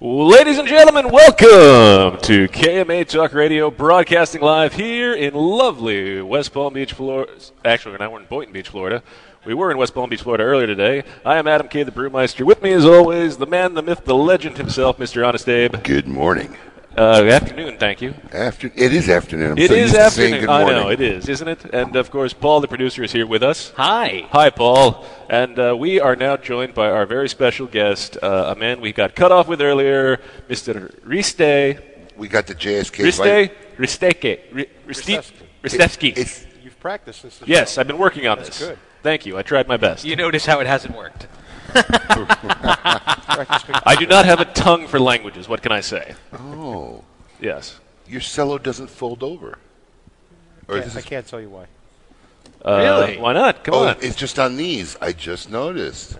Ladies and gentlemen, welcome to KMA Talk Radio, broadcasting live here in lovely West Palm Beach, Florida. Actually, we're not, we're in Boynton Beach, Florida. We were in West Palm Beach, Florida earlier today. I am Adam K., the brewmeister. With me, as always, the man, the myth, the legend himself, Mr. Honest Abe. Good morning. Uh, afternoon, thank you. After it is afternoon. I'm It so is used to saying afternoon. Good I morning. know, it is, isn't it? And of course, Paul, the producer, is here with us. Hi. Hi, Paul. And uh, we are now joined by our very special guest, uh, a man we got cut off with earlier, Mr. Riste. We got the JSK. Riste? Vice- Risteke. Ri- Risti- Ristevsky. It's You've practiced since the Yes, I've been working on this. good. Thank you. I tried my best. You notice how it hasn't worked. I do not have a tongue for languages. What can I say? oh, Yes. your cello doesn't fold over. Or I this can't, I is, can't tell you why. Uh, Really? Why not? Come oh, on. it's just on these. I just noticed.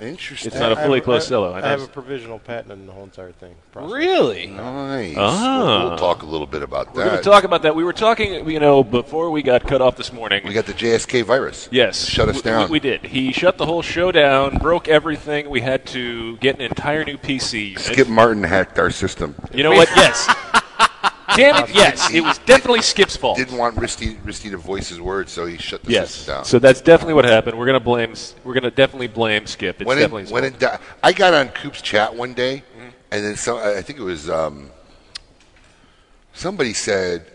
Interesting. It's not a I- I fully have- closed I- cello, I I, have a noticed. provisional patent on the whole entire thing. process. Really? nice. Ah. Well, we'll talk a little bit about We're going to that. talk about that. We were talking, you know, before we got cut off this morning. we got the JSK virus. Yes. Shut us We- down. We, we did. He shut the whole show down, broke everything. We had to get an entire new PC. unit. Skip Martin hacked our system. You know what? Yes. Damn it, yes. It was definitely Skip's fault. Didn't want Risty, Risty to voice his words, so he shut the yes. system down. So that's definitely what happened. We're going to blame S- we're going to definitely blame Skip. It's when definitely it, his when fault. it di- I got on Coop's chat one day, and then some, I think it was um, somebody said,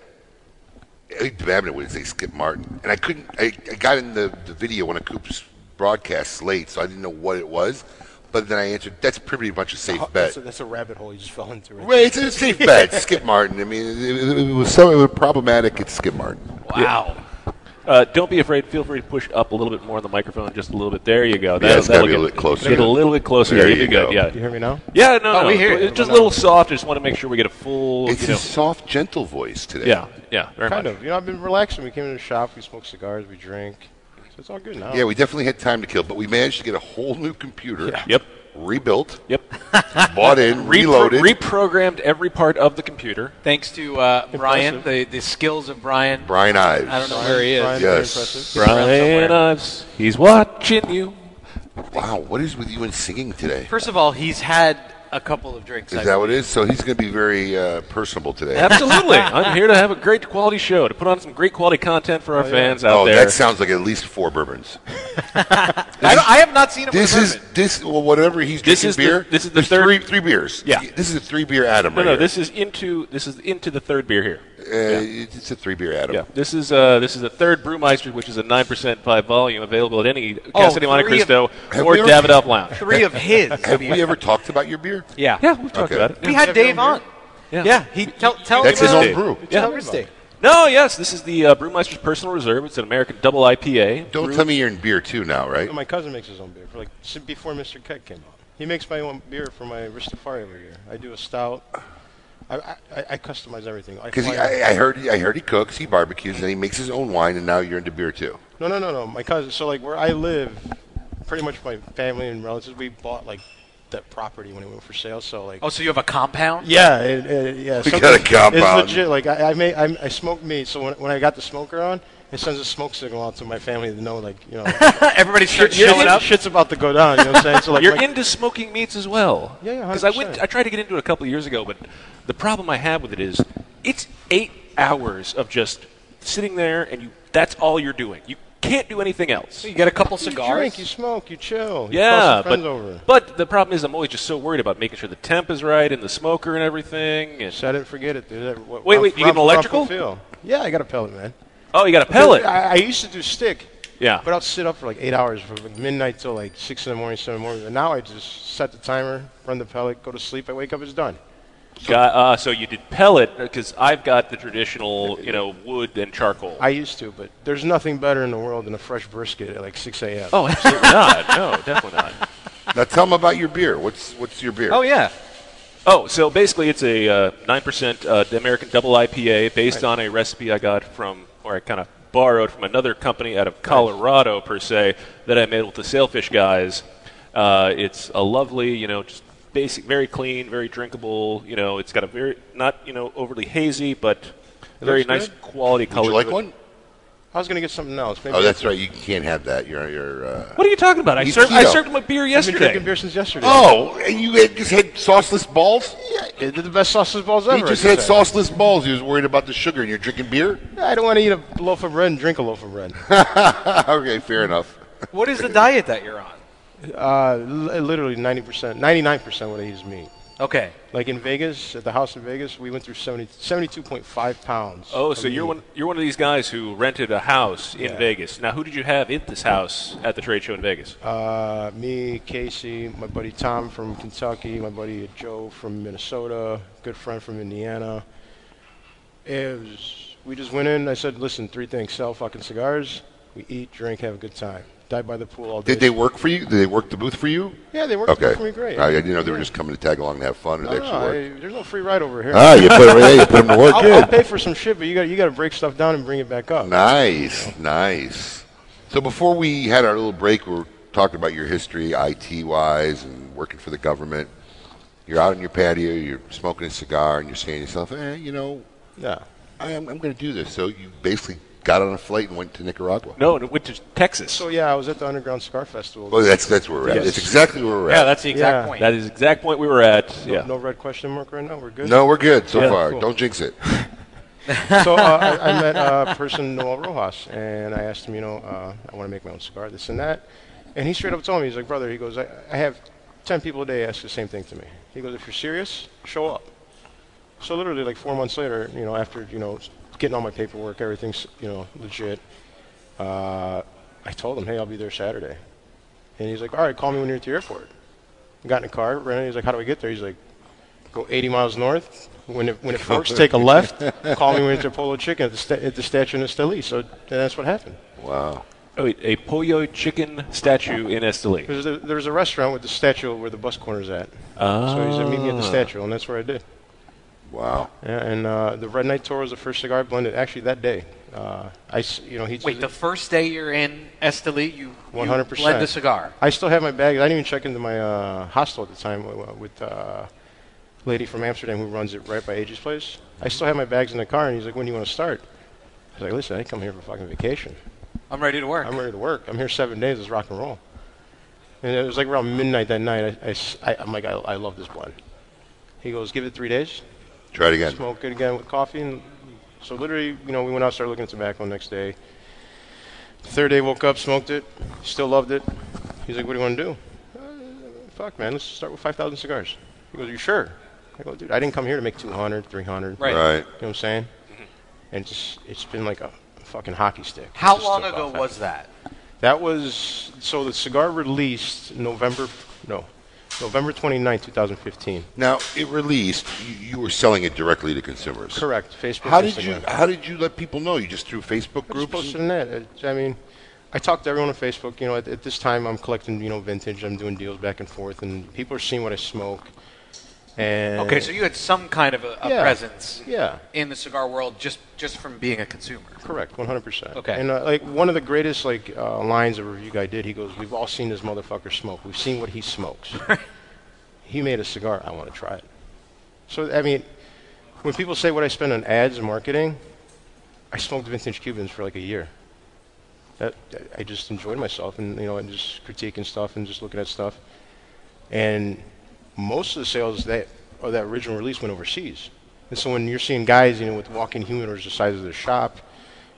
I think Babbitt would say Skip Martin, and I couldn't. I, I got in the, the video one of Coop's broadcasts late, so I didn't know what it was. But then I answered, "That's pretty much a safe Oh, bet." That's, a, that's a rabbit hole you just fell into. Right? Well, it's a safe bet, Skip Martin. I mean, it, it, it was so it was problematic. It's Skip Martin. Wow. Uh, don't be afraid. Feel free to push up a little bit more on the microphone, just a little bit. There you go. Yeah, it's That'll- gotta be a that'll little closer. Get a little bit closer. There You'll be you good. go. Yeah. You hear me now? Yeah. No. Oh, no. we hear you. It's just a little soft. Just want to make sure we get a full. It's you a know, soft, gentle voice today. yeah. Yeah. Very Kind much. of. You know, I've been relaxing. We came to the shop. We smoked cigars. We drank. So it's all good now. yeah. We definitely had time to kill, but we managed to get a whole new computer. Yep. Rebuilt. Yep. bought in, reloaded. Repro- reprogrammed every part of the computer. Thanks to uh, Brian, the, the skills of Brian. Brian Ives. I don't know where he is. Brian's very Yes. impressive. Brian Ives, he's watching you. Wow, what is with you and singing today? First of all, he's had a couple of drinks. I Is that what it is? So he's going to be very uh, personable today. Absolutely. I'm here to have a great quality show, to put on some great quality content for our fans out oh, there. that sounds like at least four bourbons. believe. I, don't- I have not seen him This with a is bourbon. this well, whatever he's This drinking is the- beer. this is the there's third- three three beers. Yeah. this is a three beer Adam. no, right no, here. this is into this is into the third beer here. uh, it's a three beer Adam. Yeah, this is uh, this is the third Brewmeister, which is a nine percent by volume, available at any Cassidy Monte three of- Cristo Have or we already- Davidoff Lounge. Three of his. Have we ever talked about your beer? Yeah. Yeah, we've talked Okay. about it. We had Dave on. Yeah. He tell tell That's him his about- own brew. Yeah. Tell him about it. No, yes, this is the uh, Brewmeister's Personal Reserve. It's an American double IPA. Don't brewed- tell me you're in beer too now, right? My cousin makes his own beer. For like s- before Mr. Keck came on, he makes my own beer for my Ristafari every year. I do a stout. I I, I- I customize everything. I Because fly- I, I heard I heard he cooks, he barbecues, and he makes his own wine, and now you're into beer too. No, no, no, no. My cousin. So like where I live, pretty much my family and relatives, we bought like that property when it went for sale. So like. Oh, so you have a compound? Yeah, it, it, yeah. We something- got a compound. It's legit. Like I, I, made, I, I smoked meat, so when, when I got the smoker on, it sends a smoke signal out to my family to know, like you know, Everybody starts shit- showing up. Shit's about to go down. You know what I'm saying? So like, You're my- into smoking meats as well. Yeah, yeah, I 100%. went, I tried to get into it a couple of years ago, but the problem I have with it is it's eight hours of just sitting there, and you that's all you're doing. You can't do anything else. You get a couple you cigars. drink, you smoke, you chill. You Yeah, call some friends but over. but the problem is I'm always just so worried about making sure the temp is right and the smoker and everything. And, Set it, and forget it, dude. That- what- Wait, rough- wait, you get an rough- rough electrical? will feel. Yeah, I got a pellet, man. oh, you got a pellet. I, I used to do stick. Yeah. But I'll sit up for like eight hours from like midnight till like six in the morning, seven in the morning. And now I just set the timer, run the pellet, go to sleep. I wake up, it's done. Got- uh, so you did pellet because I've got the traditional, you know, wood and charcoal. I used to, but there's nothing better in the world than a fresh brisket at like 6 a.m. oh, absolutely not. No, definitely not. Now tell him about your beer. What's what's your beer? Oh yeah. Oh, so basically, it's a nine percent uh, American double IPA based on a recipe I got from, or I kind of borrowed from another company out of Colorado per se that I made with the Sailfish guys. Uh, it's a lovely, you know, just basic, very clean, very drinkable. You know, it's got a very not you know overly hazy, but very looks nice quality color. Would you like to it. one? I was going to get something else. Maybe Oh, that's right. You can't have that. You're you're. Uh, What are you talking about? I He's served, I keto. served him a beer I've been yesterday. drinking beer since yesterday. oh, and you had just had sauceless balls. yeah, they're the best sausage balls ever. He just I had said. sauceless balls. He was worried about the sugar, and you're drinking beer. I don't want to eat a loaf of bread and drink a loaf of bread. okay, fair enough. What is the diet that you're on? uh, li- literally 90%, 99% what I eat is meat. Okay. Like in Vegas, at the house in Vegas, we went through 70, 72.5 pounds. Oh, of so you're meat. one you're one of these guys who rented a house in Yeah. Vegas. Now, who did you have at this house at the trade show in Vegas? Uh, me, Casey, my buddy Tom from Kentucky, my buddy Joe from Minnesota, good friend from Indiana. It was, we just went in. I said, listen, three things sell fucking cigars. We eat, drink, have a good time. Die by the pool all day. Did they work for you? Did they work the booth for you? Yeah, they worked Okay. for me great. I, I didn't know they were just coming to tag along and have fun. Or No, they no, actually worked. I- there's no free ride over here. Ah, you put, yeah, you put them to work. I'll, yeah. I'll pay for some shit, but you got you got to break stuff down and bring it back up. Nice, nice. So before we had our little break, we were talking about your history, IT wise, and working for the government. You're out on your patio, you're smoking a cigar, and you're saying to yourself, eh, you know, Yeah. I am, I'm going to do this. So you basically got on a flight and went to Nicaragua. No, and it went to Texas. So yeah, I was at the Underground Cigar Festival. Well, that's that's where we're at. Yes. It's exactly where we're Yeah, at. that's the exact Yeah. point. That is the exact point we were at. no, yeah. no red question mark right now. We're good. no, we're good so Yeah, far. cool. Don't jinx it. so uh, I, I met a person, Noel Rojas, and I asked him, you know, uh, I want to make my own cigar, this and that. And he straight up told me, he's like, brother, he goes, I, I have 10 people a day ask the same thing to me. He goes, if you're serious, show up. So literally, like four months later, you know, after, you know, getting all my paperwork, everything's, you know, legit, uh, I told him, hey, I'll be there Saturday. And he's like, all right, call me when you're at the airport. Got in a car, ran in, he's like, how do I get there? He's like, go 80 miles north. When it, when it forks, take a left. Call me when it's a polo chicken at the, sta- at the statue in Esteli. So and that's what happened. Wow. Oh, wait, a pollo chicken statue in Esteli. There's a, there's a restaurant with the statue where the bus corner's at. So he said, meet me at the statue, and that's where I did. Wow. Yeah, and uh, the Red Knight Toro was the first cigar I blended actually that day. Uh, I, s- you know, he Wait, the first day you're in Esteli, you, you 100%. blend a cigar. I still have my bag. I didn't even check into my uh, hostel at the time wi- wi- with uh, lady from Amsterdam who runs it right by AJ's place. I still have my bags in the car, and he's like, when do you want to start? I was like, listen, I didn't come here for fucking vacation. I'm ready to work. I'm ready to work. I'm here seven days. It's rock and roll. And it was like around midnight that night. I, am like, I, I love this blend. He goes, give it three days. Try it again. Smoke it again with coffee. And so literally, you know, we went out, started looking at tobacco. Next day, third day, woke up, smoked it, still loved it. He's like, what do you want to do? Uh, fuck, man, let's start with 5,000 cigars. He goes, you sure? I go, dude, I didn't come here to make 200, 300. Right. Mm-hmm. Right. You know what I'm saying? And just, it's been like a fucking hockey stick. How Just long took ago off. was that? That was so the cigar released November no November 29, 2015. Now it released. You, you were selling it directly to consumers. Correct. Facebook. How did you Instagram. How did you let people know? You just through Facebook I just groups. posted on that. It- I mean, I talked to everyone on Facebook. You know, at, at this time, I'm collecting you know vintage. I'm doing deals back and forth, and people are seeing what I smoke. And Okay, so you had some kind of a, a Yeah. presence yeah. in the cigar world just, just from being a consumer. Correct, 100%. Okay. And uh, like one of the greatest like uh, lines a review guy did, he goes, "We've all seen this motherfucker smoke. We've seen what he smokes. he made a cigar. I want to try it." So I mean, when people say what I spend on ads and marketing, I smoked vintage Cubans for like a year. That I- I just enjoyed myself, and you know, and just critiquing stuff and just looking at stuff. And most of the sales that or that original release went overseas. And so when you're seeing guys, you know, with walk-in humidors the size of their shop,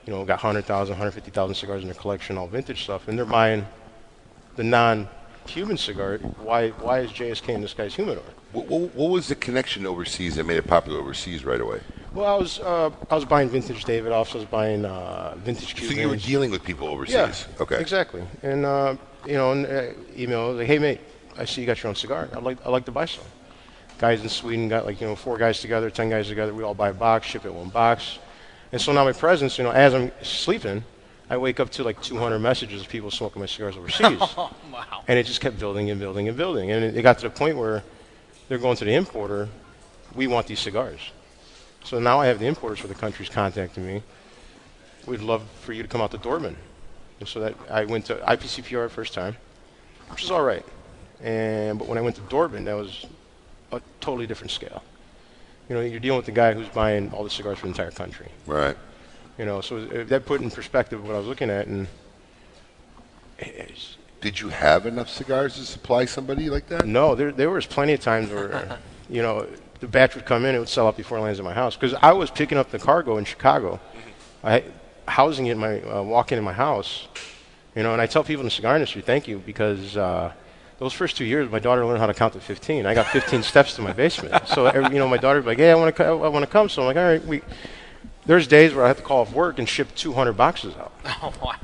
you know, got 100,000, 150,000 cigars in their collection, all vintage stuff, and they're buying the non-Cuban cigar. Why? Why is JSK in this guy's humidor? What, what, what was the connection overseas that made it popular overseas right away? Well, I was uh, I was buying vintage David offs. I was buying uh, vintage So Cubans. you were dealing with people overseas. Yeah. Okay. Exactly. And uh, you know, and, uh, email like, hey mate, I see you got your own cigar. I'd like I'd like to buy some. Guys in Sweden got like you know four guys together, ten guys together. We all buy a box, ship it one box. And so now my presence, you know, as I'm sleeping, I wake up to like 200 messages of people smoking my cigars overseas. Oh, Wow. And it just kept building and building and building. And it, it got to the point where they're going to the importer, we want these cigars. So now I have the importers for the countries contacting me. We'd love for you to come out to Dortmund. And so that I went to IPCPR first time, which is all right. And but when I went to Dortmund, that was a totally different scale. You know, you're dealing with the guy who's buying all the cigars for the entire country. Right. You know, so if that put in perspective what I was looking at, and it's- Did you have enough cigars to supply somebody like that? no, there there was plenty of times where, uh, you know, the batch would come in, it would sell out before it lands at my house because I was picking up the cargo in Chicago, I housing it in my uh, walking in my house, you know, and I tell people in the cigar industry, thank you because. Uh, those first two years, my daughter learned how to count to 15. I got 15 steps to my basement. So, every, you know, my daughter's like, "Hey, I want to, co- I want to come." So I'm like, "All right, we." There's days where I have to call off work and ship 200 boxes out. Oh, wow.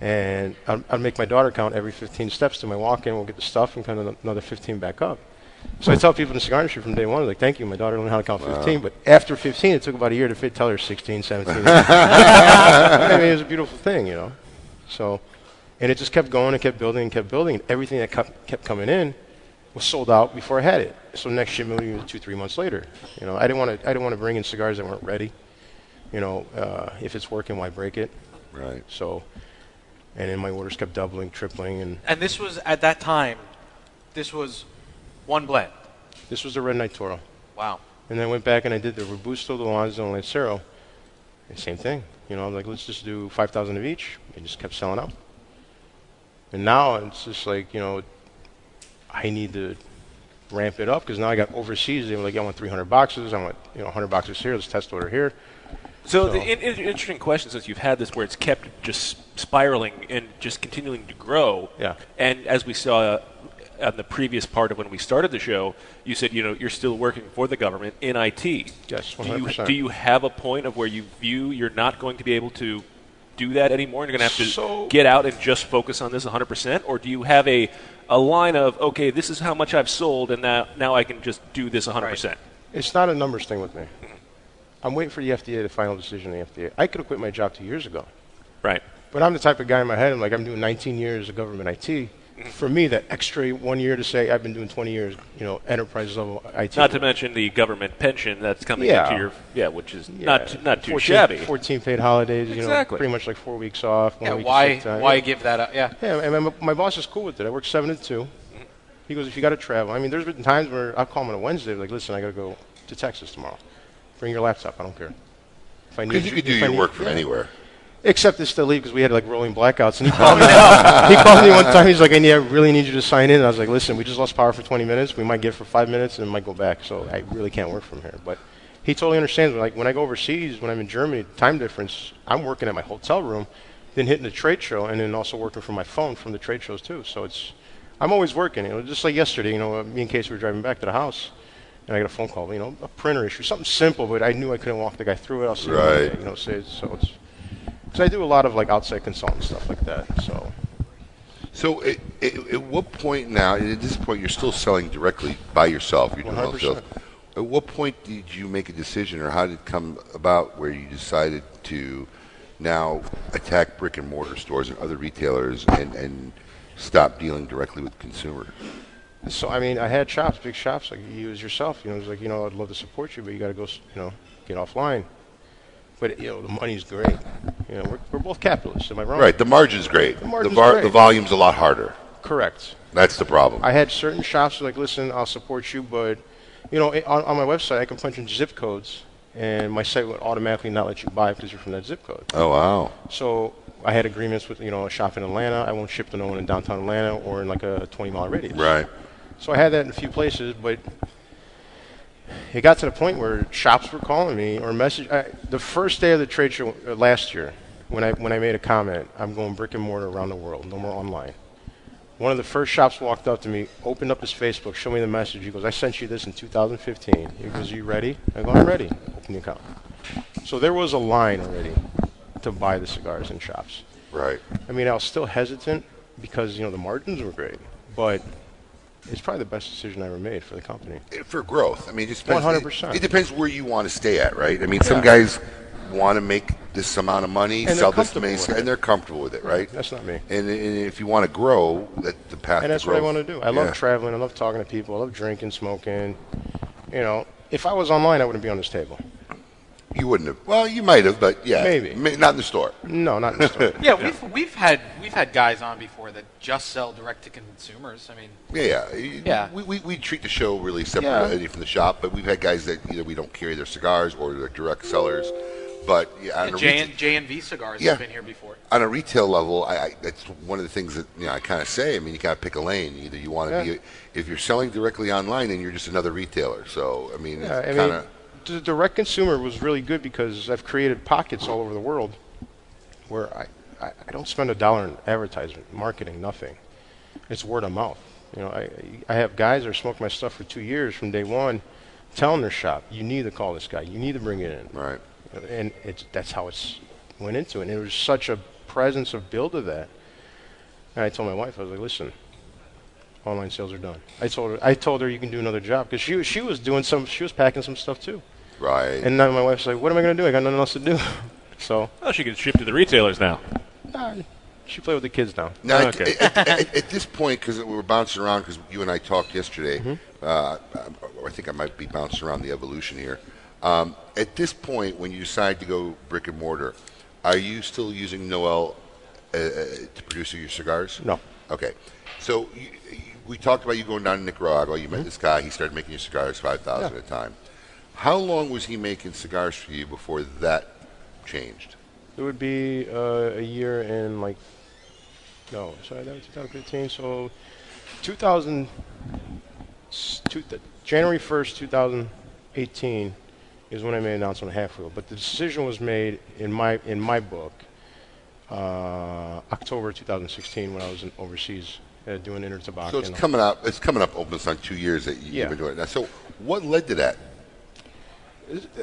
and I'd, I'd make my daughter count every 15 steps to my walk-in. We'll get the stuff and count ano- another 15 back up. So I tell people in the cigar industry from day one, like, thank you, my daughter learned how to count 15. But after 15, it took about a year to fit, tell her 16, 17. I mean, it was a beautiful thing, you know. So, and it just kept going and kept building and kept building. And everything that kept, kept coming in was sold out before I had it. So next shipment would be two, three months later. You know, I didn't want to, I didn't want to bring in cigars that weren't ready. You know, uh, if it's working, why break it? Right. So, and then my orders kept doubling, tripling, and And this was at that time. This was one blend. this was the Red Knight Toro. Wow. And then I went back and I did the Robusto, the Lonzo, and Lancero. And same thing. You know, I'm like, let's just do 5,000 of each. It just kept selling out. And now it's just like, you know, I need to ramp it up because now I got overseas. They were like, I want 300 boxes. I want, you know, 100 boxes here. Let's test order here. So, the So- in, in, interesting question since you've had this where it's kept just spiraling and just continuing to grow. Yeah. And as we saw on the previous part of when we started the show, you said you know you're still working for the government in IT. Yes, Do you 100%. do you have a point of where you view you're not going to be able to do that anymore and you're going to have to So- get out and just focus on this 100% or do you have a a line of okay this is how much I've sold and now now I can just do this 100%. It's not a numbers thing with me. I'm waiting for the FDA, the final decision of the FDA. I could have quit my job two years ago. right. But I'm the type of guy in my head, I'm like, I'm doing 19 years of government IT. For me, that extra one year to say I've been doing 20 years, you know, enterprise level IT. Not to mention the government pension that's coming Yeah. into your yeah, which is Yeah. not t- not too 14 shabby. 14 paid holidays, you Exactly. know, pretty much like four weeks off. One Yeah. week of Why? sick time. Why give that up? Yeah. Yeah, and my, my boss is cool with it. I work seven to two. He goes, if you got to travel. I mean, there's been times where I'll call him on a Wednesday, like, listen, I got to go to Texas tomorrow. Bring your laptop. I don't care. If I Because you could do if I your need- work from Yeah. anywhere. Except it's still leave because we had like rolling blackouts. And he called me. he called me one time. He's like, I, need, I really need you to sign in. And I was like, listen, we just lost power for 20 minutes. We might get for five minutes and it might go back. So I really can't work from here. But he totally understands. Like when I go overseas, when I'm in Germany, time difference. I'm working at my hotel room, then hitting the trade show, and then also working from my phone from the trade shows too. So it's, I'm always working. You know, just like yesterday. You know, me and Casey were driving back to the house. And I got a phone call, you know, a printer issue, something simple, but I knew I couldn't walk the guy through it. I'll see you Right. Monday, you know, so it's, so it's because I do a lot of like outside consultant stuff like that. So So, it, it, at what point now? At this point, you're still selling directly by yourself. You're doing all the sales. 100%. At what point did you make a decision, or how did it come about where you decided to now attack brick and mortar stores and other retailers and, and stop dealing directly with consumer? so I mean, I had shops, big shops, like you as yourself. You know, it's like you know, I'd love to support you, but you got to go, s- you know, get offline. But you know, the money's great. You know, we're, we're both capitalists. Am I wrong? Right. The margin's great. The, margin's var- great. the volume's a lot harder. Correct. That's the problem. I had certain shops like, listen, I'll support you, but you know, i- on, on my website, I can punch in zip codes, and my site would automatically not let you buy because you're from that zip code. oh wow. So I had agreements with you know a shop in Atlanta. I won't ship to no one in downtown Atlanta or in like a 20 mile radius. Right. So I had that in a few places, but it got to the point where shops were calling me or message. I, the first day of the trade show uh, last year, when I when I made a comment, I'm going brick and mortar around the world, no more online. One of the first shops walked up to me, opened up his Facebook, showed me the message. He goes, "I sent you this in 2015." He goes, "You ready?" I go, "I'm ready." Open the account. So there was a line already to buy the cigars in shops. Right. I mean, I was still hesitant because you know the margins were great, but it's probably the best decision I ever made for the company. for growth. I mean, it just depends. 100%. It, it depends where you want to stay at, right? I mean, some guys want to make this amount of money, And sell they're this many, comfortable with and they're comfortable with it, right? That's not me. And, and if you want to grow, that the path. And that's to what I growth. want to do. I love Yeah. traveling. I love talking to people. I love drinking, smoking. You know, if I was online, I wouldn't be on this table. You wouldn't have. Well, you might have, but yeah, Maybe. Ma- not in the store. No, not in the store. Yeah. We've we've had we've had guys on before that just sell direct to consumers. I mean, Yeah, yeah. Yeah. We, we, we treat the show really Yeah. separately from the shop, but we've had guys that either we don't carry their cigars or they're direct sellers. But yeah, on a J retail- and J and V cigars Yeah. have been here before. on a retail level, I, I, that's one of the things that you know I kind of say. I mean, you got to pick a lane. Either you want to Yeah. be if you're selling directly online, then you're just another retailer. So I mean, Yeah, it's kind I mean, of the direct consumer was really good because I've created pockets all over the world where I, I, I don't spend a dollar in advertisement, marketing, nothing. It's word of mouth. You know, I, I have guys that are smoking my stuff for two years from day one, telling their shop, you need to call this guy, you need to bring it in. right. And it's, that's how it's went into it. And it was such a presence of build of that. And I told my wife, I was like, listen, online sales are done. I told her, I told her you can do another job because she, was- she was doing some, she was packing some stuff too. Right. And then my wife's like, what am I going to do? I got nothing else to do. so Oh, she can ship to the retailers now. uh, she played with the kids now. Now, at- Okay. at, at- at this point, because we were bouncing around, because you and I talked yesterday, uh, I- I think I might be bouncing around the evolution here. Um, at this point, when you decide to go brick and mortar, are you still using Noel uh, uh, to produce your cigars? No. Okay. So you, you, we talked about you going down to Nicaragua. You met this guy. He started making your cigars 5,000 at a time. How long was he making cigars for you before that changed? It would be uh, a year in like, no, sorry, that was 2015. So 2000, s- two, th- January 1st, 2018 is when I made an announcement on Half Wheel. But the decision was made in my, in my book uh, October 2016 when I was in overseas uh, doing Inter Tobacco. So it's coming up. It's coming up. Opens on two years that you, Yeah. have been doing it now. So what led to that?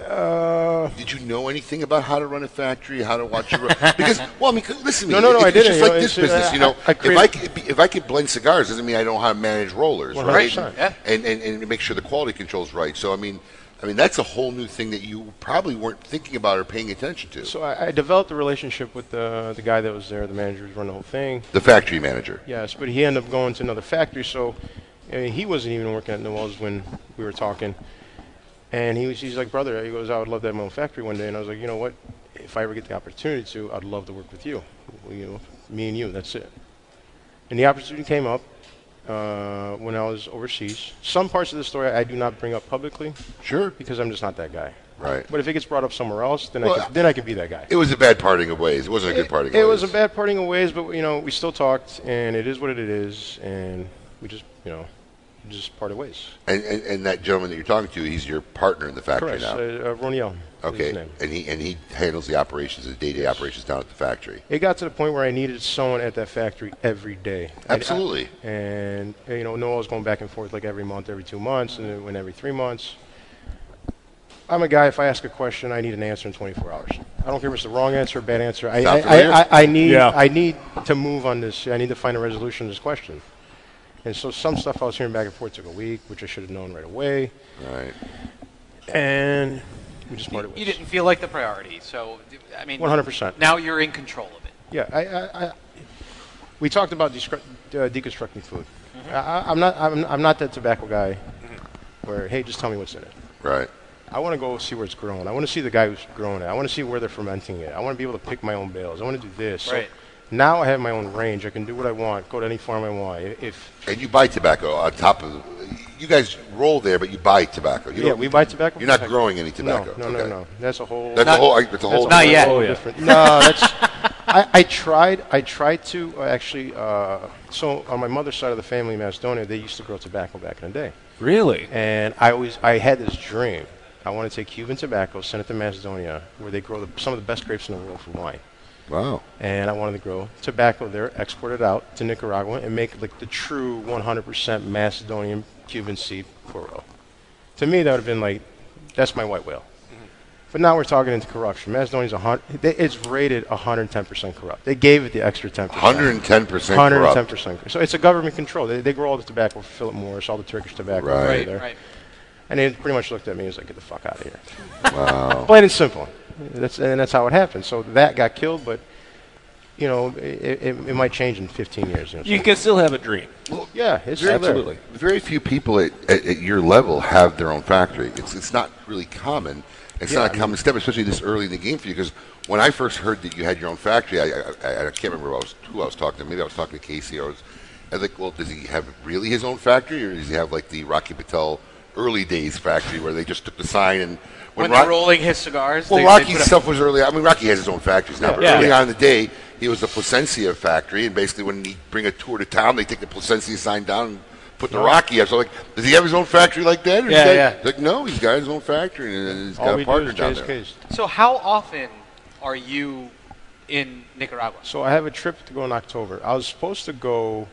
uh, Did you know anything about how to run a factory, how to watch your because well, I mean, 'cause listen, to No, me, no, it's- no, I it's didn't, just you like know, this it's- uh, business, you know. I- I if I created- c- if I could blend cigars, doesn't mean I know how to manage rollers, right? 100%, yeah. And, and and make sure the quality control's right. So I mean, I mean that's a whole new thing that you probably weren't thinking about or paying attention to. so I, I developed a relationship with the, the guy that was there, the manager who's running the whole thing. the factory manager, Yes, but he ended up going to another factory, so I mean, he wasn't even working at Noel's when we were talking. And he was, he's like, brother, he goes, I would love to have my own factory one day. And I was like, you know what? If I ever get the opportunity to, I'd love to work with you. We, you know, me and you, that's it. And the opportunity came up uh, when I was overseas. Some parts of the story I do not bring up publicly sure, because I'm just not that guy. right? But if it gets brought up somewhere else, then Well, I can, then I can be that guy. It was a bad parting of ways. It wasn't a good parting. It of was a ways. bad parting of ways, but you know we still talked, and it is what it is, and we just you know just parted ways. And, and and that gentleman that you're talking to, he's your partner in the factory Correct. now. Uh, uh, Roniel. is his Okay, name. and he and he handles the operations, the day-to-day operations down at the factory. It got to the point where I needed someone at that factory every day. I- I- Absolutely. and uh, you know Noah was going back and forth like every month, every two months, and then went every three months. I'm a guy. If I ask a question, I need an answer in 24 hours. I don't care if it's the wrong answer, or bad answer. I, Sound I, I, familiar? I, I need Yeah. I need to move on this. I need to find a resolution to this question. And so some stuff I was hearing back and forth took a week, which I should have known right away. Right. And we just parted You ways. didn't feel like the priority, so I mean, 100%. Now you're in control of it. Yeah, I, I, I, we talked about discru- uh, deconstructing food. I- I, I'm not, I'm, I'm not that tobacco guy. Where hey, just tell me what's in it. Right. I want to go see where it's grown. I want to see the guy who's growing it. I want to see where they're fermenting it. I want to be able to pick my own bales. I want to do this. So Right. now I have my own range. I can do what I want. Go to any farm I want. I- If And you buy tobacco on top of. You guys roll there, but you buy tobacco. You yeah, don't- we buy tobacco. You're not tobacco. growing any No, tobacco. no, no, Okay. no. That's a whole. That's a Not- whole. I- That's a whole. That's Not Oh, whole yet. yeah. different- No, that's. I, I tried. I tried to uh, actually. Uh, so on my mother's side of the family, in Macedonia, they used to grow tobacco back in the day, Really? and I always I had this dream. I want to take Cuban tobacco, send it to Macedonia, where they grow the, some of the best grapes in the world for wine. Wow. And I wanted to grow tobacco there, export it out to Nicaragua, and make like the true 100% Macedonian Cuban seed puro. To me, that would have been like, that's my white whale. Mm-hmm. But now we're talking into corruption. Macedonia's a hun- they, it's rated 110% corrupt. They gave it the extra 10%. 110 percent 110%. corrupt. corrupt. So it's a government control. They, they grow all the tobacco for Philip Morris, all the Turkish tobacco over Right. there. right. And they pretty much looked at me and was like, get the fuck out of here. Wow. Plain and simple. That's, and that's how it happened. So that got killed, but, you know, it, it, it might change in 15 years. You know, You can still have a dream. yeah, it's Very- still there. Absolutely. Very few people at, at, at your level have their own factory. It's it's not really common. It's Yeah, not I a mean- common step, especially this early in the game for you. Because when I first heard that you had your own factory, I, I, I, I can't remember who I, was, who I was talking to. Maybe I was talking to Casey. Or I was, I was like, well, does he have really his own factory, or does he have like the Rocky Patel early days factory where they just took the sign and When when Rock- they're rolling his cigars. Well, they- they Rocky's put up- stuff was early. I mean, Rocky has his own factories now. but Yeah. early Yeah. on in the day, he was the Placencia factory, and basically when he bring a tour to town, they take the Placencia sign down and put the Rocky up. So like, does he have his own factory like that? Or Yeah, is that- yeah. Like, no, he's got his own factory and he's All got we a do partner is down there. JSK's. So how often are you in Nicaragua? So I have a trip to go in October. I was supposed to go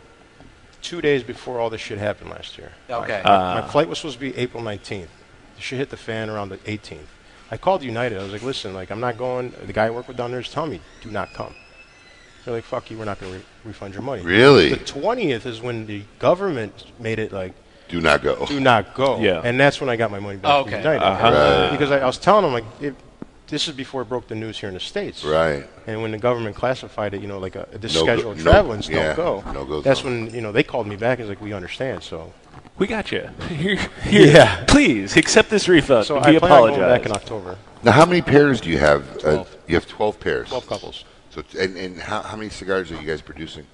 two days before all this shit happened last year. Okay. Uh, My flight was supposed to be April 19th. The shit hit the fan around the 18th. I called United. I was like, listen, like, I'm not going. The guy I work with down there is telling me, do not come. They're like, fuck you. We're not going to re- refund your money. Really? The 20th is when the government made it like, Do not go. do not go. Yeah. And that's when I got my money back Oh, from okay. United. Uh-huh. Right. Because I, I was telling them, like, it, this is before it broke the news here in the States. Right. And when the government classified it, you know, like a, this No go- schedule of no- travelings yeah, don't go. no-go That's zone. when you know they called me back. and was like, we understand. So, We got you. Here, here. Yeah. Please accept this refund. so we I plan on apologize. going back in October. Now, how many pairs do you have? Uh, you have twelve pairs. Twelve couples. So, and, and how, how many cigars are you guys producing?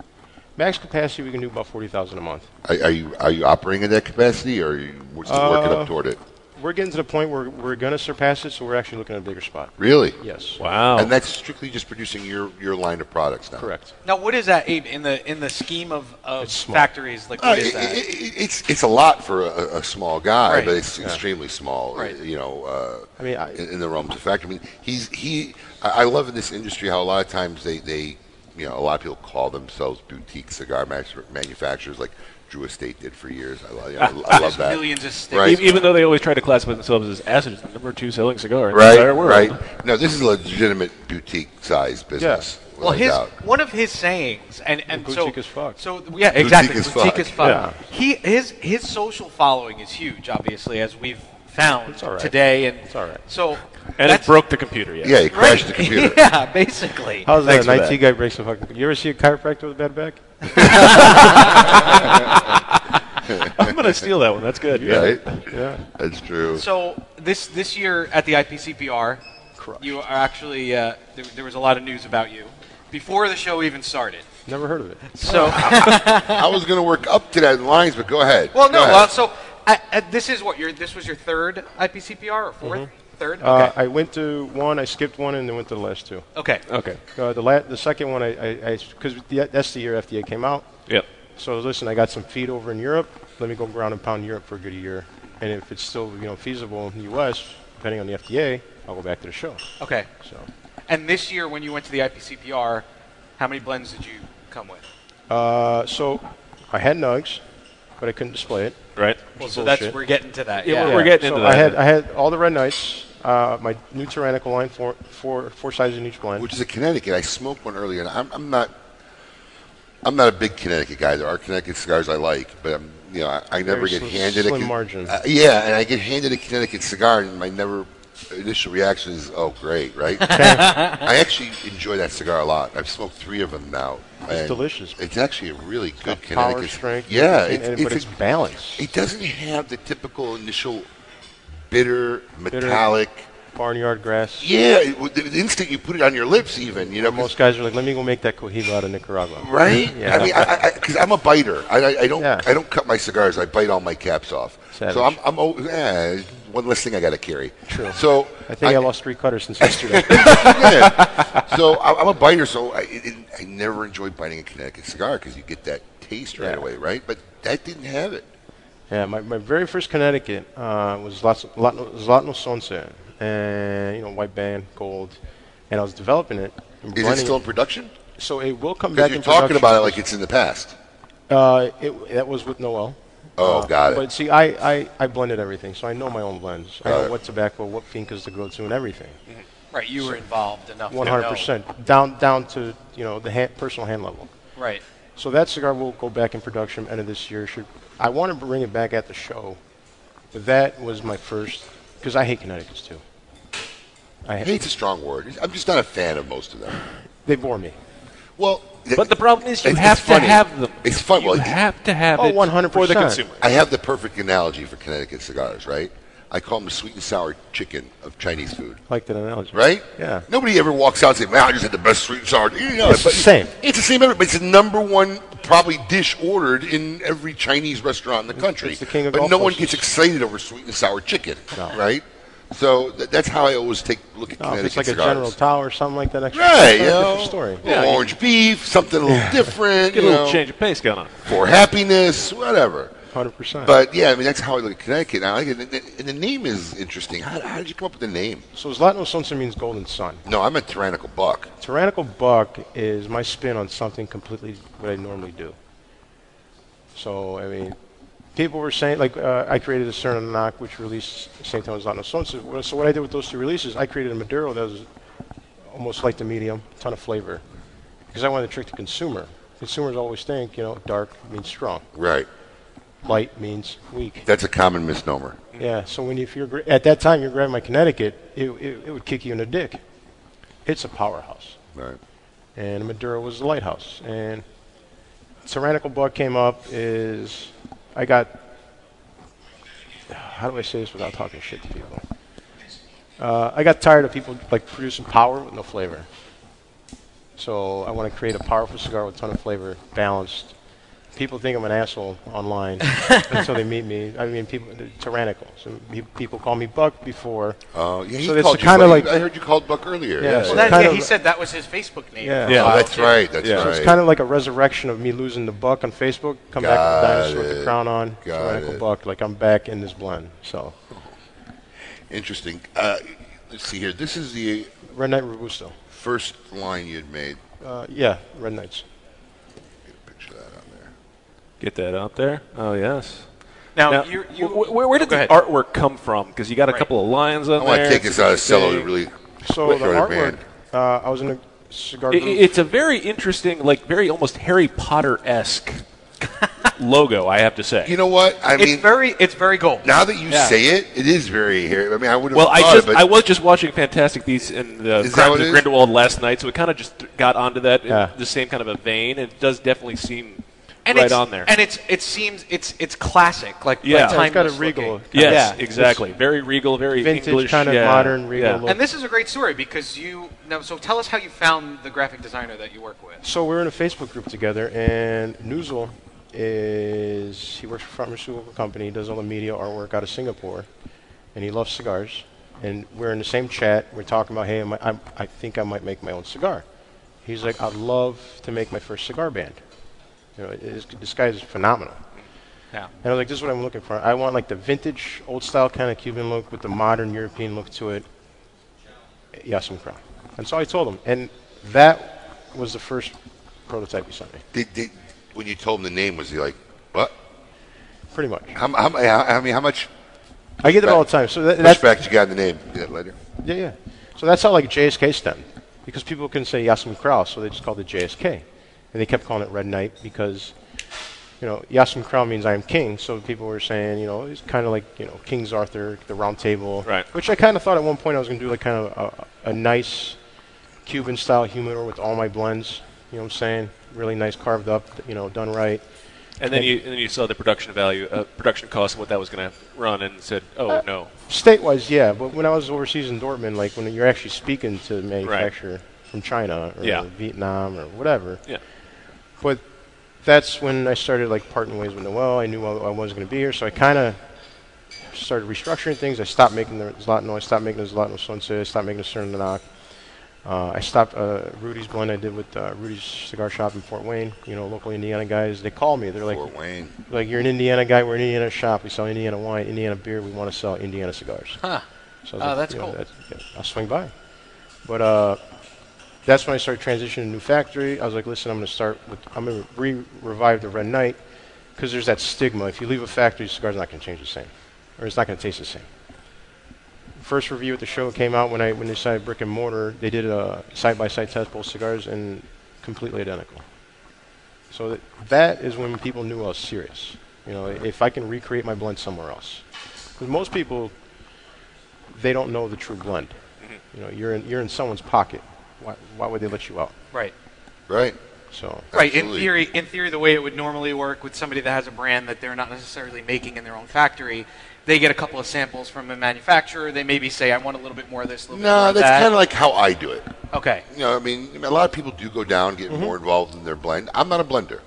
Max capacity, we can do about forty thousand a month. Are, are you are you operating at that capacity, or are you still working Uh, up toward it? We're getting to the point where we're going to surpass it, so we're actually looking at a bigger spot. Really? Yes. wow. And that's strictly just producing your, your line of products now. Correct. Now, what is that, Abe? In the in the scheme of, of It's small. factories, like Uh, what is it- that? it- it- it's it's a lot for a, a small guy, Right. but it's extremely small. Right. You know, uh, I mean, I- in, in the realms of fact, I mean, he's he. I I love in this industry how a lot of times they they you know a lot of people call themselves boutique cigar mas- manufacturers, like Drew Estate did for years. I, lo- you know, I love There's that. millions of sticks. Right. E- Even though they always try to classify themselves as acid number two selling cigar in the Right, entire world. right. No, this is a legitimate boutique size business. Well, without his doubt. one of his sayings, and and so Boutique as fuck. so yeah, exactly. as fuck. as fuck. He his his social following is huge, obviously, as we've found all right. today, and It's all right. So And that's it broke the computer. Yes. yeah, he crashed right. the computer. yeah, basically. How's Thanks that? for An IT guy breaks a fucking. You ever see a chiropractor with a bad back? I'm gonna steal that one. That's good. Yeah. Right? Yeah. That's true. So this this year at the IPCPR, Crushed. you are actually uh, there, there was a lot of news about you before the show even started. Never heard of it. So I was going to work up to that in lines, but go ahead. well, no, Go ahead. well, so uh, uh, this is what your this was your third IPCPR or 4th third. Okay, Uh, I went to one. I skipped one, and then went to the last two. okay. Okay. Uh, the la- the second one, I because the that's the year FDA came out. Yep. So listen, I got some feet over in Europe. Let me go ground and pound Europe for a good year, and if it's still you know feasible in the U.S., depending on the FDA, I'll go back to the show. Okay. So And this year, when you went to the IPCPR, how many blends did you come with? Uh, so I had nugs, but I couldn't display it. Right. Well, is so bullshit. that's we're getting to that. Yeah, Yeah. We're getting so into that. I had I had all the red knights. Uh, my new tyrannical line, four, four, four sizes in each blend. Which is a Connecticut. I smoked one earlier, and I'm, I'm not. I'm not a big Connecticut guy. There are Connecticut cigars I like, but I'm, you know, I, I never Very get slim- handed a slim Con- margin. Uh, yeah, and I get handed a Connecticut cigar, and my never initial reaction is, "Oh, great!" Right? I actually enjoy that cigar a lot. I've smoked three of them now. and delicious. It's actually a really good Got Connecticut. power strength. Yeah, and- it's, and- it's, but a- it's balanced. It doesn't have the typical initial bitter, metallic. Barnyard grass. Yeah, it- w- the the instant you put it on your lips, even you know, 'cause- Most guys are like, let me go make that cohiba out of Nicaragua. right? Yeah. I mean, I because I'm a biter. I, I, I don't Yeah. I don't cut my cigars. I bite all my caps off. Savage. So I'm I'm oh, yeah, one less thing I got to carry. True. So I think I, lost three cutters since yesterday. yeah. So I- I'm a biter, so I, it, it- I never enjoy biting a Connecticut cigar because you get that taste right Yeah. away, right? But that didn't have it. Yeah, my, my very first Connecticut uh, was Zlat- Zlat- Zlatno Sonce, and you know white band, gold, and I was developing it. and Is it running still in production? So it will come Because back. you're in talking production. about it like it's in the past. Uh, it, that was with Noel. Uh, Oh, got But it. see, I, I, I blended everything, so I know my own blends. I know Got it. what tobacco, what fincas to go to, and everything. Right. You were involved enough. to One hundred percent down down to you know the hand, personal hand level. know. Right. So that cigar will go back in production end of this year. Should I want to bring it back at the show? But that was my first because I hate Connecticut's too. I ha- Hate's a strong word. I'm just not a fan of most of them. they bore me. Well, But the problem is you it's- have it's to funny. have them. It's fun. You Well, have to have Oh, it 100%. for the consumer. I have the perfect analogy for Connecticut cigars, right? I call them the sweet and sour chicken of Chinese food, Like that analogy, right? Yeah. Nobody ever walks out and says, "Man, I just had the best sweet and sour." You know, It's but the same. It's the same, every- but it's the number one probably dish ordered in every Chinese restaurant in the country. the king of but all no one gets places. excited over sweet and sour chicken, No. right? So th- that's how I always take a look at No, if Connecticut it's like cigars. a General Tower or something like that. Extra Right, extra you know, story. a little orange beef, something a little different, Get a you little know, change of pace going on. for happiness, whatever. Hundred percent. But yeah, I mean that's how I look at Connecticut. And I like it. And the- and the name is interesting. How, how did you come up with the name? so Zlatno Sunsa means golden sun. No, I'm a tyrannical buck. Tyrannical buck is my spin on something completely what I normally do. So I mean, people were saying like uh, I created a Cerna Knock, which released the same time as Zlatno Sunsa. So what I did with those two releases, I created a Maduro that was almost like the medium, ton of flavor, because I wanted to trick the consumer. Consumers always think you know dark means strong, Right. light means weak. That's a common misnomer. Yeah. So when you, if you're gra- at that time you're grabbing my Connecticut, it, it, it would kick you in the dick. It's a powerhouse, Right. and Maduro was the lighthouse, and Tyrannical Buck came up. Is I got how do I say this without talking shit to people? Uh, I got tired of people like producing power with no flavor. So I want to create a powerful cigar with a ton of flavor, balanced. People think I'm an asshole online until they meet me. I mean, people they're tyrannical. So pe- people call me Buck before. Oh, yeah. He So that's called you kinda Buck. like- I heard you called Buck earlier. Yeah, so that's, Well, that, kind yeah, of- he said that was his Facebook name. Yeah. Yeah. oh, that's right. That's Yeah. So right. It's kind of like a resurrection of me losing the buck on Facebook, come back with Got a dinosaur with it. the crown on, Got tyrannical it. buck. Like I'm back in this blend. So Interesting. Uh, let's see here. This is the Red Knight Robusto. first line you'd made. Uh, yeah, Red Knights. Get a picture of that on there. Get that out there. Oh yes. Now, Now, you, you, Oh, wh- wh- where, where did Go the ahead. artwork come from? Because you got a Right. couple of lines on I there. want to take this out of cello to big- really So quick the on a artwork. band. Uh, I was in a cigar. It- group. it's a very interesting, like very almost Harry Potter esque logo. I have to say. You know what? I it's mean, very it's very gold. now that you Yeah. say it, it is very here. I mean, I would have well, I thought just it, but I was just watching Fantastic Beasts and the Is that Crimes what of it is? Grindelwald last night, so it kind of just th- got onto that in Yeah. the same kind of a vein. It does definitely seem and right it's, on there. And it's it seems it's it's classic. Like Yeah. like Yeah, it's got a timeless regal. looking. yes, yeah, exactly. Very regal, very vintage, English, kind of yeah, modern regal yeah. look. And this is a great story because you now. So tell us how you found the graphic designer that you work with. So we're in a Facebook group together, and Nuzul is he works for pharmaceutical company, does all the media artwork out of Singapore, and he loves cigars. And we're in the same chat. We're talking about, hey, am I, I'm, I think I might make my own cigar. He's like, I'd love to make my first cigar band. You know, it- it's, this guy is phenomenal. Yeah. And I was like, this is what I'm looking for. I want like the vintage, old style kind of Cuban look with the modern European look to it. Yasim Crown. And so I told him. And that was the first prototype he sent me, did, did, when you told him the name, was he like, what? pretty much. How, how, how, I mean, how much I get it all the time. So that, that's, pushback you got in the name? Get that later. yeah, yeah. So that's how like JSK stemmed. Because people couldn't say Yasim Crow, so they just called it JSK. And they kept calling it Red Knight because, you know, Yasim Crow means I am king. So people were saying, you know, it's kind of like, you know, King's Arthur, the Round Table. Right. Which I kind of thought at one point I was going to do like kind of a, a nice Cuban style humidor with all my blends. You know what I'm saying? Really nice carved up, you know, done right. And then you and then you saw the production value, uh, production cost, and what that was going to run, and said, "Oh Uh, no, State-wise, yeah, but when I was overseas in Dortmund, like when you're actually speaking to the manufacturer from China or Yeah. Vietnam or whatever, yeah, but that's when I started like parting ways with Noel. I knew I, I wasn't going to be here, so I kind of started restructuring things. I stopped making the Zlatno, I stopped making the Zlatno Sunset, I stopped making the Cernanak. Uh, I stopped uh, Rudy's blend I did with uh, Rudy's Cigar Shop in Fort Wayne. You know, local Indiana guys. They call me. They're like, Fort Wayne. like you're an Indiana guy. We're an Indiana shop. We sell Indiana wine, Indiana beer. We want to sell Indiana cigars. Huh. So I was like, Oh, that's you know, cool. yeah, I'll swing by. But uh, that's when I started transitioning to a new factory. I was like, listen, I'm going to start with, I'm going to re revive the Red Knight because there's that stigma. If you leave a factory, your cigar's not going to change the same or it's not going to taste the same. First review at the show came out when I when they decided brick and mortar. They did a side by side test both cigars and completely identical. So that, that is when people knew I was serious. You know, if I can recreate my blend somewhere else, because most people they don't know the true blend. You know, you're in, you're in someone's pocket. Why, why would they let you out? Right. Right. So Right. In Absolutely. theory, in theory, the way it would normally work with somebody that has a brand that they're not necessarily making in their own factory, they get a couple of samples from a manufacturer. They maybe say, "I want a little bit more of this." A little bit more No, of that's that. kind of like how I do it. Okay. You know, I mean, I mean, a lot of people do go down, get more involved in their blend. I'm not a blender.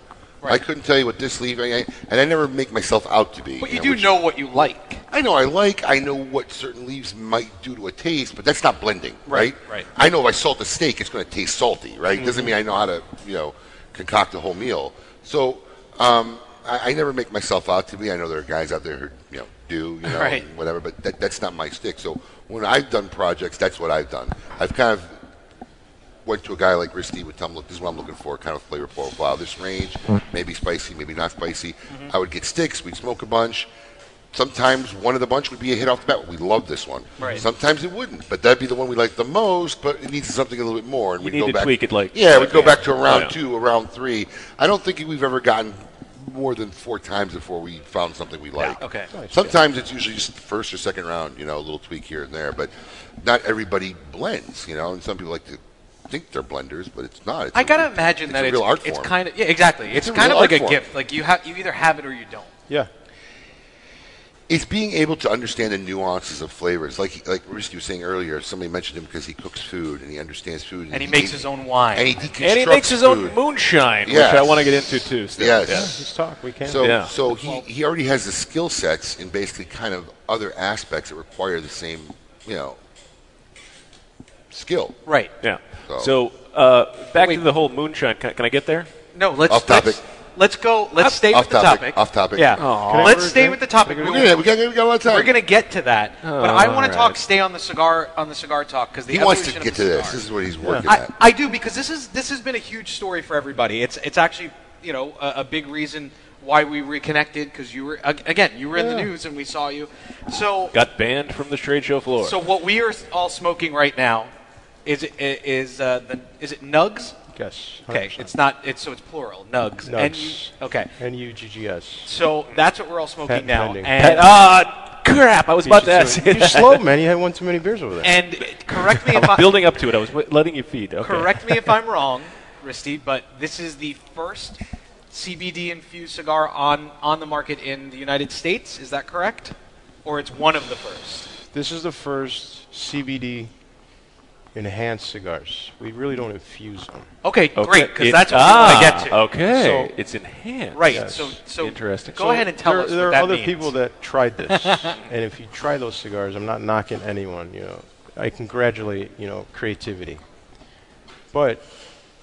I couldn't tell you what this leaf, I, I- and I never make myself out to be. But you you know, do which- know what you like. I know I like. I know what certain leaves might do to a taste, but that's not blending, right? Right, right. Mm-hmm. I know if I salt a steak, it's going to taste salty, right? Doesn't mean I know how to, you know, concoct a whole meal. So um, I, I never make myself out to be. I know there are guys out there who, you know, do, you know, Right. and whatever, but that, that's not my stick. So when I've done projects, that's what I've done. I've kind of went to a guy like Risty would tell him, look, this is what I'm looking for, kind of flavor profile, this range, maybe spicy, maybe not spicy. I would get sticks, we'd smoke a bunch. Sometimes one of the bunch would be a hit off the bat. We love this one. Right. Sometimes it wouldn't, but that'd be the one we liked the most, but it needs something a little bit more. And You we'd need go to back, tweak it, like- Yeah, we'd go Yeah. back to a round Yeah. two, a round three. I don't think we've ever gotten more than four times before we found something we like. okay. Nice, Sometimes it's usually just the first or second round, you know, a little tweak here and there, but not everybody blends, you know, and some people like to think they're blenders, but it's not. It's I a gotta real- imagine it's that a it's real art it's form. kind of yeah exactly. It's, It's a kind real of like art a form. gift. Like you have you either have it or you don't. Yeah. it's being able to understand the nuances of flavors. Like like Risky was saying earlier, somebody mentioned him because he cooks food and he understands food, And he makes his own wine. and he deconstructs And he makes his own food. moonshine, Yes. which I want to get into too. Still. Yes. Yeah. Let's talk. We can. So, Yeah. so he, he already has the skill sets in basically kind of other aspects that require the same, you know, skill. Right. Yeah. So- So uh, back Wait. to the whole moonshine. Can, can I get there? No, let's Off topic. Let's, let's go. Let's stay off with the topic. Off topic. Yeah. Can I Let's order a stay drink? with the topic. We We got, we got, we got a lot of time. We're gonna get to that, but I want all to talk. right. Stay on the cigar on the cigar talk because the he wants to evolution get of the to this. cigar. This is what he's working I, at. I do because this is this has been a huge story for everybody. It's it's actually you know a, a big reason why we reconnected because you were ag- again you were in the news and we saw you. So Got banned from the trade show floor. so what we are all smoking right now is it- i- is uh, the is it nugs? Yes. Okay, 100%. it's not it's so it's plural nugs. Nugs. And you, okay, N-U-G-G-S. so that's what we're all smoking Patent now. pending. And, And uh, ah, crap! I was about to ask you. You're slow, man. You had one too many beers over there. and correct me if I'm I building up to it. I was w- letting you feed. Okay. Correct me if I'm wrong, Risty, but this is the first CBD infused cigar on, on the market in the United States. Is that correct? Or it's one of the first? This is the first CBD enhanced cigars. We really don't infuse them. Okay, Okay. great, because It- that's what ah, we want to get to. Okay. So- it's enhanced. Right. Yes. So, so Interesting. Go So ahead and tell there, us. There what are that other means. people that tried this, and if you try those cigars, I'm not knocking anyone. You know, I congratulate you know creativity, but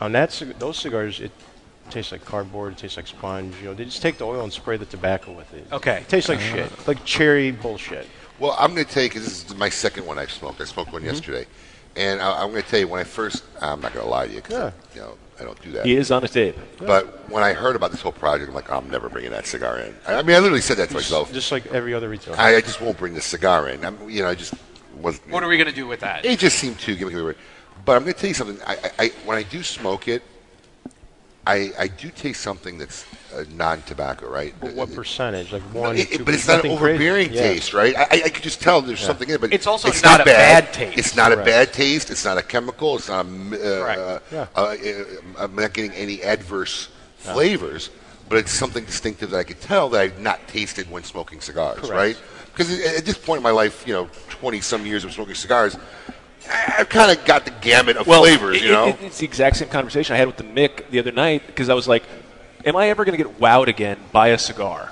on that cig- those cigars, it tastes like cardboard. It tastes like sponge. You know, they just take the oil and spray the tobacco with it. Okay. Uh-huh. it tastes like shit, like cherry bullshit. Well, I'm going to take this is my second one I've smoked. I smoked one Mm-hmm. yesterday, and I, I'm going to tell you when I first. I'm not going to lie to you because Yeah. you know I don't do that. He is on a tape. But when I heard about this whole project, I'm like, "Oh, I'm never bringing that cigar in. I, I mean, I literally said that to myself. Just like every other retailer. I, I just won't bring this cigar in. I'm, you know, I just wasn't. What are we going to do with that? It just seemed too gimmicky. But I'm going to tell you something. I, I, I when I do smoke it, I, I do taste something that's uh, non-tobacco, right? but what It- percentage? Like No, one, it- it- two, but it's not an nothing crazy. overbearing Yeah. taste, right? I, I- I could just tell there's something in it, but It's also it's not a bad taste. It's not a Correct. bad taste. It's not a chemical. It's not. A, m- Correct. uh, Yeah. uh, uh, I'm not getting any adverse flavors, but it's something distinctive that I could tell that I've not tasted when smoking cigars, Correct. right? Because at at this point in my life, you know, 20 some years of smoking cigars, I- I've kind of got the gamut of flavors, it- you know. it- it's the exact same conversation I had with the Mick the other night because I was like, "Am I ever going to get wowed again by a cigar?"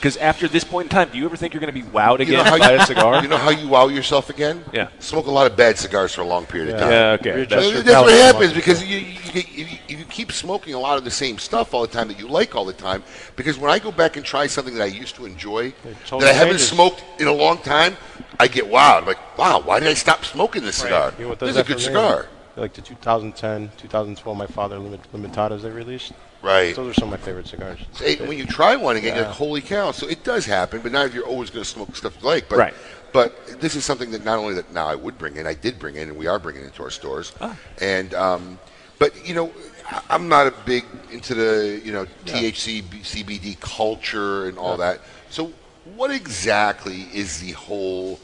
Because after this point in time, do you ever think you're going to be wowed You know again how by you- a cigar? You know how you wow yourself again? Yeah. Smoke a lot of bad cigars for a long period of time. Yeah, okay. Readjust That's- your That's, what palate. happens because you, you, you, if you- if you keep smoking a lot of the same stuff all the time that you like all the time. Because when I go back and try something that I used to enjoy totally that I haven't changes. smoked in a long time, I get wowed. Like, wow, why did I stop smoking this cigar? You know what this does is a that good for me? cigar. Like the 2010, 2012, my father limit, limitadas they released. Right. Those are some of my favorite cigars. Uh, Hey, when you try one again, you're Yeah. like, holy cow! So it does happen, but not if you're always going to smoke stuff you like. But Right. but this is something that not only that now I would bring in, I did bring in, and we are bringing into our stores. Ah. And um, but you know, I- I'm not a big into the you know THC B- CBD culture and all that. So what exactly is the whole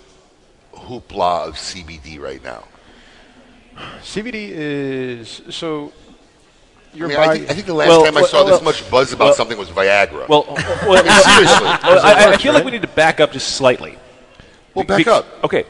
hoopla of CBD right now? CBD is so I, your mean, I, body. think, I think the last Well, time I saw well, this well, much buzz about well- something was Viagra. well, well, I mean, seriously. Well, I, I- I works, feel like right? we need to back up just slightly. Well, Be- back bec- up. Okay.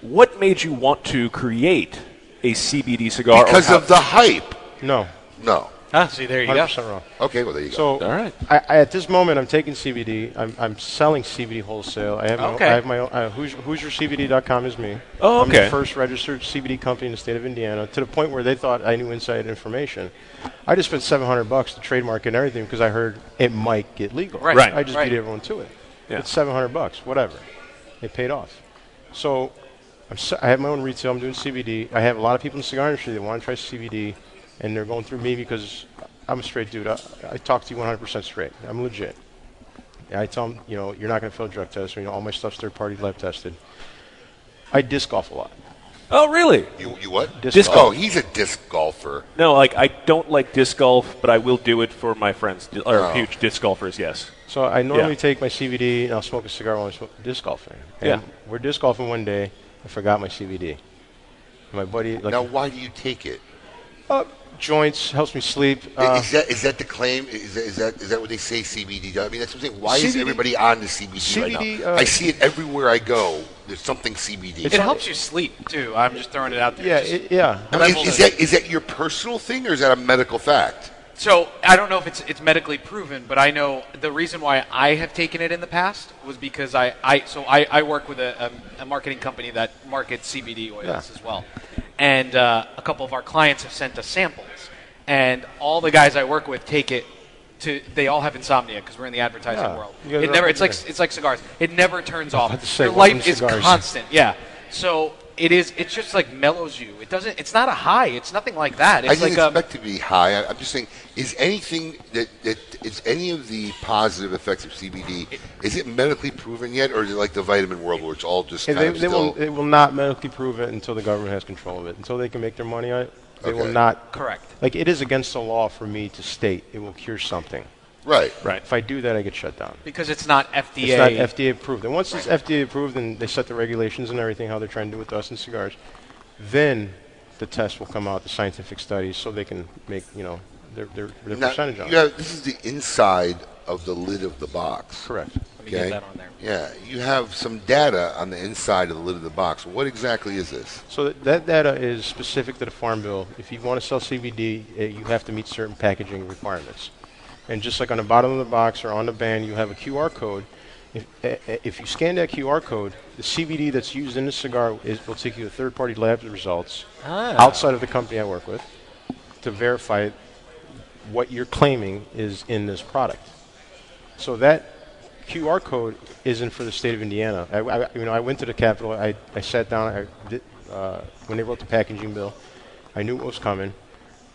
What made you want to create a CBD cigar? or Because how- of the hype. no, No. Ah, see, there you 100% go. wrong. Okay, well there you go. So All right. I, I, at this moment, I'm taking CBD. I'm, I'm selling CBD wholesale. I have my Okay. own, I have my own uh, Hoosier, HoosierCBD.com is me. Oh, I'm okay. the first registered CBD company in the state of Indiana to the point where they thought I knew inside information. I just spent 700 bucks to trademark and everything because I heard it might get legal. Right, Right. I just right. beat everyone to it. Yeah. It's 700 bucks, whatever. It paid off. So I'm s I have my own retail. I'm doing CBD. I have a lot of people in the cigar industry that want to try CBD, and they're going through me because I'm a straight dude. I, I talk to you 100% straight. I'm legit. And I tell them, you know, you're not going to fail drug tests. You know, all my stuff's third party lab tested. I disc golf a lot. Oh, really? you, you what? Disc Disc golf. Oh, he's a disc golfer. No, like I don't like disc golf, but I will do it for my friends di- or Oh. huge disc golfers. Yes. So I normally Yeah. take my CBD and I'll smoke a cigar while I'm smoking disc golfing. And Yeah. We're disc golfing one day. I forgot my CBD. My buddy, like, now, why do you take it? uh, joints, helps me sleep. I- Uh, is that is that the claim? Is that, is that is that what they say CBD does? I mean, that's what I'm saying. Why is CBD everybody on the CBD, right CBD, now? uh, I see it everywhere I go. There's something CBD. It helps you sleep too. I'm just throwing it out there. yeah, Just- it, yeah. I mean, is, is that is that your personal thing or is that a medical fact? So I don't know if it's it's medically proven, but I know the reason why I have taken it in the past was because I, I so I, I work with a, a, a marketing company that markets CBD oils as well, and uh, a couple of our clients have sent us samples, and all the guys I work with take it. To, they all have insomnia because we're in the advertising Yeah. world. You guys It are never up it's like there. it's like cigars. It never turns off. about to say, Your welcome life to is cigars. constant. Yeah. So it is. It just like mellows you. It doesn't. It's not a high. It's nothing like that. It's I like didn't um, expect to be high. I, I'm just saying, is anything that, that is any of the positive effects of CBD? Is it medically proven yet, or is it like the vitamin world, where it's all just Hey, kind they, of they still? will, they will not medically prove it until the government has control of it. Until they can make their money on it, they will Okay. not. Correct. Like, it is against the law for me to state it will cure something. right. Right. If I do that, I get shut down. Because it's not FDA. It's not FDA approved. And once it's FDA approved and they set the regulations and everything, how they're trying to do with us and cigars, then the test will come out, the scientific studies, so they can make, you know, their, their, their Now, percentage on you it. have, this is the inside of the lid of the box. Correct. Let me get that on there. Yeah, you have some data on the inside of the lid of the box. What exactly is this? So that, that data is specific to the Farm Bill. If you want to sell CBD, uh, you have to meet certain packaging requirements. And just like on the bottom of the box or on the band, you have a QR code. If, uh, uh, if you scan that QR code, the CBD that's used in the cigar is, will take you to third-party lab results outside of the company I work with to verify what you're claiming is in this product. So that QR code isn't for the state of Indiana. I, I- you know, I went to the Capitol. I, I sat down. I did, uh, when they wrote the packaging bill, I knew what was coming.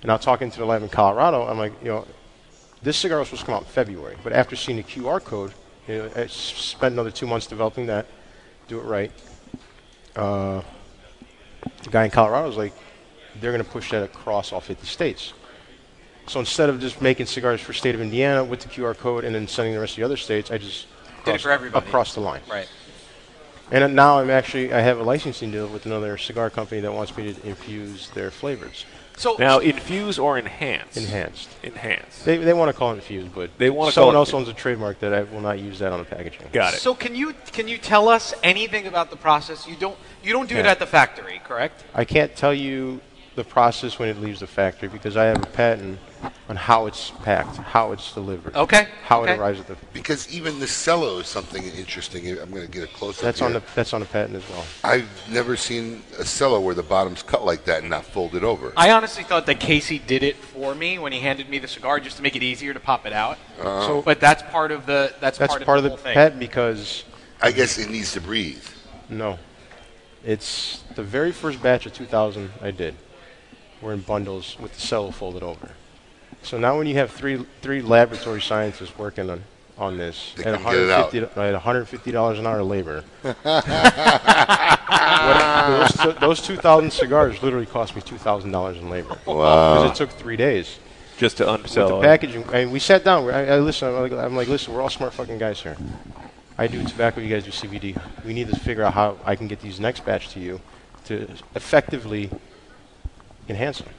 And now talking to the lab in Colorado, I'm like, you know, this cigar was supposed to come out in February, but after seeing the QR code, you know, I s- spent another two months developing that, do it right. Uh, the guy in Colorado was like, they're going to push that across all 50 states. So instead of just making cigars for state of Indiana with the QR code and then sending the rest of the other states, I just Did it crossed, for everybody. across the line. Right. And uh, now I'm actually I have a licensing deal with another cigar company that wants me to infuse their flavors, So Now, infuse or enhance? enhanced. Enhance. They, they want to call it infused, but They wanna someone call it- else owns a trademark that I will not use that on the packaging. Got it. So can you can you tell us anything about the process? You don't you don't do it Yeah. at the factory, correct? I can't tell you the process when it leaves the factory because I have a patent on how it's packed, how it's delivered, Okay, how okay. it arrives at the. Because even the cello is something interesting. I'm going to get a close up. That's on the that's on the patent as well. I've never seen a cello where the bottom's cut like that and not folded over. I honestly thought that Casey did it for me when he handed me the cigar just to make it easier to pop it out. So- but that's part of the that's, That's part, part of the, the whole thing. patent because I guess it needs to breathe. No. It's the very first batch of 2000 I did were in bundles with the cell folded over. So now when you have three, three laboratory scientists working on, on this They at can get it out. 150, at $150 an hour labor, what- those, those 2,000 cigars literally cost me $2,000 in labor. Because it took three days Just to with unsell. the packaging. I mean, we sat down. I, I listen. I'm like, I'm like, listen, we're all smart fucking guys here. I do tobacco. You guys do CBD. We need to figure out how I can get these next batch to you to effectively enhance them.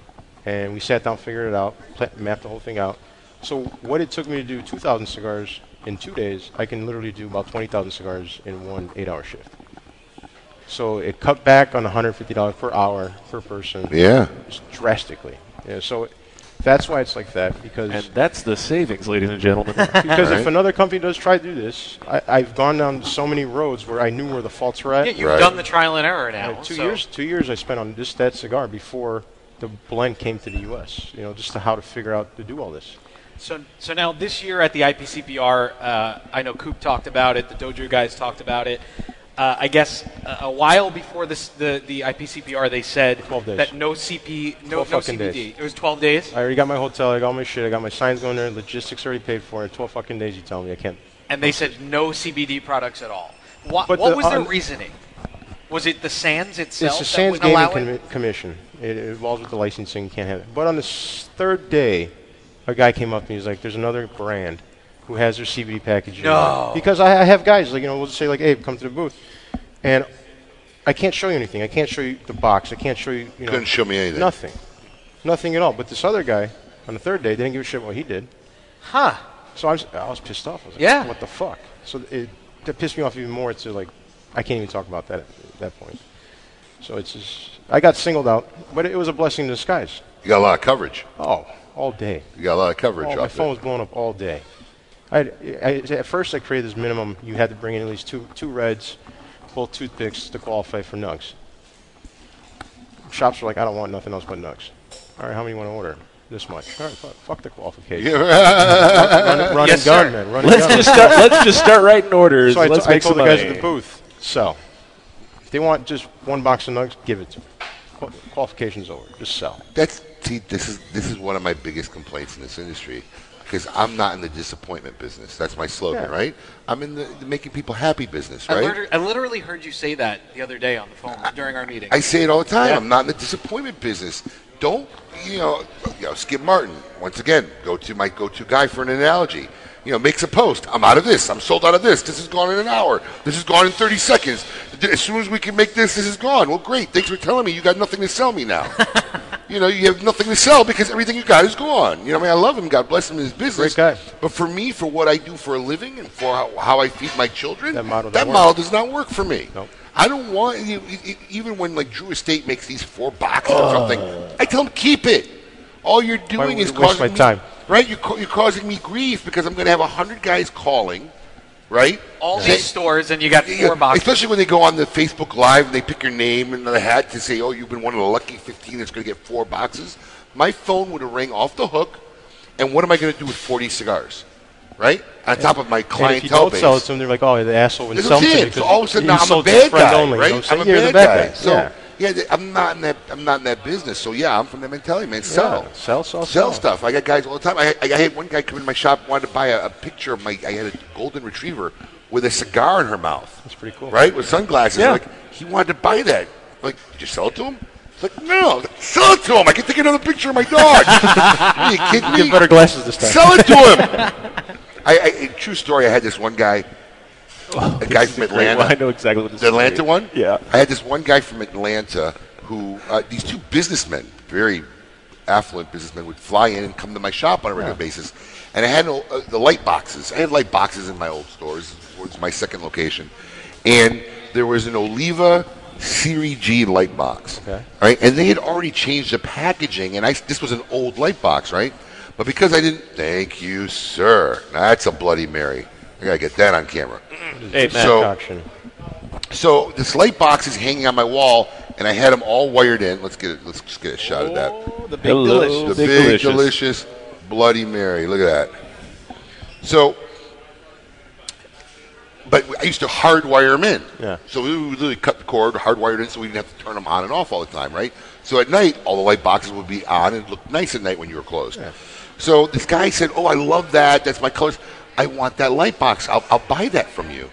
And we sat down, figured it out, pla- mapped the whole thing out. So what it took me to do 2,000 cigars in two days, I can literally do about 20,000 cigars in one eight-hour shift. So it cut back on $150 per hour per person Yeah. drastically. Yeah, so That's why it's like that because And that's the savings, ladies and gentlemen. because if Right. another company does try to do this, I, I've gone down so many roads where I knew where the faults were at. Yeah, you've Right. done the trial and error now. Uh, two so- years, two years I spent on just that cigar before the blend came to the U.S. You know, just to how to figure out to do all this. So, so now this year at the IPCPR, uh, I know Coop talked about it. The Dojo guys talked about it. Uh, I guess a, a while before this, the, the IPCPR, they said 12 days. that no CP, no, no 12 fucking CBD. days. It was 12 days, I already got my hotel, I got all my shit, I got my signs going there, logistics already paid for. In 12 fucking days, you tell me I can't. and they said no CBD products at all. Wha- But what the- was their on- reasoning? Was it the Sands It's itself? the that Sands wouldn't Gaming allow it? Commi- Commission. It it involves with the licensing. You can't have it. But on the s- third day, a guy came up to me. He's like, "There's another brand who has their CBD packaging." No. Because I, I have guys like you know, we'll just say like, "Abe, come to the booth," and I can't show you anything. I can't show you the box. I can't show you. you know, Couldn't show me anything. Nothing. Nothing at all. But this other guy on the third day didn't give a shit what he did. Huh? So I was, I was pissed off. I was like, Yeah. What the fuck? So it that pissed me off even more. To like, I can't even talk about that at that point. So it's just, I got singled out, but it was a blessing in disguise. You got a lot of coverage. Oh, all day. You got a lot of coverage Oh, off my there. phone was blowing up all day. I, had- I, at first, I created this minimum. You had to bring in at least two, two reds, both toothpicks to qualify for nugs. Shops were like, I don't want nothing else but nugs. All right, how many you want to order? This much. All right, fuck, fuck the qualification. Run, run Yes, and gun, sir. man. Run and let's gun. just start. Let's just start writing orders. So I, t- let's I make told some the guys at money. the booth, sell. If they want just one box of nugs, give it to them. Qual- Qualification's over. Just sell. That's see, this is this is one of my biggest complaints in this industry because I'm not in the disappointment business. That's my slogan, Yeah. right? I'm in the, the making people happy business, I, right? liter- I literally heard you say that the other day on the phone during our meeting. I say it all the time. I'm not in the disappointment business. Don't you know, you know? Skip Martin once again. Go to my go-to guy for an analogy. You know, makes a post. I'm out of this. I'm sold out of this. This is gone in an hour. This is gone in 30 seconds. Th- As soon as we can make this, this is gone. Well, great. Thanks for telling me. You got nothing to sell me now. you know, you have nothing to sell because everything you got is gone. You know, I mean, I love him. God bless him in his business. Great guy. But for me, for what I do for a living and for how, how I feed my children, That model don't that work. model does not work for me. Nope. I don't want you, e- e- even when like Drew Estate makes these four boxes or something. I tell him keep it. All you're Why doing would is you waste causing my me, time? right. You're, ca- you're causing me grief because I'm going to have hundred guys calling, right? all Say- these stores, and you got yeah, four boxes. Especially when they go on the Facebook Live and they pick your name and the hat to say, "Oh, you've been one of the lucky 15 that's going to get four boxes." My phone would ring off the hook, and what am I going to do with 40 cigars, right? On top of my And if clientele you don't base. sell it to them, they're like, oh, the asshole wouldn't That's sell what I'm saying. it to me So because all of a sudden, you now I'm a sold to bad friend guy, only, you right? know what I'm a saying? bad, You're the guy. guy. So yeah. yeah, th- I'm not in that. I'm not in that business. So yeah, I'm from that mentality, man. Sell, Yeah. Sell, sell, sell. stuff. I got guys all the time. I, I, I had one guy come in my shop wanted to buy a, a picture of my. I had a golden retriever with a cigar in her mouth. That's pretty cool. right? With sunglasses. Yeah. Like he wanted to buy that. Like, did you sell it to him? It's like, no, sell it to him. I can take another picture of my dog. Are you kidding me? Give better glasses this time. Sell it to him. I, I, a true story. I had this one guy, a guy from Great. Atlanta. Well, I know exactly what this The is. Atlanta one? Yeah. I had this one guy from Atlanta who, uh, these two businessmen, very affluent businessmen, would fly in and come to my shop on a regular basis. And I had uh, the light boxes. I had light boxes in my old stores. It was my second location. And there was an Oliva Series G light box. Okay. Right? And they had already changed the packaging. And I, this was an old light box, right? But because I didn't, thank you, sir. Now, that's a Bloody Mary. I got to get that on camera. Hey, Matt. So- Concoction. So this light box is hanging on my wall, and I had them all wired in. Let's get it. Let's just get a shot of that. Oh, the big Hello. delicious. The big big, delicious. delicious. Bloody Mary. Look at that. So, but I used to hardwire them in. Yeah. So we would literally cut the cord, hardwired in, so we didn't have to turn them on and off all the time, right? So at night, all the light boxes would be on and look nice at night when you were closed. So this guy said, "Oh, I love that. That's my colors. I want that light box. I'll, I'll buy that from you."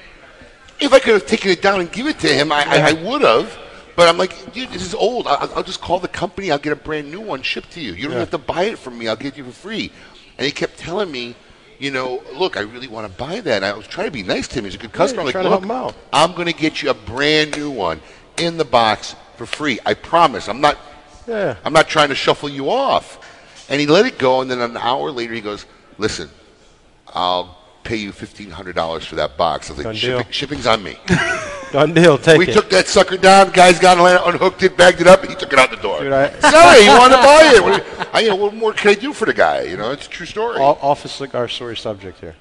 If I could have taken it down and give it to him, I, I, I would have. But I'm like, dude, this is old. I- I'll, I'll just call the company. I'll get a brand new one shipped to you. You don't Yeah. have to buy it from me. I'll get you for free. And he kept telling me, you know, look, I really want to buy that. And I was trying to be nice to him. He's a good customer. you're I'm like, trying to help look, him out. I'm going to get you a brand new one in the box for free. I promise. I'm not. Yeah. I'm not trying to shuffle you off. And he let it go. And then an hour later, he goes, listen, I'll pay you fifteen hundred dollars for that box. I was like, Done shipping, deal. shipping's on me. Done deal. Take We it. took that sucker down. Guys got on it, unhooked it, bagged it up, and he took it out the door. Dude, I- Sorry, he wanted to buy it. What, do you- I, you know, what more can I do for the guy? You know, it's a true story. All, off a cigar story subject here.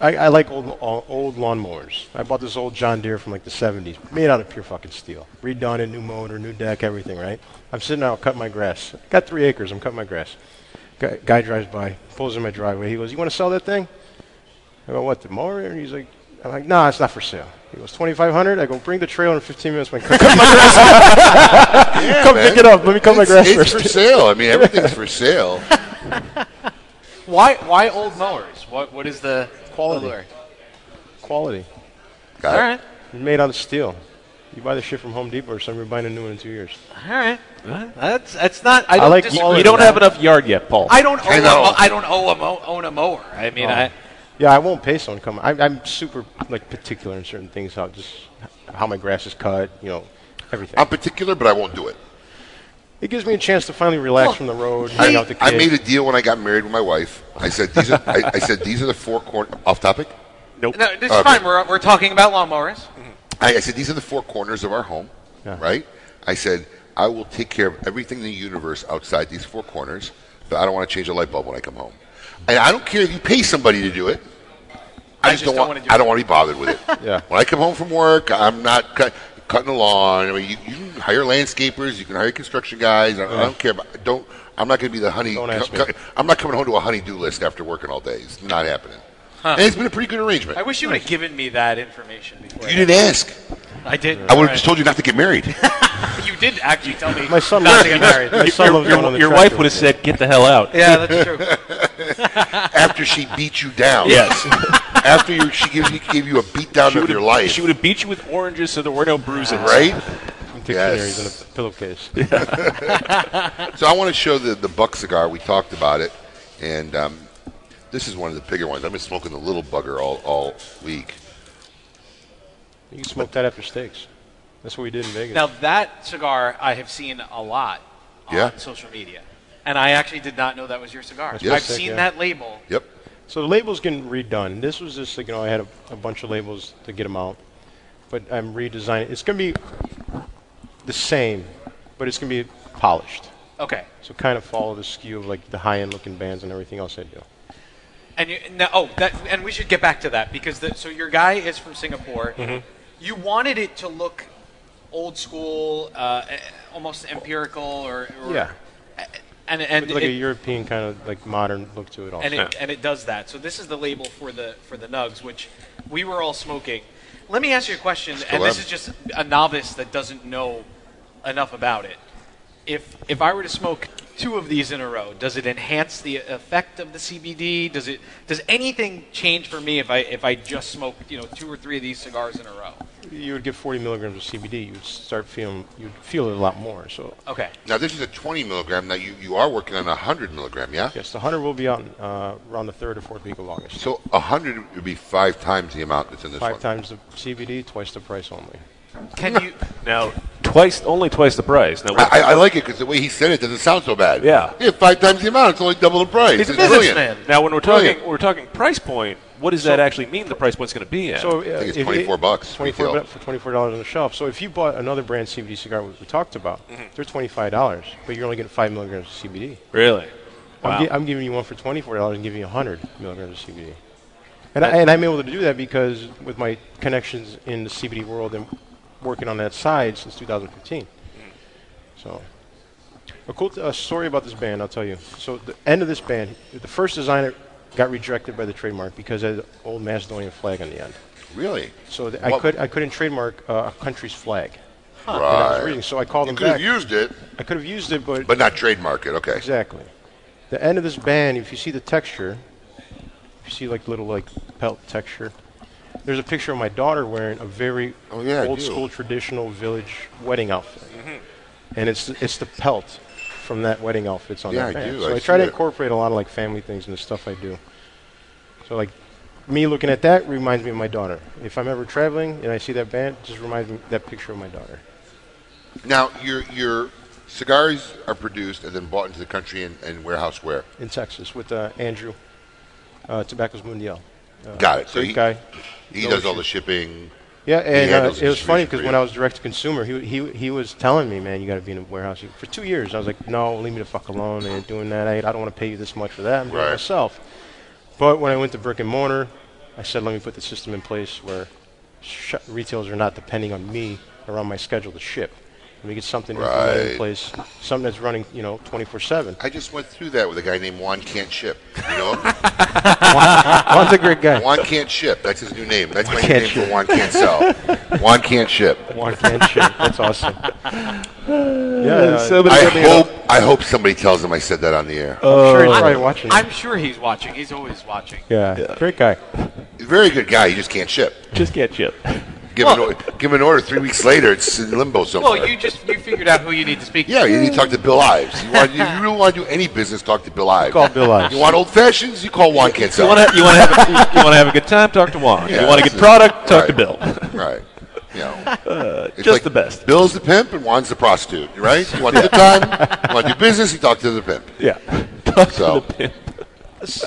I, I like old old lawnmowers. I bought this old John Deere from like the 70s, made out of pure fucking steel, redone in new motor, new deck, everything. Right? I'm sitting out cutting my grass. Got three acres. I'm cutting my grass. Guy, guy drives by, pulls in my driveway. He goes, "You want to sell that thing?" I go, "What the mower?" And he's like, "I'm like, nah, it's not for sale." He goes, 2,500. I go, "Bring the trailer in 15 minutes." When I cut my grass, come man. pick it up. Let me cut my It's- grass it's first. for sale. I mean, everything's for sale. Why why old mowers? What what is the Quality. allure? Quality. Got All it. right, Made out of steel. You buy the shit from Home Depot or something, you're buying a new one in two years. all right. That's that's not. I I don't like disagree. quality. You don't have enough yard yet, Paul. I don't own I a know. mo- I don't owe a mo- own a mower. I mean, Oh. I Yeah, I won't pay someone to come. I, I'm super like particular in certain things, how just how my grass is cut, you know, everything. I'm particular, but I won't do it. it gives me a chance to finally relax Well, from the road, I- hang out with the I kids. made a deal when I got married with my wife. I said these are. I, I said these are the four corners. Off topic. Nope. no, this is Okay. fine. We're we're talking about lawnmowers. I, I said these are the four corners of our home, Yeah. right? I said I will take care of everything in the universe outside these four corners, but I don't want to change a light bulb when I come home. And I don't care if you pay somebody to do it. I, just, don't, want. wanna do I it. don't want to be bothered with it. Yeah. When I come home from work, I'm not cut, cutting the lawn. I mean, you, you can hire landscapers, you can hire construction guys. I, I don't care about. Don't. I'm not going to be the honey. Don't ask me. I'm not coming home to a honey-do list after working all day. It's not happening. And it's been a pretty good arrangement. I wish you would have given me that information before. you didn't ask. I didn't. I would have just told you not to get married. told you did actually tell me. my son not loves to get married. My son your loves going on the your tractor wife would with have me. said, "Get the hell out." Yeah, that's true. after she beat you down. Yes. After you, she gives you, gave you a beat down of would've- your life. She would have beat you with oranges, so there were no bruises. right? dictionaries Yes. in a pillowcase. So I want to show the, the buck cigar. We talked about it. And um, this is one of the bigger ones. I've been smoking the little bugger all, all week. You can smoke that after steaks. That's what we did in Vegas. Now that cigar I have seen a lot on Yeah. social media, and I actually did not know that was your cigar. That's Yes. I've sick, seen yeah. that label. Yep. So the labels getting redone. This was just like, you know I had a, a bunch of labels to get them out, but I'm redesigning. It's gonna be the same, but it's gonna be polished. Okay, So kind of follow the skew of like the high end looking bands and everything else I do. and you, no, oh, that, and we should get back to that because the, so your guy is from Singapore. You wanted it to look old school, uh, eh, almost empirical, or, or Yeah. eh, and and like a it, European kind of like modern look to it all. and it, and it does that. So this is the label for the for the nugs, which we were all smoking. Let me ask you a question, and this am. is just a novice that doesn't know enough about it. If if I were to smoke two of these in a row, does it enhance the effect of the CBD? Does it does anything change for me if I if I just smoke you know two or three of these cigars in a row? you would get 40 milligrams of CBD. You'd start feeling you'd feel it a lot more. So Okay, Now, this is a 20 milligram. Now, you, you are working on a 100 milligram, yeah? yes, the hunter will be out uh, around the third or fourth week of August. So a 100 would be five times the amount that's in this Five one. times the CBD, twice the price only. can you? Now, twice, only twice the price. Now, I, I I like it because the way he said it doesn't sound so bad. Yeah. Yeah, five times the amount. It's only double the price. He's a it's brilliant. businessman. now when we're talking, Brilliant. we're talking price point. What does that actually mean? The price point's going to be at. So uh, think it's if 24 bucks 24 retail. bu- for 24 dollars on the shelf. So if you bought another brand CBD cigar we we talked about, Mm-hmm. they're 25 dollars, but you're only getting five milligrams of CBD. really? Wow. I'm, gi- I'm giving you one for 24 dollars and giving you 100 milligrams of CBD. And, I, and I'm able to do that because with my connections in the CBD world and working on that side since 2015. So, a cool t- uh, story about this band, I'll tell you. So, the end of this band, the first design got rejected by the trademark because it had an old Macedonian flag on the end. Really? So th- I What- could I couldn't trademark uh, a country's flag. that I was Right. reading, so I called You them could have back. used it, I could have used it, but, but not trademark it. Okay. exactly. The end of this band, if you see the texture, if you see like little like pelt texture. There's a picture of my daughter wearing a very Oh, yeah, I old do. Mm-hmm. school traditional village wedding outfit, and it's it's the pelt from that wedding outfit's on Yeah, that I band. do. So I I, try see to it. incorporate a lot of like family things and the stuff I do. So like me looking at that reminds me of my daughter. If I'm ever traveling and I see that band, just reminds me that picture of my daughter. Now, your your cigars are produced and then bought into the country and, and warehouse where? in Texas with uh, Andrew, uh, Tobaccos Mundial. Got it. So Great he, guy. he No does all issue. the shipping. Yeah, and uh, handles it was distribution funny for because you. when I was direct to consumer, he, he he was telling me, man, you got to be in a warehouse for two years. I was like, no, leave me the fuck alone. I ain't doing that. I, I don't want to pay you this much for that. I'm doing it Right. myself. But when I went to brick and mortar, I said, let me put the system in place where sh- retailers are not depending on me or on my schedule to ship. Let me get something implemented in Right. place, something that's running, you know, 24/7. I just went through that with a guy named Juan Can't Ship. You know, Juan's a great guy. Juan Can't Ship. That's his new name. That's my Can't name for Juan Can't Sell. Juan Can't Ship. Juan can't ship. That's awesome. Yeah, So so many- I Somebody got hope I hope somebody tells him I said that on the air. I'm sure he's probably watching. I'm sure he's watching. He's always watching. yeah, great guy. Very good guy. He just can't ship. Just can't chip. Give him an order, give him an order. Three weeks later, it's in limbo somewhere. Well, you just you figured out who you need to speak. yeah, you need to talk to Bill Ives. You want, if you really want to do any business, talk to Bill Ives. Call Bill Ives. You want old fashions? You call Juan Can't You Sell. want to you want to have a, you want to have a good time? Talk to Juan. Yeah, you want to that's get it. product? Talk to Right. Bill. Right. You know, Uh, it's just the best. Bill's the pimp and Juan's the prostitute, right? You want a good time? You want to do business? You talk to the pimp. Yeah. Talk So- to the pimp.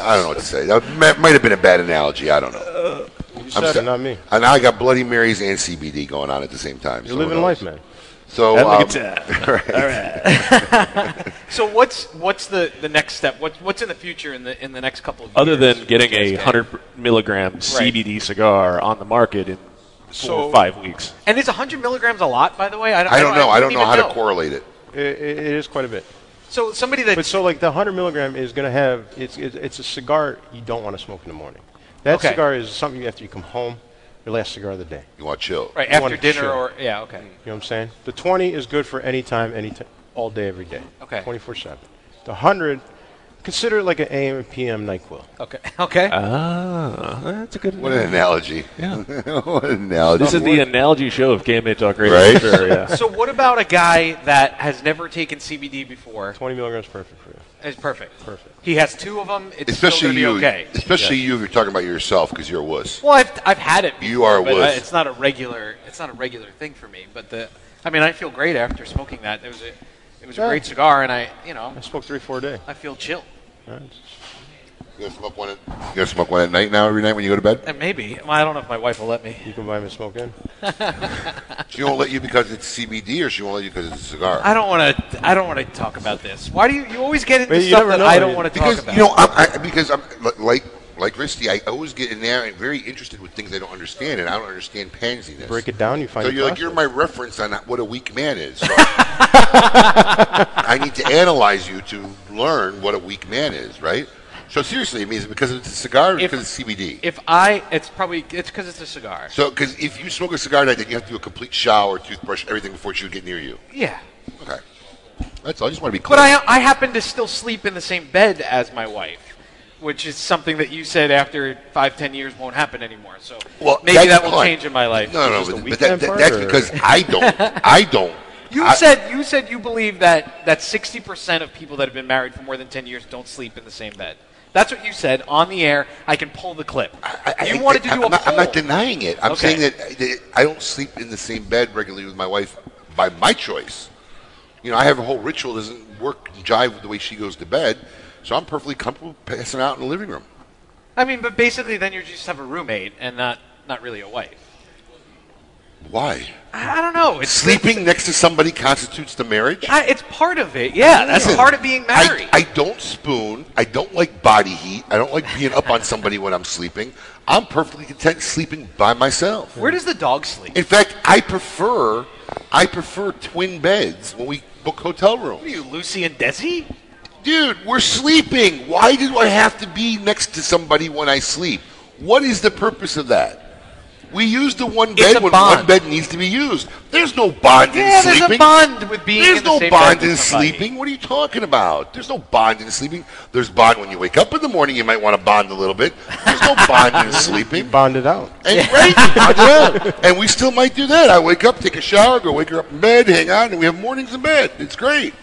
I don't know what to say. That ma- might have been a bad analogy. I don't know. You I'm said sta- it, not me. And now I got Bloody Marys and CBD going on at the same time. You're so who living knows? life, man. So Have a um, good time. So what's what's the, the next step? What what's in the future in the in the next couple of Other years than getting for a GSK? hundred milligram CBD cigar on the market in four or five weeks. And is 100 milligrams a lot, by the way? I don't know. I don't wouldn't know how even to correlate it. I- I- it is quite a bit. So somebody But that so, like the 100 milligram is going to have it's, it's it's a cigar you don't want to smoke in the morning. That Okay. cigar is something you after you come home, your last cigar of the day. You want chill? right you after wanna dinner chill. or yeah, okay. You know what I'm saying? The 20 is good for any time, any time, all day, every day. Okay. 24/7. The 100, consider it like an AM and PM Nyquil. Okay. Okay. Uh, Ah, that's a good What an analogy. Yeah. what an analogy. This is the analogy show of Game Talk Radio. Right? Sure, yeah. so what about a guy that has never taken CBD before? 20 milligrams is perfect for you. It's perfect. Perfect. He has two of them. It's especially still you. gonna be okay. Especially you if you're talking about yourself because you're a wuss. Well, I've, I've had it. Before, You are a but wuss. I- It's not a regular. It's not a regular thing for me. But the, I mean, I feel great after smoking that. It was a, it was a Yeah. great cigar, and I, you know, I smoke three, four a day. I feel chill. You gonna smoke one? At, you gonna smoke one at night now? Every night when you go to bed? And Uh, maybe well, I don't know if my wife will let me. You can buy me a smoke in. She won't let you because it's CBD, or she won't let you because it's a cigar. I don't want to. I don't want to talk about this. Why do you? You always get into Well, you stuff never that know. I don't want to talk because about. you know I'm, I, because I'm li- like like Risty, I always get in there and very interested with things I don't understand, and I don't understand pansiness. Break it down, you find So the you're like process. you're my reference on what a weak man is. So I need to analyze you to learn what a weak man is, right? So seriously, it means because it's a cigar, or If- because it's CBD. if I, it's probably it's because it's a cigar. so because if you smoke a cigar that, then you have to do a complete shower, toothbrush, everything before she would get near you. Yeah. Okay, that's all. I just want to be clear. But I, I happen to still sleep in the same bed as my wife, which is something that you said after five, ten years won't happen anymore. So maybe that's that will fine. change in my life. No, no, Just a no, but, but weak that, man that, part, that's or- because I don't. I don't. You I- said you said you believe that that sixty percent of people that have been married for more than ten years don't sleep in the same bed. That's what you said on the air. I can pull the clip. I- I- you I- wanted to I- do I'm a not, I'm poll. not denying it. I'm Okay. saying that, that I don't sleep in the same bed regularly with my wife by my choice. You know, I have a whole ritual that doesn't work jive with the way she goes to bed, so I'm perfectly comfortable passing out in the living room. I mean, but basically, then you just have a roommate and not not really a wife. Why? I I don't know. It's Sleeping next to somebody constitutes the marriage. I, it's part of it. Yeah, that's Listen, part of being married. I, I don't spoon. I don't like body heat. I don't like being up on somebody when I'm sleeping. I'm perfectly content sleeping by myself. Where does the dog sleep? In fact, I prefer I prefer twin beds when we book hotel What rooms. are you, Lucy and Desi? Dude, we're sleeping. Why do I have to be next to somebody when I sleep? What is the purpose of that? We use the one It's a bed when one bond. bed needs to be used. There's no bond Yeah, in there's a sleeping. bond with being There's in the no same bond bed in with somebody. sleeping. What are you talking about? There's no bond in sleeping. There's bond when you wake up in the morning. You might want to bond a little bit. There's no bond in sleeping. Bonded out. And, right, I do. and we still might do that. I wake up, take a shower, go wake her up in bed, hang out, and we have mornings in bed. It's great.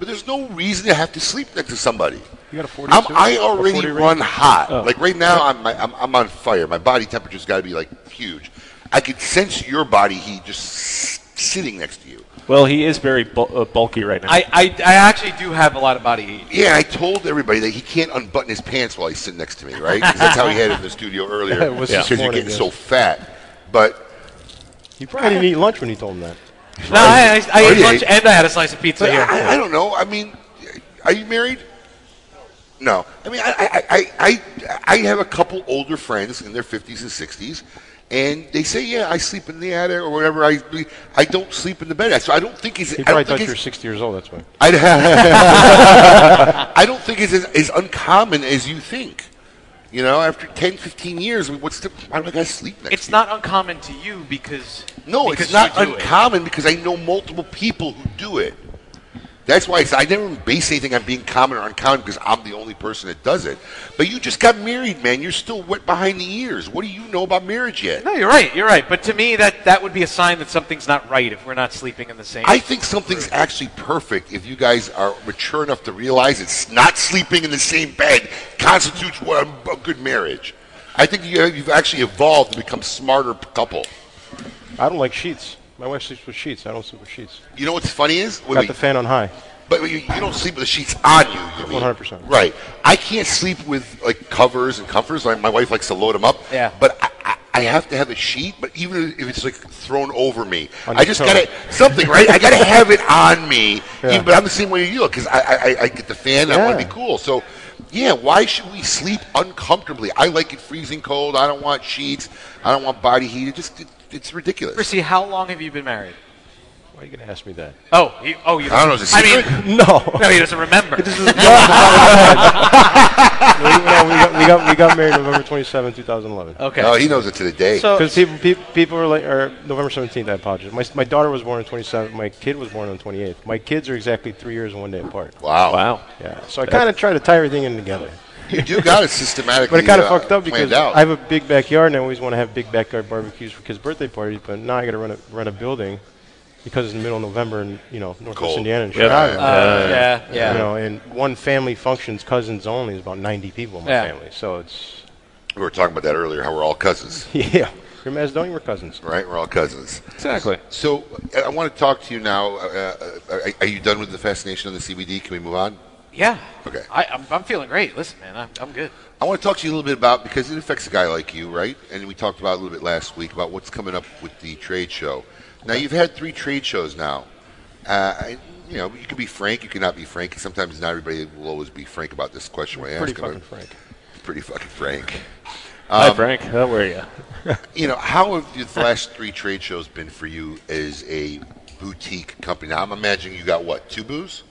But there's no reason to have to sleep next to somebody. You got a 42? I'm, I A Oh. already 40 range? run hot. Like right now, I'm, I'm, I'm on fire. My body temperature's got to be like huge. I could sense your body heat just s- sitting next to you. Well, he is very bul- uh, bulky right now. I, I, I actually do have a lot of body heat. Yeah, I told everybody that he can't unbutton his pants while he's sitting next to me, right? Because that's how he had it in the studio earlier. It was this Because you're morning, getting yes. so fat. But He probably didn't eat lunch when he told him that. No, I, I, I Already ate lunch ate. and I had a slice of pizza But here. I, I don't know. I mean, are you married? No. I mean, I, I, I, I, I have a couple older friends in their 50s and 60s, and they say, yeah, I sleep in the attic or whatever. I, I don't sleep in the bed. So I don't think it's. He I probably don't thought think you were it's, 60 years old. That's why. I, I don't think it's as, as uncommon as you think. You know, after 10, 15 years, what's the, why do I gotta sleep next? It's not uncommon to you because No, because it's not you do it. uncommon because I know multiple people who do it. That's why I said I never base anything on being common or uncommon because I'm the only person that does it. But you just got married, man. You're still wet behind the ears. What do you know about marriage yet? No, you're right. You're right. But to me, that that would be a sign that something's not right if we're not sleeping in the same. I think something's actually perfect if you guys are mature enough to realize it's not sleeping in the same bed constitutes what a, a good marriage. I think you, you've actually evolved to become smarter couple. I don't like sheets. My wife sleeps with sheets. I don't sleep with sheets. You know what's funny is Wait, Got wait. the fan on high. But you, you don't sleep with the sheets on you. you mean. 100%. Right. I can't sleep with like covers and comforters. Like my wife likes to load them up. Yeah. But I, I, I have to have a sheet. But even if it's like thrown over me, On I your just toe. gotta something right. I gotta have it on me. Yeah. Even- but I'm the same way you look because I, I I- I get the fan. and I want to Yeah. be cool. So. Yeah, why should we sleep uncomfortably? I like it freezing cold. I don't want sheets. I don't want body heat. It just it, it's ridiculous. Chrissy, how long have you been married? Why are you going to ask me that? Oh, he, oh, you. I don't know. Is it I mean, secret? No. no, he doesn't remember. no, we got, we got, we got married November 27, 2011. okay. No, Oh, he knows it to the day. So- Because people, people, people are like, or November 17th, I apologize. My, my daughter was born on 27th. My kid was born on 28th. My kids are exactly three years and one day apart. wow, Wow. Yeah. So I kind of try to tie everything in together. you do got it systematically. But it kind of uh, fucked up planned because out. I have a big backyard and I always want to have big backyard barbecues for kids' birthday parties, but now I got to run a, run a building because it's in the middle of November in you know Northwest Cold. Indiana and Yeah. Chicago. Uh, Uh, yeah, yeah. You know, and one family functions cousins only is about 90 people in my Yeah. family, so it's We were talking about that earlier, how we're all cousins, yeah. You're Macedonia, we're cousins. right? We're all cousins. Exactly. So I- I want to talk to you now. Uh, uh, are, are you done with the fascination of the CBD? Can we move on? yeah. Okay. I, I'm, I'm feeling great. Listen, man, I'm, I'm good. I want to talk to you a little bit about because it affects a guy like you, right? And we talked about it a little bit last week about what's coming up with the trade show. Now you've had three trade shows now. Uh, I, you know, you can be frank, you cannot be frank. And sometimes not everybody will always be frank about this question. When I Pretty ask them. fucking frank. Pretty fucking frank. Hi, Frank. How are you? you know, how have the last three trade shows been for you as a boutique company? Now, I'm imagining you got what two booths?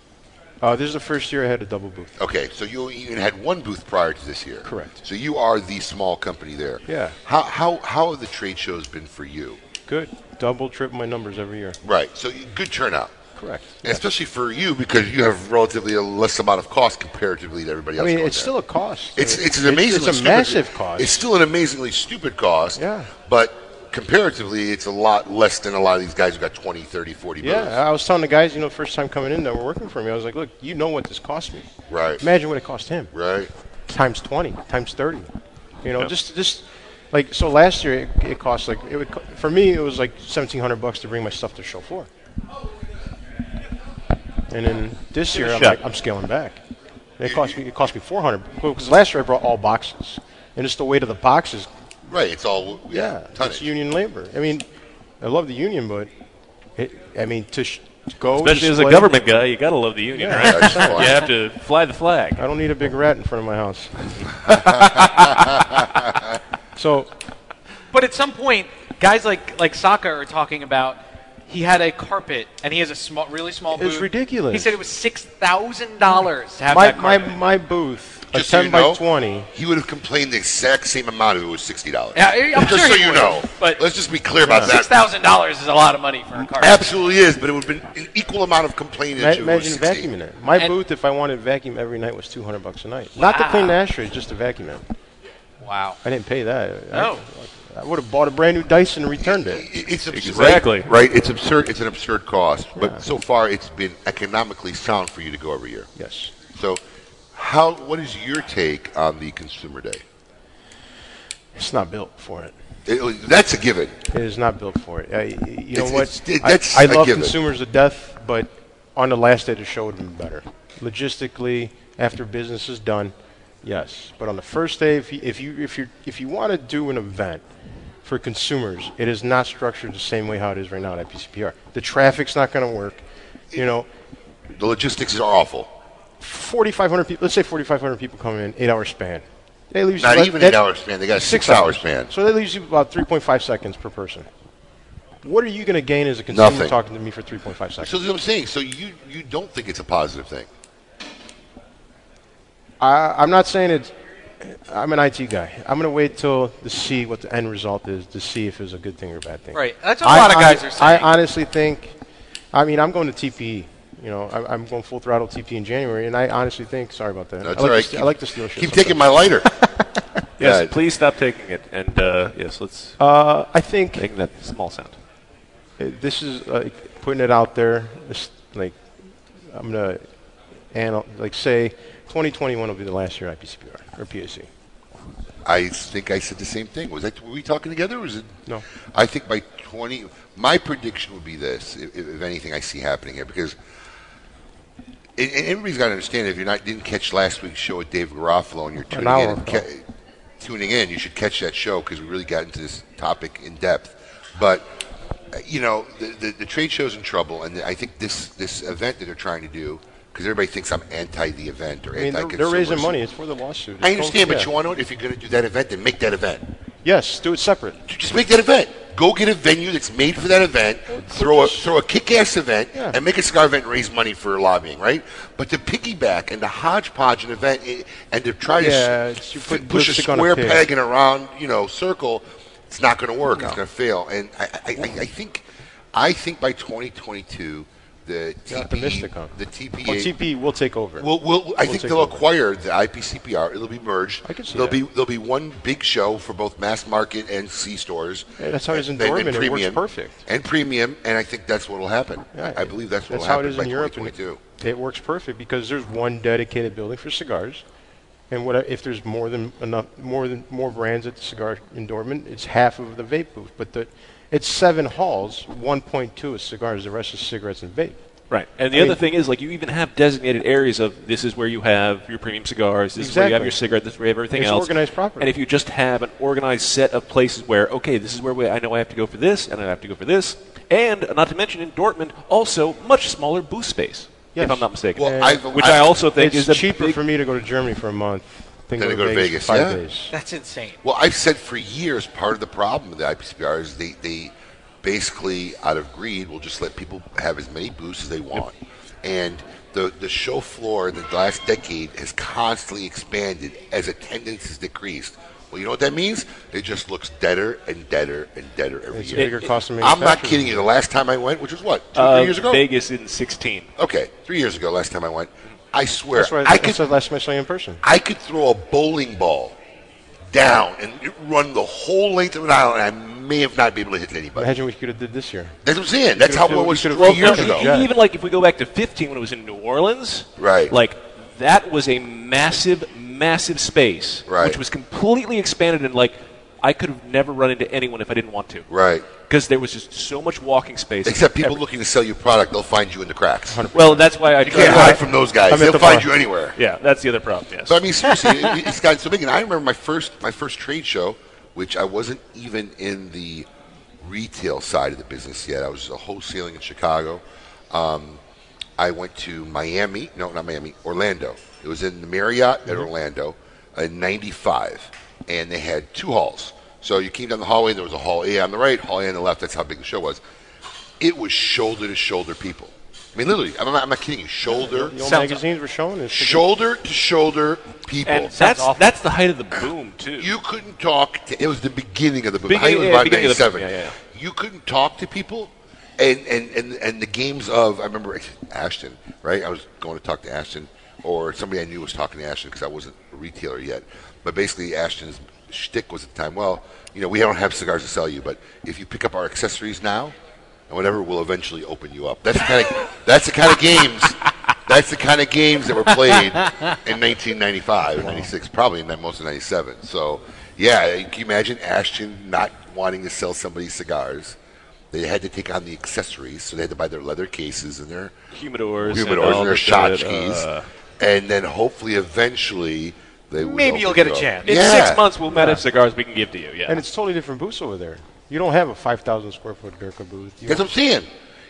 Uh, this is the first year I had a double booth. Okay, so you only even had one booth prior to this year. Correct. So you are the small company there. Yeah. How how how have the trade shows been for you? Good, double, triple my numbers every year. Right. So you, good turnout. Correct. And Especially for you because you have relatively a less amount of cost comparatively to everybody I else. mean, going it's there. still a cost. It's it's an It- amazingly It's, a stupid- massive cost. It's still an amazingly stupid cost. Yeah. But comparatively, it's a lot less than a lot of these guys who got 20, 30, 40 booths. Yeah, I was telling the guys, you know, first time coming in that were working for me, I was like, look, you know what this cost me. Right. Imagine what it cost him. Right. Times 20, times 30. You know, just, just like, so last year it, it cost like, it would, co- for me, it was like 1700 bucks to bring my stuff to show floor. And then this year, I'm, shot. like, I'm scaling back. It cost me, it cost me 400 because last year I brought all boxes. And it's the weight of the boxes Right. It's all yeah. it's tonnage. union labor. I mean, I love the union, but it, I mean to, sh- to go Especially as a display- government guy, you got to love the union, Yeah. right? That's You fine. have to fly the flag. I don't need a big rat in front of my house. so But at some point, guys like like Saka are talking about he had a carpet and he has a small, really small. It's booth. ridiculous. He said it was six thousand dollars to have my, that my, carpet. my booth, a Just so 10 you by know, 20. He would have complained the exact same amount if it was sixty dollars. Yeah, I- I'm just sure so he you would, know. but- let's just be clear about six that. thousand dollars is a lot of money for a carpet. Absolutely is, but it would have been an equal amount of complaining. Ma- if it was imagine 60. vacuuming it. My And- booth, if I wanted vacuum every night, was 200 bucks a night. Not to clean the ashtrays, just to vacuum it. Wow. I didn't pay that. I- Oh. I, would have bought a brand new Dyson and returned it. It- It's absurd, Exactly. right, right. It's absurd. It's an absurd cost, but so far it's been economically sound for you to go every year. Yes. So, how? What is your take on the consumer day? It's not built for it. It- that's a given. It is not built for it. I, you know It's- what? it's- it- I- that's I, a love given. consumers to death, but on the last day, the show would have been better. Logistically, after business is done, yes. But on the first day, if you if you if you if you want to do an event, for consumers. It is not structured the same way how it is right now at IPCPR. The traffic's not going to work. You know, The logistics is awful. 4,500 people. Let's say 4,500 people come in, eight-hour span. That leaves Not you- even that- eight hour span. They got a six, hour span. So that leaves you about 3.5 seconds per person. What are you going to gain as a consumer Nothing. talking to me for 3.5 seconds? So that's what I'm saying. So you you don't think it's a positive thing? I, I'm not saying it's. I'm an IT guy. I'm going to wait till to see what the end result is to see if it's a good thing or a bad thing. Right. That's what I a lot of hon- guys are saying. I honestly think. I mean, I'm going to TPE. You know, I, I'm going full throttle TPE in January, and I honestly think. Sorry about that. No, it's I like all right. To, st- I like to steal shit. Keep taking my lighter. Yes, Yeah. please stop taking it. And uh, yes, let's sometimes. Uh, I think make that small sound. uh, this is uh, putting it out there. This, like, I'm gonna, anal- like say, 2021 will be the last year IPCPR or PAC. I think I said the same thing. Was that were we talking together? Or was it? No. I think by 20, my prediction would be this: if, if if anything, I see happening here because, and, and everybody's got to understand if you're not didn't catch last week's show with Dave Garofalo and you're tuning hour in, ca- tuning in, you should catch that show because we really got into this topic in depth. But uh, you know, the, the, the trade show's in trouble, and I think this this event that they're trying to do because everybody thinks I'm anti the event or I mean, anti. they're, they're raising money. It's for the lawsuit. It's I understand, going- but yeah. you want to know what? if you're going to do that event, then make that event. Yes, do it separate. Just make that event. Go get a venue that's made for that event. Throw a throw a kick-ass event Yeah. and make a cigar event and raise money for lobbying, right? But to piggyback and to hodgepodge an event i- and to try Yeah, to it's- s- you f- put push a lipstick on a square pig. peg in a round, you know, circle, it's not going to work. It's No. going to fail. And I, I, I, I think, I think by 2022, the TPE, optimistic, huh? the TPA, Well, TP will take over. We'll, we'll, I We'll think take they'll over. acquire the IPCPR. It'll be merged. I can see there'll that. be there'll be one big show for both mass market and C stores. Yeah, that's how it is in And- and Dortmund. It works premium. perfect. And premium, and I think that's what will happen. Yeah, I believe that's what that's will how happen it is by in Europe. and 2022. It works perfect because there's one dedicated building for cigars, and what if there's more than enough, more than more brands at the cigar in Dortmund, it's half of the vape booth. But the, it's seven halls, 1.2 is cigars, the rest is cigarettes and vape. Right. And the I other mean- thing is, like, you even have designated areas of this is where you have your premium cigars, this is where you have Exactly. your cigarette, this is where you have everything It's else. organized properly. And if you just have an organized set of places where, okay, this is where we, I know I have to go for this, and I have to go for this, and not to mention in Dortmund, also much smaller booth space, Yes. if I'm not mistaken. Well, I've- which I've- I also think it's is a cheaper big- for me to go to Germany for a month than, Than to go to Vegas, for five yeah. days. That's insane. Well, I've said for years part of the problem with the IPCPR is they, they basically, out of greed, will just let people have as many booths as they want. And the, the show floor in the last decade has constantly expanded as attendance has decreased. Well, you know what that means? It just looks deader and deader and deader every It's a year. bigger cost of I'm not manufacturing. kidding you. The last time I went, which was what, two uh, three years ago? Vegas in 16. Okay, three years ago, last time I went. I swear, That's why I I could that's the last time I saw you in person. I could throw a bowling ball down and it run the whole length of an aisle, and I may have not been able to hit anybody. Imagine what you could have did this year. That's what I'm saying. That's how could've- it was you could've three thrown years it. ago. Yeah. e- Even like if we go back to 15 when it was in New Orleans, Right. Like that was a massive, massive space, Right. Which was completely expanded and like I could have never run into anyone if I didn't want to, Right. Because there was just so much walking space. Except people Every- looking to sell you product, they'll find you in the cracks. You Well, that's why I can't hide from those guys. I'm at They'll the find bar. you anywhere. Yeah, that's the other problem. Yes. So I mean, seriously, it, it's gotten so big. And I remember my first my first trade show, which I wasn't even in the retail side of the business yet. I was wholesaling in Chicago. Um, I went to Miami. No, not Miami. Orlando. It was in the Marriott Mm-hmm. at Orlando in '95, and they had two halls. So you came down the hallway, and there was a hall A on the right, hall A on the left. That's how big the show was. It was shoulder to shoulder people. I mean, literally, I'm not, I'm not kidding you. Shoulder, The old Sounds- magazines were showing this. shoulder to shoulder people. and Sounds that's awful. that's the height of the boom too. You couldn't talk. To, it was the beginning of the boom. Beginning- I think it was yeah, about beginning of the boom, 97. yeah, yeah, You couldn't talk to people. And, and, and, and the games of, I remember Ashton, right? I was going to talk to Ashton, or somebody I knew was talking to Ashton because I wasn't a retailer yet. But basically, Ashton's shtick was at the time, well, you know, we don't have cigars to sell you, but if you pick up our accessories now, and whatever will eventually open you up. That's the kind of, that's the kind of games. That's the kind of games that were played in 1995 and 96, probably in that most of 97. So, yeah, can you imagine Ashton not wanting to sell somebody cigars? They had to take on the accessories, so they had to buy their leather cases and their humidors, humidors all and their this, uh, tchotchkes. and then hopefully, eventually, They would Maybe open you'll get you a up. chance. In Yeah. six months, we'll manage cigars we can give to you. Yeah. And it's totally different booths over there. You don't have a 5,000 square foot Gurkha booth. You That's what I'm saying.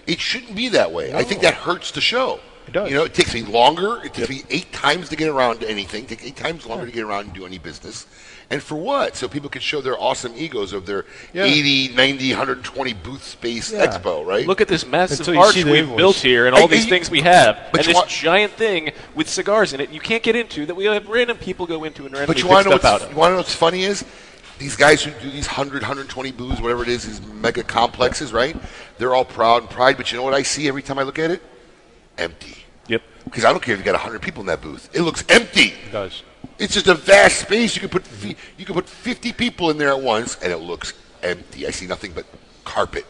It shouldn't be that way. I think that hurts the show. It does. You know, it takes me longer. It takes me eight times to get around to anything. Take eight times longer to get around and do any business. And for what? So people can show their awesome egos of their Yeah. 80, 90, 120 booth space Yeah. expo, right? Look at this massive Until you arch see the we've invoice. built here and all I- these I- things we have, But and you this want- giant thing with cigars in it you can't get into that we have random people go into and randomly But you pick want to know stuff out what's, of. you want to know what's funny is these guys who do these 100, 120 booths, whatever it is, these mega complexes, right? They're all proud and pride. But you know what I see every time I look at it? Empty. Yep. Because I don't care if you got 100 people in that booth. It looks empty. It does. It's just a vast space. You could put fi- you could put 50 people in there at once, and it looks empty. I see nothing but carpet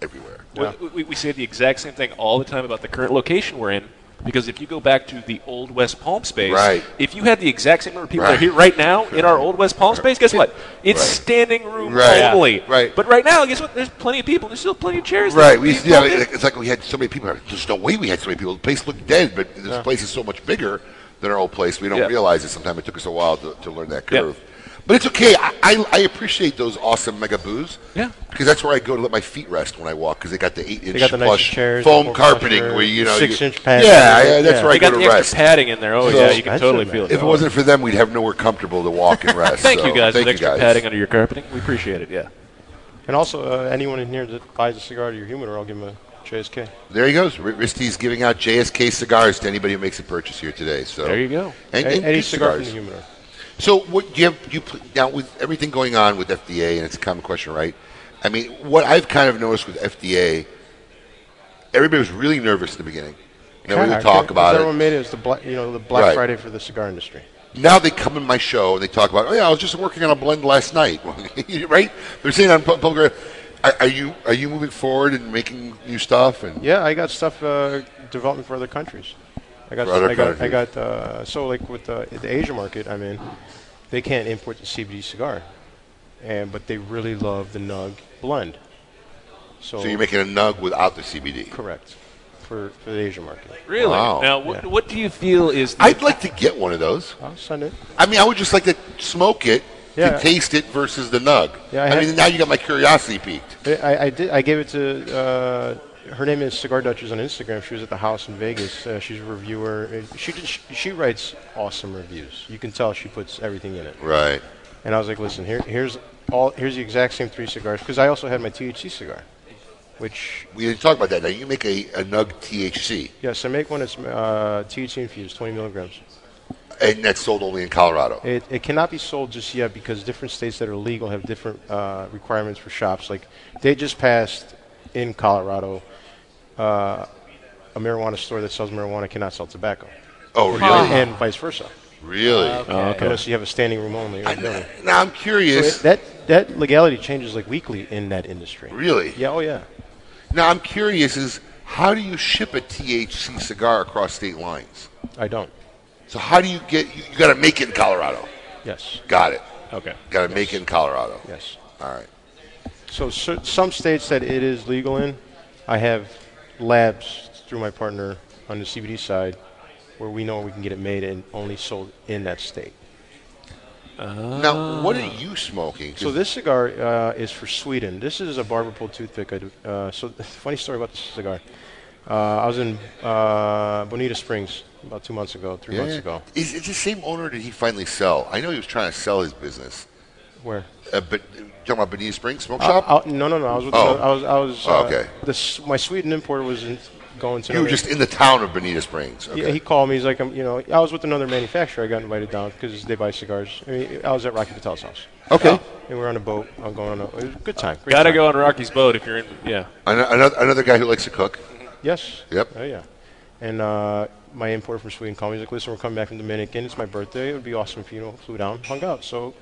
everywhere. Yeah. We, we, we say the exact same thing all the time about the current location we're in. Because if you go back to the old West Palm space, Right. if you had the exact same number of people that are Right. here right now in our old West Palm space, guess what? It's Right. standing room Right. only. Right. But right now, guess what? There's plenty of people. There's still plenty of chairs. Right. there. We, People yeah, do- it's like we had so many people. There's no way we had so many people. The place looked dead, but this place is so much bigger than our old place. We don't Yeah. realize it. Sometimes it took us a while to, to learn that Yeah. curve. But it's okay. I, I, I appreciate those awesome mega booths. Yeah. Because that's where I go to let my feet rest when I walk. Because they got the eight inch They got the nice plush chairs, foam the four-plush carpeting chairs, where you know you- six-inch pads. Yeah, yeah, that's Yeah. where I they got go the to extra rest. padding in there. Oh So- yeah, you can Expensive, totally man. feel it. If it wasn't for them, we'd have nowhere comfortable to walk and rest. Thank so you guys thank with extra you guys. padding under your carpeting. We appreciate it. Yeah. And also, uh, anyone in here that buys a cigar to your humidor, I'll give them a JSK. There he goes. R- Risty's giving out JSK cigars to anybody who makes a purchase here today. So There you go. And, A- and any good cigar cigars. from the humidor. So what do you have? You pl- now with everything going on with FDA, and it's a common question, right? I mean, what I've kind of noticed with FDA, everybody was really nervous at the beginning. Now we Kinda, would talk 'cause about it. Everyone made it as the black, you know, the Black Right. Friday for the cigar industry. Now they come in my show and they talk about, oh yeah, I was just working on a blend last night, right? They're saying on pu- public. radio, Are, are you are you moving forward and making new stuff? And Yeah, I got stuff uh, development for other countries. I got, For other I got, I countries. got. Uh, so like with the, the Asia market, I'm in. They can't import the CBD cigar, and but they really love the Nug blend. So, so you're making a nug without the CBD. correct for, for the Asia market. Really? Wow. Now, what, Yeah. what do you feel is the I'd like to get one of those. I'll send it. I mean, I would just like to smoke it, Yeah. to taste it versus the nug. Yeah, I I, had- mean, now you got my curiosity peaked. I, I- I did. I gave it to. Uh, her name is Cigar Duchess on Instagram. She was at the house in Vegas. Uh, she's a reviewer. Uh, She, did, she she writes awesome reviews. You can tell she puts everything in it. Right. And I was like, listen, here, here's all here's the exact same three cigars because I also had my THC cigar, which We didn't talk about that. Now you make a, a nug THC, yes, I make one that's uh, THC infused, 20 milligrams. and that's sold only in Colorado. It, it cannot be sold just yet because different states that are legal have different uh, requirements for shops. Like they just passed in Colorado uh, a marijuana store that sells marijuana cannot sell tobacco, Oh, really? and vice versa, Really? Uh, unless you have a standing room only. Or I- building. now I'm It- curious. that that legality changes like weekly in that industry. Really? Yeah. Oh yeah. Now I'm curious is how do you ship a THC cigar across state lines? I don't. So how do you get? You, you got to make it in Colorado. Yes. Got it. Okay. Got to make it in Colorado. Yes. All right. So, cer some states that it is legal in, I have labs through my partner on the CBD side where we know we can get it made and only sold in that state. Now, what are you smoking? Ah. So this cigar uh, is for Sweden. This is a barber pole toothpick. I do- Uh, so funny story about this cigar. Uh, I was in uh, Bonita Springs about two months ago, three Yeah, months yeah. ago. Is it the same owner? Did he finally sell? I know he was trying to sell his business, Where? uh, but talking about Benita Springs Smoke Uh, Shop. uh, no, no, no. I was. With Oh. another- I was. I was. uh, Oh, okay. This my Sweden importer was in, going to. you were another- just in the town of Benita Springs. Okay. Yeah, he called me. He's like, I'm, you know, I was with another manufacturer. I got invited down because they buy cigars. I, mean, I was at Rocky Patel's house. Okay. And we were on a boat. I'm going on a. It was a good time. Great Gotta time. go on Rocky's boat if you're in. Yeah. An- another, another guy who likes to cook. Yes. Yep. Oh yeah. And uh, my importer from Sweden called me. He's like, listen, we're coming back from Dominican. It's my birthday. It would be awesome if you know, flew down, hung out. So.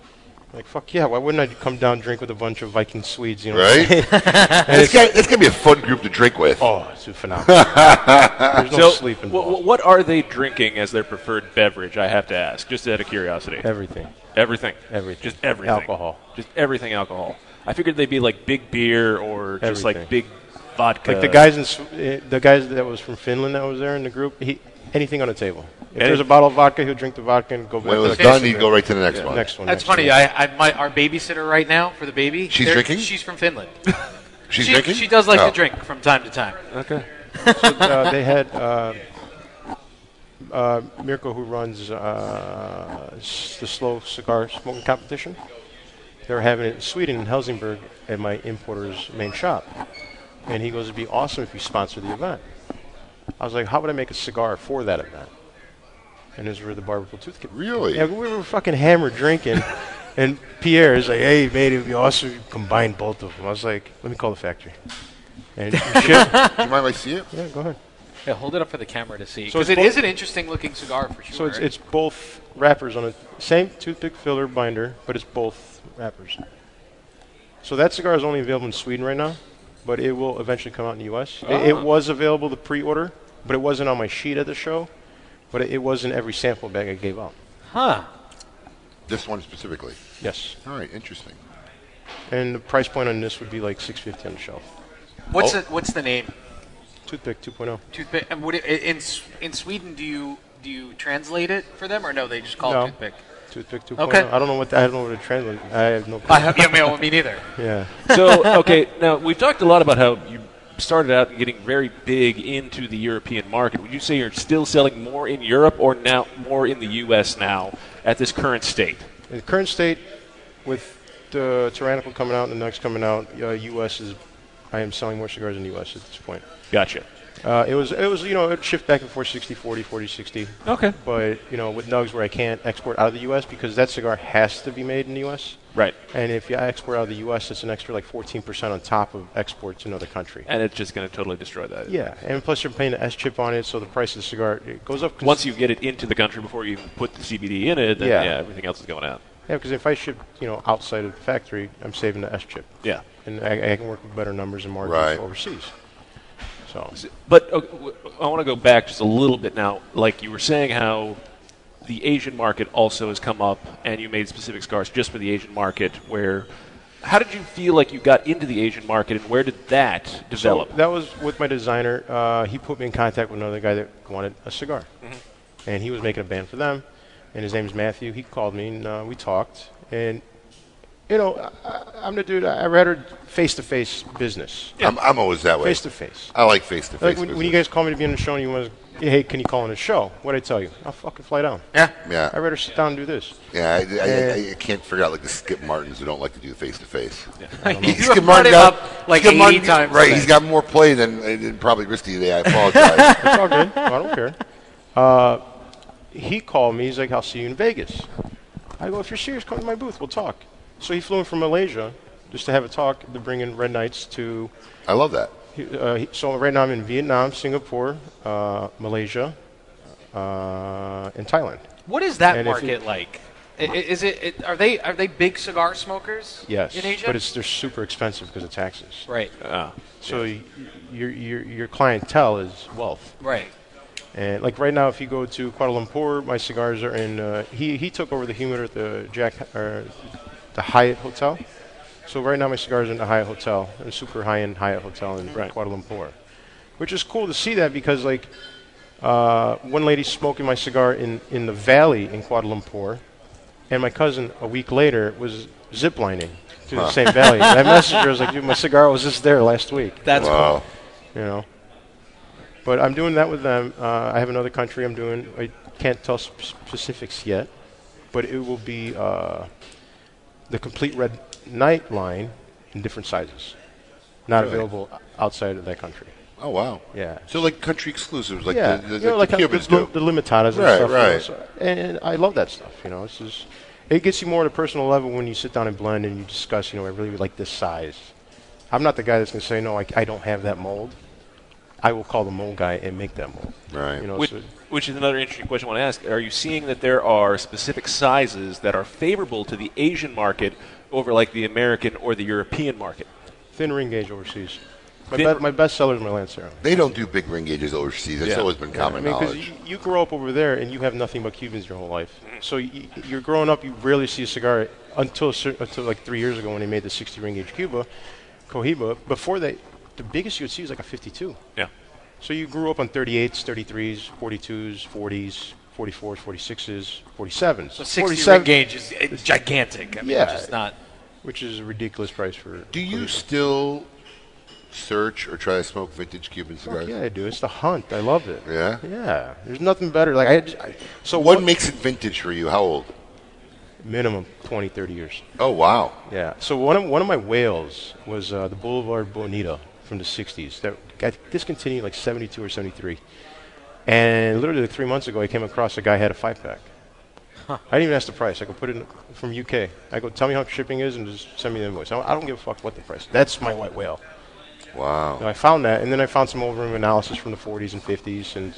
I'm Like fuck yeah! Why wouldn't I come down drink with a bunch of Viking Swedes? You know, Right? that's, gonna, that's gonna be a fun group to drink with. Oh, it's phenomenal. There's no So, sleep wh- involved. wh- what are they drinking as their preferred beverage? I have to ask, just out of curiosity. Everything. everything. Everything. Just everything. Alcohol. Just everything alcohol. I figured they'd be like big beer or just like Everything. big vodka. uh, Like the guys in Sw- eh, the guys that was from Finland that was there in the group, he anything on the table. If there's a bottle of vodka, he'll drink the vodka and go back When it to was the done, next he'd go right to the next one. one. Next one. That's next funny. one. I, I my our babysitter right now for the baby. She's they're- drinking? She's from Finland. She's she, drinking. She does like Oh. to drink from time to time. Okay. uh, they had uh, uh, Mirko, who runs uh, s- the slow cigar smoking competition. They were having it in Sweden in Helsingborg at my importer's main shop, and he goes, "It'd be awesome if you sponsor the event." I was like, "How would I make a cigar for that event?" And this is where the barbecue tooth came. Really? Yeah, we were fucking hammered drinking, and Pierre is like, "Hey, mate, it'd be awesome if you combined both of them." I was like, "Let me call the factory." And shit, Do you mind if I see it? yeah, go ahead. Yeah, hold it up for the camera to see. So Because it's it bo- is an interesting looking cigar for sure. So it's, it's both wrappers on a same toothpick filler binder, but it's both wrappers. So that cigar is only available in Sweden right now, but it will eventually come out in the U.S. It- It, was available to pre-order, but it wasn't on my sheet at the show, but it, it was in every sample bag I gave out. huh? This one specifically. Yes, All right, interesting. and the price point on this would be like 650 on the shelf. What's Oh. the, what's the name? Toothpick oh. 2.0. Toothpick. And would it, i- in S- in Sweden, do you do you translate it for them or no? They just call No. it toothpick. Toothpick 2.0. Okay. I don't know what I don't know what it translates. I have no. Clue. I have, yeah, me- me neither. yeah. So okay, now we've talked a lot about how you started out getting very big into the European market. Would you say you're still selling more in Europe or now more in the U.S. now at this current state? In the current state, with the Tyrannical coming out and the next coming out, uh, U.S. is I am selling more cigars in the U.S. at this point. Gotcha. Uh, it was it was you know it shift back and forth 60 40 40 60. Okay. But you know with nugs where I can't export out of the U.S. because that cigar has to be made in the U.S. Right. And if you export out of the U.S., it's an extra like 14% on top of export to another country. And it's just going to totally destroy that. Yeah, and plus you're paying the S chip on it, so the price of the cigar it goes up. Once you get it into the country before you even put the CBD in it, then Yeah. yeah, everything else is going out. Yeah, because if I ship, you know, outside of the factory, I'm saving the S chip. Yeah. And I, I can work with better numbers and margins Right. overseas. So, But okay, w- I want to go back just a little bit now. Like you were saying, how the Asian market also has come up, and you made specific scars just for the Asian market. Where, how did you feel like you got into the Asian market, and where did that so develop? that was with my designer. Uh, he put me in contact with another guy that wanted a cigar. Mm-hmm. And he was making a band for them. And his name's Matthew. He called me and uh, we talked. And, you know, I- I, I'm the dude, I rather face to face business. I'm, I'm always that way. Face to face. I like face to Like face. when, when you guys call me to be on the show and you want to, hey, can you call on the show? What'd I tell you? I'll fucking fly down. Yeah. Yeah. I'd rather sit down and do this. Yeah, I, I, I, I can't figure out like the Skip Martins who don't like to do face to face. you have brought it up like 80 times. Right, today. he's got more play than, than probably Risty today. I apologize. It's all good. I don't care. Uh, he called me. He's like, I'll see you in Vegas. I go, if you're serious, come to my booth. We'll talk. So he flew in from Malaysia just to have a talk to bring in Red Knights to. I love that. he- Uh, he- so right now I'm in Vietnam, Singapore, uh, Malaysia, uh, and Thailand. What is that And if market you- like? I- i- Is it, it are they are they big cigar smokers? Yes, in Asia. but it's they're super expensive because of taxes. right, Ah. So y- your your your clientele is wealth. right. And like right now, if you go to Kuala Lumpur, my cigars are in. Uh, he he took over the humidor at the Jack or the Hyatt Hotel. So right now, my cigars are in the Hyatt Hotel, a super high-end Hyatt Hotel in Kuala Lumpur, which is cool to see that because like uh, one lady smoking my cigar in in the valley in Kuala Lumpur, and my cousin a week later was ziplining through the same valley. And I messaged her. I was like, "Dude, my cigar was just there last week." That's Wow. you know. But I'm doing that with them. Uh, I have another country I'm doing. I can't tell sp- specifics yet, but it will be uh, the complete Red Knight line in different sizes, not available outside of that country. Oh wow. Yeah. So like country exclusives, like yeah, the, the, you know, the like how Cubans the, do. the limitadas and Right, stuff. you know, right. so- and, and I love that stuff. You know, it's just it gets you more at a personal level when you sit down and blend and you discuss. You know, I really would like this size. I'm not the guy that's going to say no. I, I don't have that mold. I will call the mold guy and make that mold. Right. You know, Which, so- which is another interesting question I want to ask. Are you seeing that there are specific sizes that are favorable to the Asian market over like the American or the European market? thin ring gauge overseas. My, Thin- be- my best seller is my Lancero. they don't do big ring gauges overseas. That's Yeah. always been I common mean, because knowledge. you, you grow up over there and you have nothing but Cubans your whole life. So you, you're growing up, you rarely see a cigar until a cer- until like three years ago when they made the 60 ring gauge Cuba, Cohiba. Before that, the biggest you would see is like a 52. Yeah. So you grew up on 38s, 33s, 42s, 40s, 44s, 46s, 47s. So 60 47 gauge is uh, gigantic. I mean, Yeah. it's just not. which is a ridiculous price for. Do you still search or try to smoke vintage Cuban cigars? Yeah, I do. It's the hunt. I love it. Yeah? Yeah. There's nothing better. Like I, j- I- So what makes it vintage for you? How old? minimum 20, 30 years. Oh wow. Yeah. So one of one of my whales was uh, the Boulevard Bonita from the '60s that got discontinued like '72 or '73, and literally like three months ago I came across a guy had a five pack. I didn't even ask the price. I go put it in from UK. I go tell me how much shipping is and just send me the invoice. I don't, I don't give a fuck what the price. That's my white whale. Wow. So I found that, and then I found some old room analysis from the 40s and 50s, and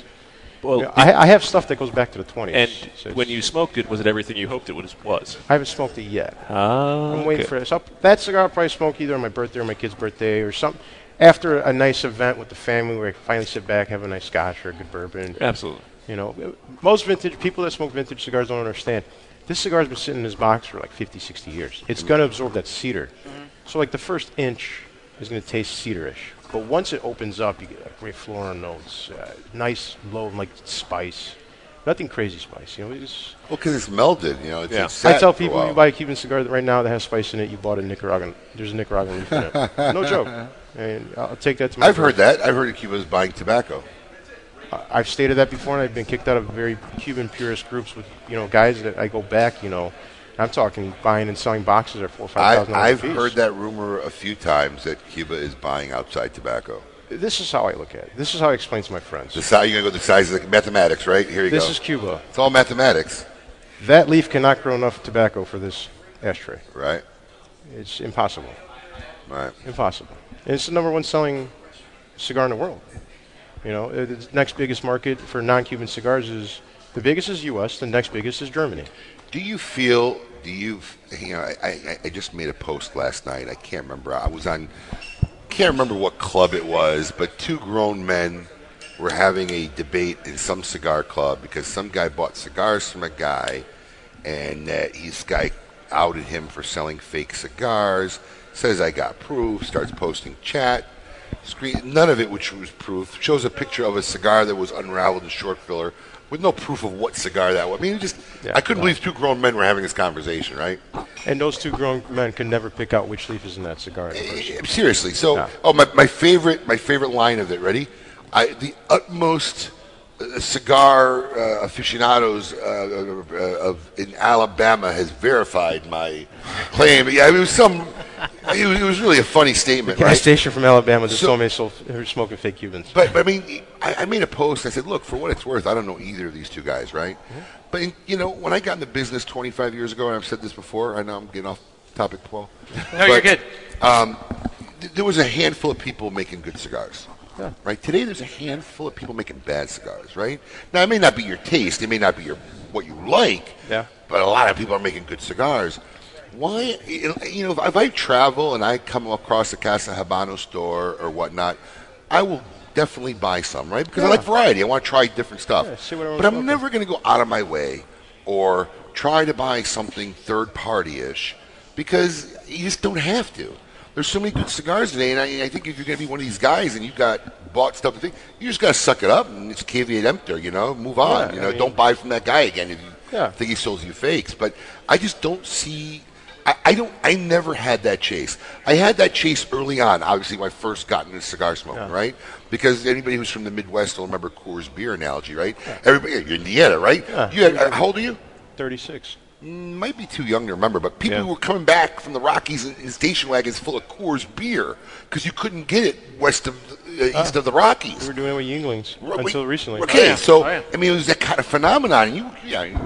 Well, you know, I, I have stuff that goes back to the 20s. and So it's- when you smoked it, was it everything you hoped it was? was? I haven't smoked it yet. Ah, I'm waiting for this. I'll, that cigar I'll probably smoke either on my birthday or my kid's birthday or something. After a nice event with the family where I finally sit back, have a nice scotch or a good bourbon. Absolutely. You know, most vintage people that smoke vintage cigars don't understand. This cigar's been sitting in this box for like 50, 60 years. It's going to absorb that cedar. So, like, the first inch is going to taste cedarish. But once it opens up, you get like, great floral notes, uh, nice, low, like, spice. Nothing crazy spice. You know, it's, Well, because it's melded. You know, it's, Yeah. it's sat I tell for a people while. you buy a Cuban cigar that right now that has spice in it, you bought a Nicaraguan. There's a Nicaraguan leaf in it. No joke. And I'll take that to my. I've heard that. I've heard of Cuba's buying tobacco. I- I've stated that before, and I've been kicked out of very Cuban purist groups with you know guys that I go back. You know, I'm talking buying and selling boxes at four or five I, thousand dollars. I've a piece. heard that rumor a few times that Cuba is buying outside tobacco. This is how I look at it. This is how I explain to my friends. The size you're gonna go the size of the mathematics, right? Here you this go. is Cuba. it's all mathematics, That leaf cannot grow enough tobacco for this ashtray. right? It's impossible. Right. Impossible. And it's the number one selling cigar in the world. You know, uh, the next biggest market for non-Cuban cigars is the biggest is U.S. The next biggest is Germany. Do you feel? Do you? f- You know, I, I, I just made a post last night. I can't remember. I was on. Can't remember what club it was, but two grown men were having a debate in some cigar club because some guy bought cigars from a guy, and that this guy outed him for selling fake cigars. Says I got proof. Starts posting chat. Screen, none of it, which was proof, shows a picture of a cigar that was unraveled in short filler, with no proof of what cigar that was. I mean, it just Yeah, I couldn't no. believe two grown men were having this conversation, right? And those two grown men can never pick out which leaf is in that Eh, cigar. Seriously. So, Yeah. oh my, my favorite my favorite line of it. Ready? I the utmost uh, cigar uh, aficionados uh, uh, uh, of in Alabama has verified my claim. Yeah, I mean, it was some. It was, it was really a funny statement. Gas right? station from Alabama just So- told me so they're smoking fake Cubans. But, but I mean, I, I made a post. I said, look, for what it's worth, I don't know either of these two guys, right? But in, you know, when I got in the business 25 years ago, and I've said this before, I know I'm getting off topic, Paul. No, you're But- good. th- there was a handful of people making good cigars. Right today, there's a handful of people making bad cigars. Right now, it may not be your taste, it may not be your what you like. Yeah. But a lot of people are making good cigars. Why? You know, if, if I travel and I come across a Casa Habano store or whatnot, I will definitely buy some. Right because I like variety. I want to try different stuff. Yeah, see what everyone's but I'm smoking. never going to go out of my way or try to buy something third party ish because you just don't have to. There's so many good cigars today, and I, I think if you're going to be one of these guys and you got bought stuff, and things, you just got to suck it up and it's caveat emptor, you know, move on. Yeah, you I know, mean- don't buy from that guy again if you Yeah. think he sold you fakes. But I just don't see. I, I don't. I never had that chase. I had that chase early on. Obviously, when I first got into cigar smoking, right? Because anybody who's from the Midwest will remember Coors beer analogy, right? Everybody, you're Indiana, right? You had, uh, how old are you? 36. might be too young to remember, but people Yeah. were coming back from the Rockies in, in station wagons full of Coors beer because you couldn't get it west of the, uh, east of the Rockies. We were doing it with Yinglings Right, until we- recently. Okay, yeah. so Oh, yeah. I mean, it was that kind of phenomenon. And you, yeah, you,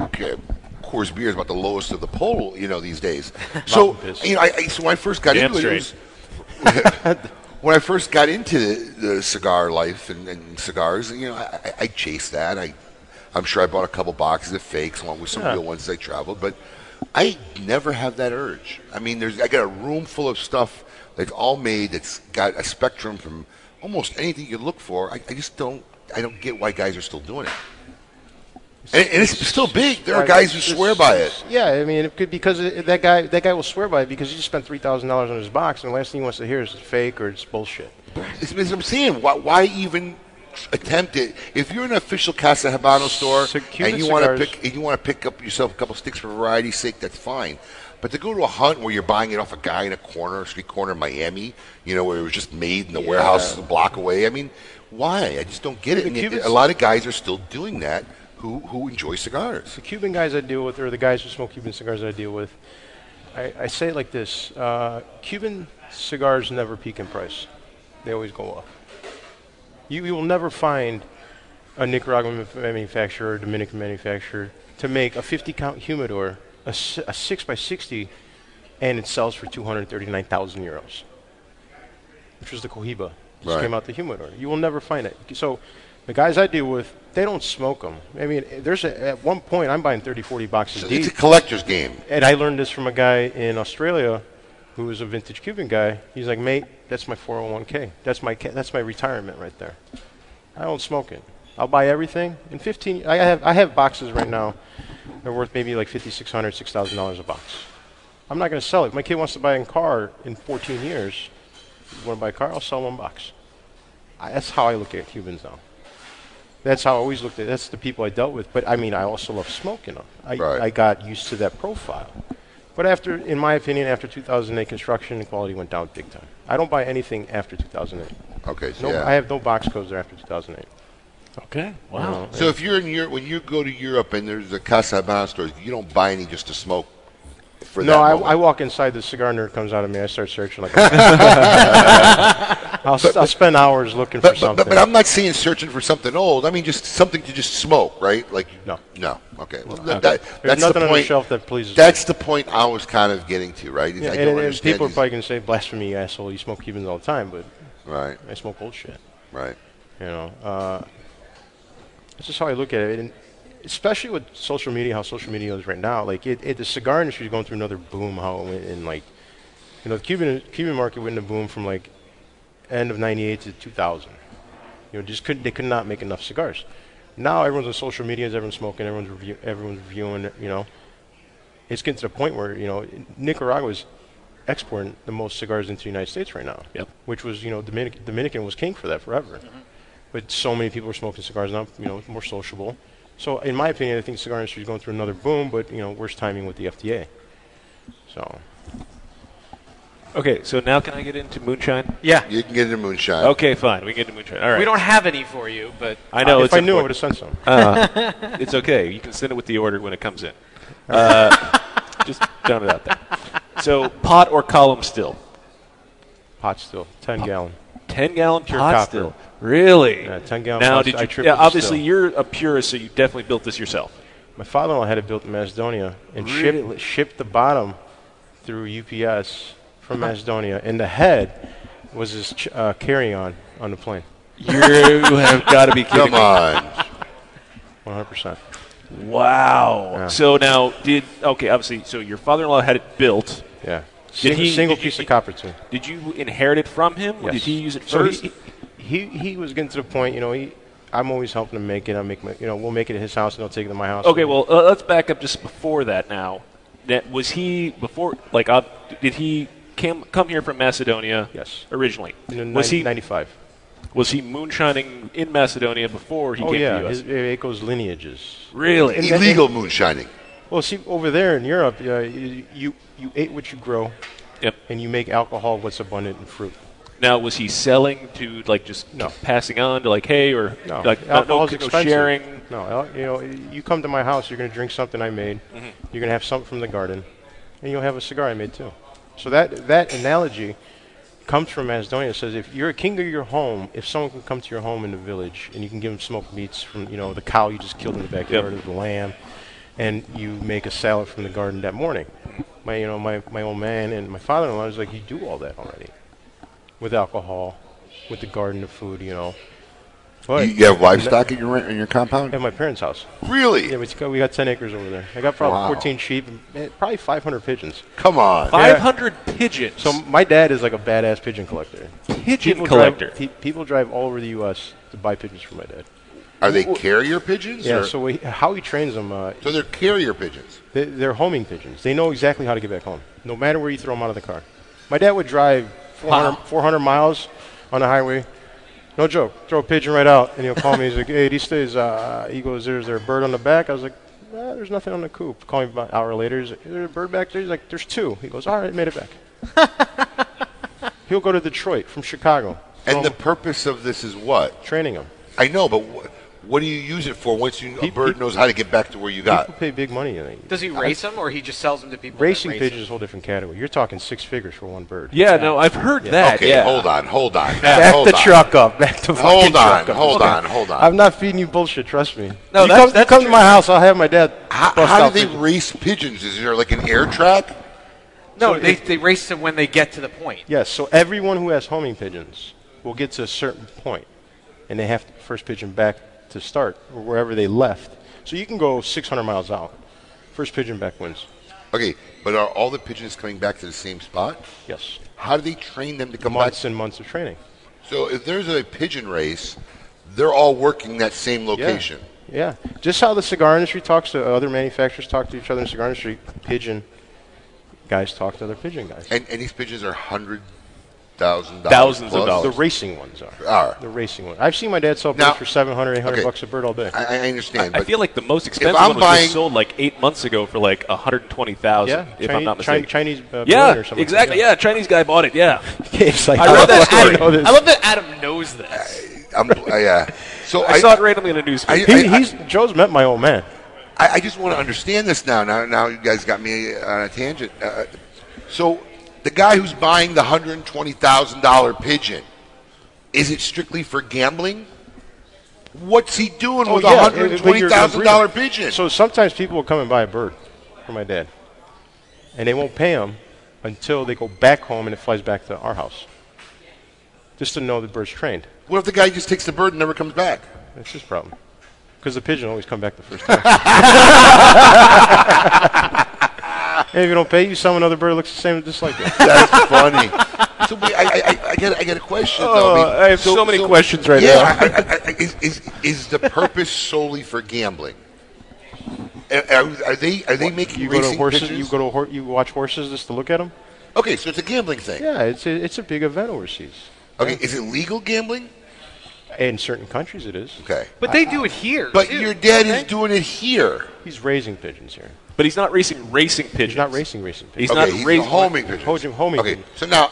Coors beer is about the lowest of the pole, you know, these days. so Mountain Piss. you know, I, I, so when I first got Damn into it, it was, when I first got into the, the cigar life and, and cigars, you know, I, I- I chased that. I, I'm sure I bought a couple boxes of fakes along with some Yeah. real ones as I traveled, but I never have that urge. I mean, there's I got a room full of stuff that's all made that's got a spectrum from almost anything you could look for. I, I just don't. I don't get why guys are still doing it. And, and it's still big. There are Right. guys who It's- swear by it. Yeah, I mean, it could, because it, that guy that guy will swear by it because he just spent three thousand dollars on his box, and the last thing he wants to hear is it's fake or it's bullshit. It's, it's, I'm saying, why, why even attempt it. If you're in an official Casa Habano store So Cuban and you want to cigars- pick, and you want to pick up yourself a couple sticks for variety's sake, that's fine. But to go to a hunt where you're buying it off a guy in a corner, street corner in Miami, you know, where it was just made in the warehouse a block away. I mean, why? I just don't get it. The And Cubans- a lot of guys are still doing that who who enjoy cigars. the Cuban guys I deal with, or the guys who smoke Cuban cigars that I deal with, I, I say it like this: uh, Cuban cigars never peak in price; they always go up. You, you will never find a Nicaraguan manu- manufacturer, or Dominican manufacturer, to make a 50 count humidor, a, si- a six by 60, and it sells for 239,000 euros, which was the Cohiba. Just Right. came out the humidor. You will never find it. So the guys I deal with, they don't smoke them. I mean, there's a, at one point I'm buying 30, 40 boxes So deep it's a collector's game. and I learned this from a guy in Australia who was a vintage Cuban guy. He's like, mate, that's my 401k. That's my ca- that's my retirement right there. I don't smoke it. I'll buy everything in 15. I have I have boxes right now. They're worth maybe like 5,600, 6,000 dollars a box. I'm not going to sell it. If my kid wants to buy a car in 14 years, you want to buy a car? I'll sell one box. I, that's how I look at Cubans now. That's how I always looked at. That's the people I dealt with. But I mean, I also love smoking them. I, Right. I got used to that profile. But after, in my opinion, after 2008, construction quality went down big time. I don't buy anything after 2008. Okay, so No, yeah. I have no box codes that are after 2008. Okay. Wow. so if you're in Europe, when you go to Europe and there's a Casa Habano store, you don't buy any just to smoke. For No, that I, moment. I walk inside, the cigar nerd comes out of me, I start searching like. I'll, s will spend hours looking for But, but, something. but, but I'm not saying searching for something old. I mean just something to just smoke, right? Like No. no. Okay. Well, that, that- that's nothing the on point. the shelf that pleases me. that's the point I was kind of getting to, right? Is Yeah, I and, don't and understand people are these- probably going to say blasphemy, you asshole. You smoke Cubans all the time, but right, I smoke old shit. right. You know, uh, that's just how I look at it, and especially with social media, how social media is right now. Like, it, it, the cigar industry is going through another boom. How it went in like, you know, the Cuban Cuban market went in a boom from like end of '98 to 2000. You know, just couldn't they could not make enough cigars. Now everyone's on social media, everyone's smoking, everyone's review, everyone's reviewing. You know, it's getting to the point where you know Nicaragua's exporting the most cigars into the United States right now. Yep. Which was you know Dominic- Dominican was king for that forever, but so many people are smoking cigars now. You know, it's more sociable. So in my opinion, I think the cigar industry is going through another boom, but you know, worse timing with the FDA. So Okay, so now can I get into moonshine? Yeah. You can get into moonshine. Okay, fine. We can get into moonshine. All right. We don't have any for you, but I know. Uh, if it's Uh, I knew, I would important. have sent some. it's okay. You can send it with the order when it comes in. Uh, just done about that. So pot or column still? Pot still, ten gallon. Ten gallon pure Pot pot still. still. Really? Yeah, 10 gallon Now pot did still. I you? tripped yeah, with the obviously still. you're a purist, so you definitely built this yourself. My father-in-law had it built in Macedonia and Really? shipped, shipped the bottom through UPS from Uh-huh. Macedonia, and the head was his ch- uh, carry-on on the plane. You have got to be kidding Come on. 100%. Wow. So now did okay? Obviously, so your father-in-law had it built. Yeah. Single, he- single did you- piece of copper too. Did you inherit it from him? Or Did Yes. he use it So first? he, he he was getting to the point, you know, he, I'm always helping him make it. I make my, you know, we'll make it at his house, and I'll take it to my house. Okay, well, uh, let's back up just before that now. That was he before like uh, did he came, come here from Macedonia? Yes. Originally. In was he 95? was he moonshining in Macedonia before he Oh came to yeah, the US? his, it goes lineages. really? And- Illegal moonshining. Well, see, over there in Europe, uh, you, you you ate what you grow, Yep. and you make alcohol what's abundant in fruit. Now was he selling to like just No. passing on to like hey or No, like no, no, alcohol's no expensive. sharing? No, al- you know, you come to my house, you're going to drink something I made. You're going to have something from the garden, and you'll have a cigar I made too. So that that analogy comes from Macedonia. It says if you're a king of your home, if someone can come to your home in the village and you can give them smoked meats from you know the cow you just killed in the backyard or the lamb, and you make a salad from the garden that morning. My you know my, my old man and my father-in-law is like you do all that already, with alcohol, with the garden, the food, you know. You, But you have livestock in your in your compound? at my parents' house. Really? Yeah, we got, we got 10 acres over there. I got probably Wow. 14 sheep and eh, probably 500 pigeons. Come on. Five hundred pigeons. So my dad is like a badass pigeon collector. pigeon drive- collector. pe- people drive all over the U.S. to buy pigeons for my dad. Are they carrier pigeons? Yeah, or- so we, how he trains them, uh, so they're carrier pigeons. they, they're homing pigeons. They know exactly how to get back home, no matter where you throw them out of the car. My dad would drive 400, 400 miles on the highway No joke. Throw a pigeon right out, and he'll call me. He's like, "Hey, these days," uh, he goes, "There's there a bird on the back?" I was like, nah, "There's nothing on the coop." Call me about an hour later. He's like, "Is there a bird back there?" He's like, "There's two. He goes, "All right, made it back." he'll go to Detroit from Chicago. And Well, the purpose of this is what? training him. I know, but wh- what do you use it for once you, a He- bird he- knows how to get back to where you got? People pay big money. I think. Does he race them or he just sells them to people? that Racing race 'em? pigeons is a whole different category. You're talking six figures for one bird. Yeah, no, I've heard that. Okay, yeah. hold on, hold on. Back hold the on. truck up. Back the Hold fucking on, truck up. hold Okay. on, hold on. I'm not feeding you bullshit. Trust me. No, you that's- come, that's come to true. my house. I'll have my dad. How, bust how out do they pigeons. race pigeons? Is there like an air track? No, So they, if- they race them when they get to the point. Yes. So everyone who has homing pigeons will get to a certain point, and they have to first pigeon back to start or wherever they left. So you can go 600 miles out. First pigeon back wins. Okay, but are all the pigeons coming back to the same spot? Yes. How do they train them to come Months back? and months of training. So if there's a pigeon race, they're all working that same Yeah. location. Yeah. Just how the cigar industry talks to other manufacturers, talk to each other in the cigar industry. Pigeon guys talk to other pigeon guys. And, and these pigeons are hundred thousand dollars. Thousands of plus? The racing ones Oh, are. Are. The racing ones. I've seen my dad sell birds Now- for 700, 800 okay. bucks a bird all day. I, I understand. I but feel like the most expensive I'm one was buying- just sold like eight months ago for like 120,000, yeah. if Chinese, I'm not Chi- mistaken. Chinese yeah, uh, billionaire or something. exactly. Yeah. Chinese guy bought it. Yeah, It's like, "Oh, I read that know story. this. I love that Adam knows this. I'm, I, uh, so I, I, saw it randomly in a newspaper. I- He, he's Joe's met my old man. I, I just want to understand this now. Now, now you guys got me on a tangent. Uh, so, the guy who's buying the hundred and twenty thousand dollar pigeon, is it strictly for gambling? What's he doing with a hundred and it- but twenty you're- thousand you're dollar breeding. pigeon? So sometimes people will come and buy a bird for my dad, and they won't pay him until they go back home and it flies back to our house, just to know the bird's trained. what if the guy just takes the bird and never comes back? That's his problem, because the pigeon always come back the first time. and if you don't pay, you sell another bird that looks the same just like it. That's funny. So wait, I, I, I- I get I get a question. though. I, Oh, I have so many questions right yeah, now. I- I- I- I- is, is is the purpose solely for gambling? Are, are- are they are they making You go racing to horses. pigeons? You go to a hor- you watch horses just to look at them. Okay, so it's a gambling thing. Yeah, it's a, it's a big event overseas. Okay, is it legal gambling? In certain countries, it is. Okay. But they do it here. But too, your dad don't is they? doing it here. He's raising pigeons here. but he's not racing racing pigeons. He's not racing racing pigeons. He's okay, not he's raising- a homing pigeon. Homing- homing okay, pigeon. so now,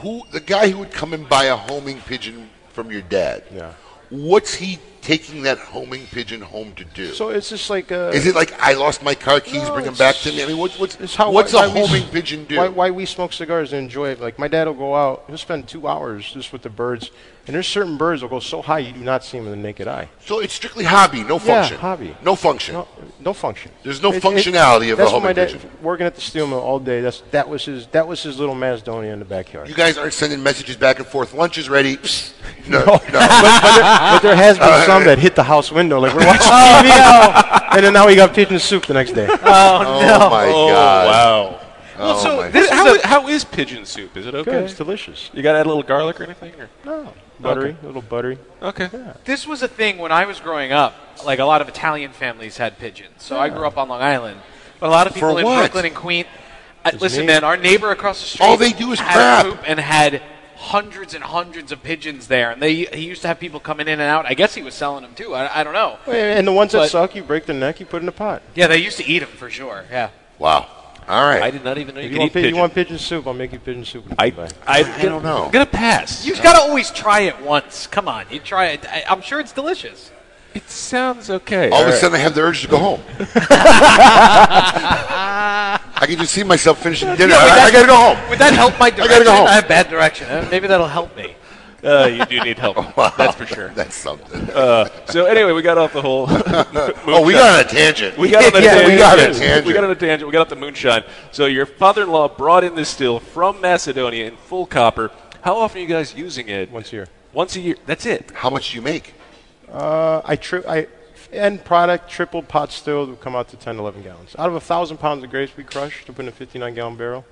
who the guy who would come and buy a homing pigeon from your dad? Yeah. What's he taking that homing pigeon home to do? So it's just like uh, is it like I lost my car keys? bring them back to me. I mean, what's what's it's how what's why, a why we s- homing pigeon do? Why, why we smoke cigars and enjoy it? Like my dad will go out, he'll spend two hours just with the birds, and there's certain birds will go so high you do not see them in the naked eye. So it's strictly hobby, no function. Yeah, hobby. no function. No, no function. There's no functionality of a that's what homing my dad, pigeon. Working at the steel mill all day. That's that was his that was his little Macedonia in the backyard. You guys aren't sending messages back and forth. Lunch is ready. No, no. but, but there, but there has been some that hit the house window, like we're watching TV, and then now we got pigeon soup the next day. oh my god! wow. Oh, Well, so my- this is how, a- is, how is pigeon soup? Is it okay? Good, it's delicious. You got to add a little garlic or anything? Or? No, buttery, a little buttery. Okay. this was a thing when I was growing up. Like a lot of Italian families had pigeons, so I grew up on Long Island. But a lot of people For in what? Brooklyn and Queens. Uh, listen, me. man, our neighbor across the street. All they do is had crap. A coop and had hundreds and hundreds of pigeons there, and they he used to have people coming in and out. I guess he was selling them too. I, I don't know. And the ones that But- suck, you break their neck, you put in a pot. Yeah, they used to eat them for sure. Yeah. Wow. All right. I did not even know you, If could you, want eat pi- pigeon. you want pigeon soup, I'll make you pigeon soup. I, I, I don't know. I'm gonna pass. You've got to always try it once. Come on, you try it. I, I'm sure it's delicious. it sounds okay. All of a sudden, I have the urge to go home. I can just see myself finishing dinner. Yeah, but I, I that's- gotta go home. Would that help my direction? gotta go home. I have bad direction. Uh, Maybe that'll help me. uh, you do need Oh, help. That's for sure. That's something. So anyway, we got off the whole. oh, we got on a tangent. We got on a Yeah, tangent. we got on a Yes. tangent. We got on a tangent. We got up the moonshine. So your father-in-law brought in this still from Macedonia in full copper. How often are you guys using it? Once a year. Once a year. That's it. How much do you make? Uh, I tri- I end product triple pot still would come out to 10, 11 gallons. Out of a thousand pounds of grapes we crushed to put in a 59 gallon barrel.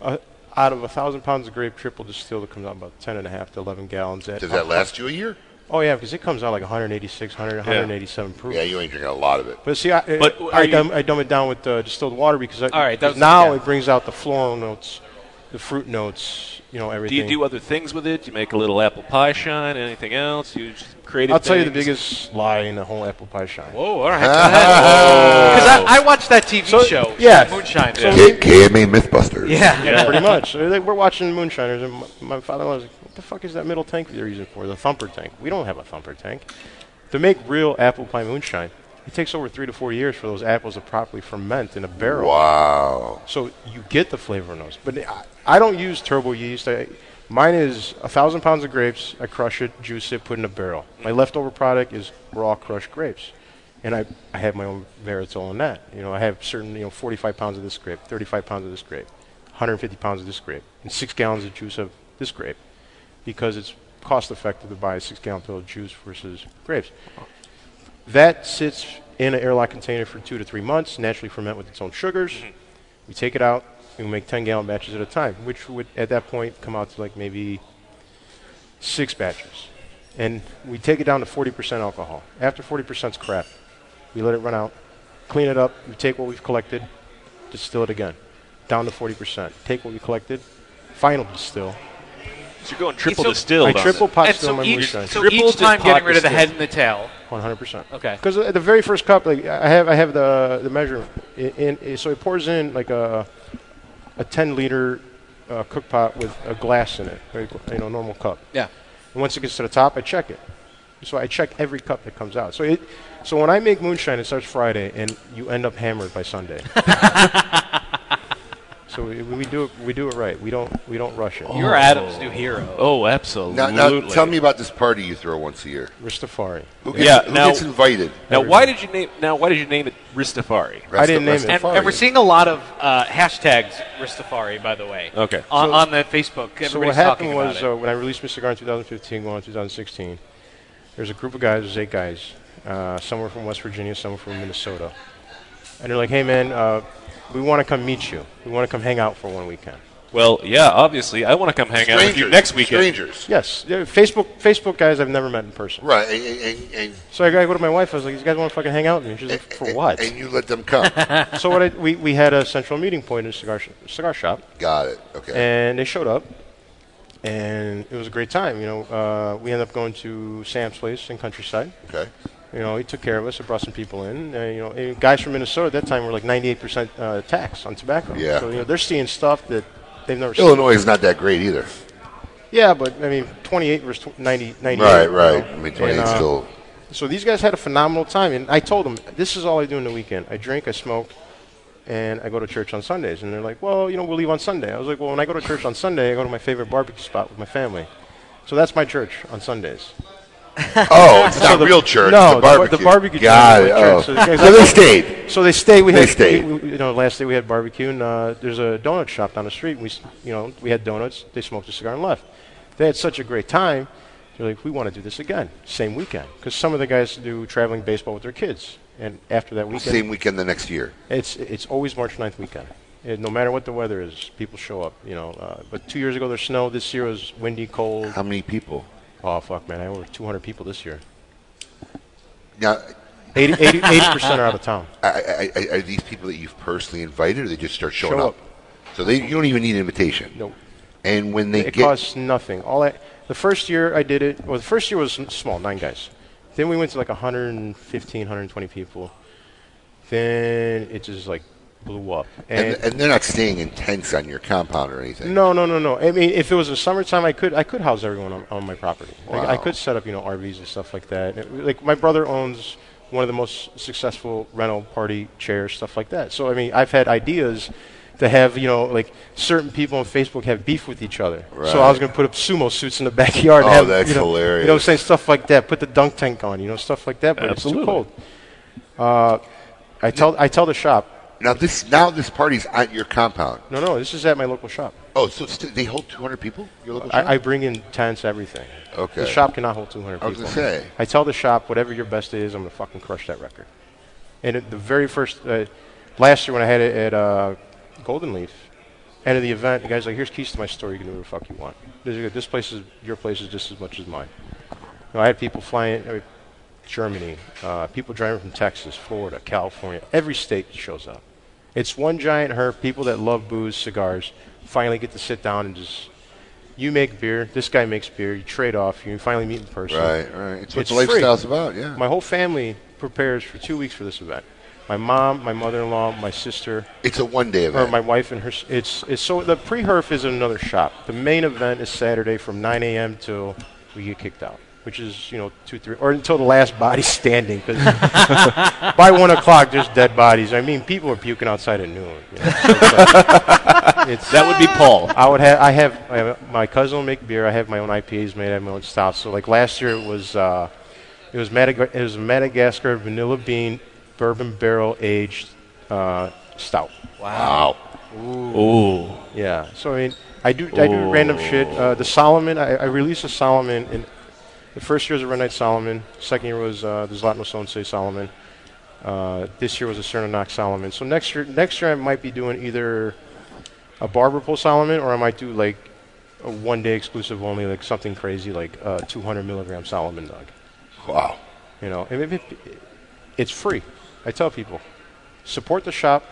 Uh, out of a thousand pounds of grape triple distilled, it comes out about 10 and a half to 11 gallons. At Does that last you a year? Oh yeah, because it comes out like 186, 100, 187 proof. Yeah, you ain't drinking a lot of it. But see, I, But I, are you- dumb, I dumb it down with uh, distilled water because I, All right, that because was- now yeah. it brings out the floral notes. the fruit notes, you know, Do everything. you do other things with it? Do you make a little apple pie shine? Anything else? You just creative I'll tell you the things? biggest lie in the whole apple pie shine. Whoa, all right. Ah. Because I, I watched that TV show. yeah. Moonshine. K- KMA Mythbusters. yeah. Yeah, pretty much. Uh, they- We're watching Moonshiners, and my- my father-in-law was like, "What the fuck is that middle tank they're using for? The thumper tank? We don't have a thumper tank. To make real apple pie moonshine, it takes over three to four years for those apples to properly ferment in a barrel. Wow. So you get the flavor notes. But I, I don't use turbo yeast. I, mine is a thousand pounds of grapes. I crush it, juice it, put in a barrel. My leftover product is raw crushed grapes. And I, I have my own varietal in that. You know, I have certain, you know, 45 pounds of this grape, 35 pounds of this grape, 150 pounds of this grape, and six gallons of juice of this grape because it's cost effective to buy a six gallon pill of juice versus grapes. That sits in an airlock container for two to three months, naturally ferment with its own sugars. We take it out and we make 10 gallon batches at a time, which would at that point come out to like maybe six batches. And we take it down to 40% alcohol. After 40% is crap. We let it run out, clean it up, we take what we've collected, distill it again, down to 40%. Take what we collected, final distill. So you're going triple so- distilled. I on triple it. pot And still so my each, moonshine. so Triple each time distilled getting rid of the distilled. head and the tail. One hundred percent. Okay. Because at the very first cup, like I have, I have the the measure, in, in so it pours in like a a ten liter uh, cook pot with a glass in it, right, you know, normal cup. Yeah. And once it gets to the top, I check it. So I check every cup that comes out. So it, so when I make moonshine, it starts Friday, and you end up hammered by Sunday. so we, we do it, we do it right. We don't, we don't rush it. You're Adam's new hero. Oh, absolutely. Now, now, tell me about this party you throw once a year. Rastafari. Who gets, Yeah, who now- gets invited? Now, why did you name? Now, why did you name it Ristafari? Rasta- didn't name it. And, Rastafari. and we're seeing a lot of uh, hashtags Ristafari, by the way. Okay. On, on the Facebook, everybody's so what talking happened about was it. uh, when I released my cigar in 2015, going in 2016, there was a group of guys, there's eight guys, uh, some were from West Virginia, some were from Minnesota, and they're like, "Hey man, uh, we want to come meet you. We want to come hang out for one weekend." Well, yeah, obviously, I want to come hang out with you next weekend. Strangers. Yes, they're Facebook Facebook guys I've never met in person. Right. And, and, and, So I go to my wife. I was like, "These guys want to fucking hang out with me?" She's like, "For and- what?" And you let them come. so what I, we we had a central meeting point in a cigar sh- cigar shop. Got it. Okay. and they showed up, and it was a great time. You know, uh, we ended up going to Sam's place in Countryside. okay. You know, he took care of us. It brought some people in. Uh, you know, and guys from Minnesota at that time were like 98% uh, tax on tobacco. Yeah. So you know, they're seeing stuff that they've never seen. Illinois is not that great either. Yeah, but I mean, 28 versus tw- 90, 98. Right, you know. right. I mean, 28 And, uh, still. So these guys had a phenomenal time, and I told them this is all I do in the weekend. I drink, I smoke, and I go to church on Sundays. And they're like, "Well, you know, we'll leave on Sunday." I was like, "Well, when I go to church on Sunday, I go to my favorite barbecue spot with my family." So that's my church on Sundays. Oh, it's So not the- real church. No, it's a the bar- barbecue. the barbecue joint Got is it. my church. Oh. So the guy's So they like- stayed. So they stayed. We They had, stayed. we- we- you know, last day we had barbecue, and uh, there's a donut shop down the street. And we, s- you know, we had donuts. They smoked a cigar and left. They had such a great time. They're like, we want to do this again, same weekend, because some of the guys do traveling baseball with their kids, and after that weekend, Same weekend the next year. it's it's always March 9th weekend. And no matter what the weather is, people show up. You know, uh, but two years ago there's snow. This year was windy, cold. How many people? Oh fuck, man! I had over 200 people this year. Now, 80 percent are out of town. I, I, I, are these people that you've personally invited, or they just start showing Show up? So they, you don't even need an invitation. Nope. And when they It get costs nothing. All I, the first year I did it, well, the first year was n- small, nine guys. Then we went to like 115, 120 people. Then it just like blew up. and, And, and they're not staying in tents on your compound or anything. no, no, no, no. I mean, if it was the summertime, I could I could house everyone on, on my property. Like, I Wow. could set up you know RVs and stuff like that. It- like my brother owns one of the most successful rental party chairs, stuff like that. So I mean, I've had ideas to have you know like certain people on Facebook have beef with each other. So I was Right. going to put up sumo suits in the backyard. Oh, and have, that's you know, You know what I'm hilarious. saying? Stuff like that. Put the dunk tank on. You know, stuff like that. But Absolutely. it's too cold. Uh, I tell I tell the shop. Now this now this party's at your compound. No, no, this is at my local shop. Oh, so st- they hold 200 people? Your local shop? I, I bring in tents, everything. Okay. The shop cannot hold 200 people. I was gonna say. I tell the shop, whatever your best is, I'm going to fucking crush that record. And it, the very first, uh, last year when I had it at uh, Golden Leaf, end of the event, the guy's like, here's keys to my store. You can do whatever the fuck you want. This, this place is, your place is just as much as mine. You know, I had people flying, I mean, Germany, uh, people driving from Texas, Florida, California. Every state shows up. It's one giant herp. People that love booze, cigars, finally get to sit down and just. You make beer. This guy makes beer. You trade off. You finally meet in person. Right, right. It's what It's the free. lifestyle's about, yeah. My whole family prepares for two weeks for this event. My mom, my mother-in-law, my sister, It's a one day or event. my wife and her. s- It's, it's so the pre-herf is in another shop. The main event is Saturday from 9 a.m. till we get kicked out, which is you know two three or until the last body standing. Because by one o'clock there's dead bodies. I mean people are puking outside at noon. you know. It's- That would be Paul. I would have. I have. I have my cousin will make beer. I have my own IPAs made. I have my own stouts. So like last year it was, uh, it was Madag- it was Madagascar vanilla bean bourbon barrel aged uh, stout. wow. Ooh. Yeah. So I mean, I do I do random shit. Uh, the Solomon. I, I released a Solomon in the first year was a Red Knight Solomon. Second year was uh, the Zlatno Sonse Solomon. Uh, this year was a Cernanak Solomon. So next year, next year I might be doing either a Barber Pole Solomon or I might do like a one-day exclusive only, like something crazy, like uh, 200 milligram Solomon dog. Wow. You know, and it, it- it's free. I tell people, support the shop.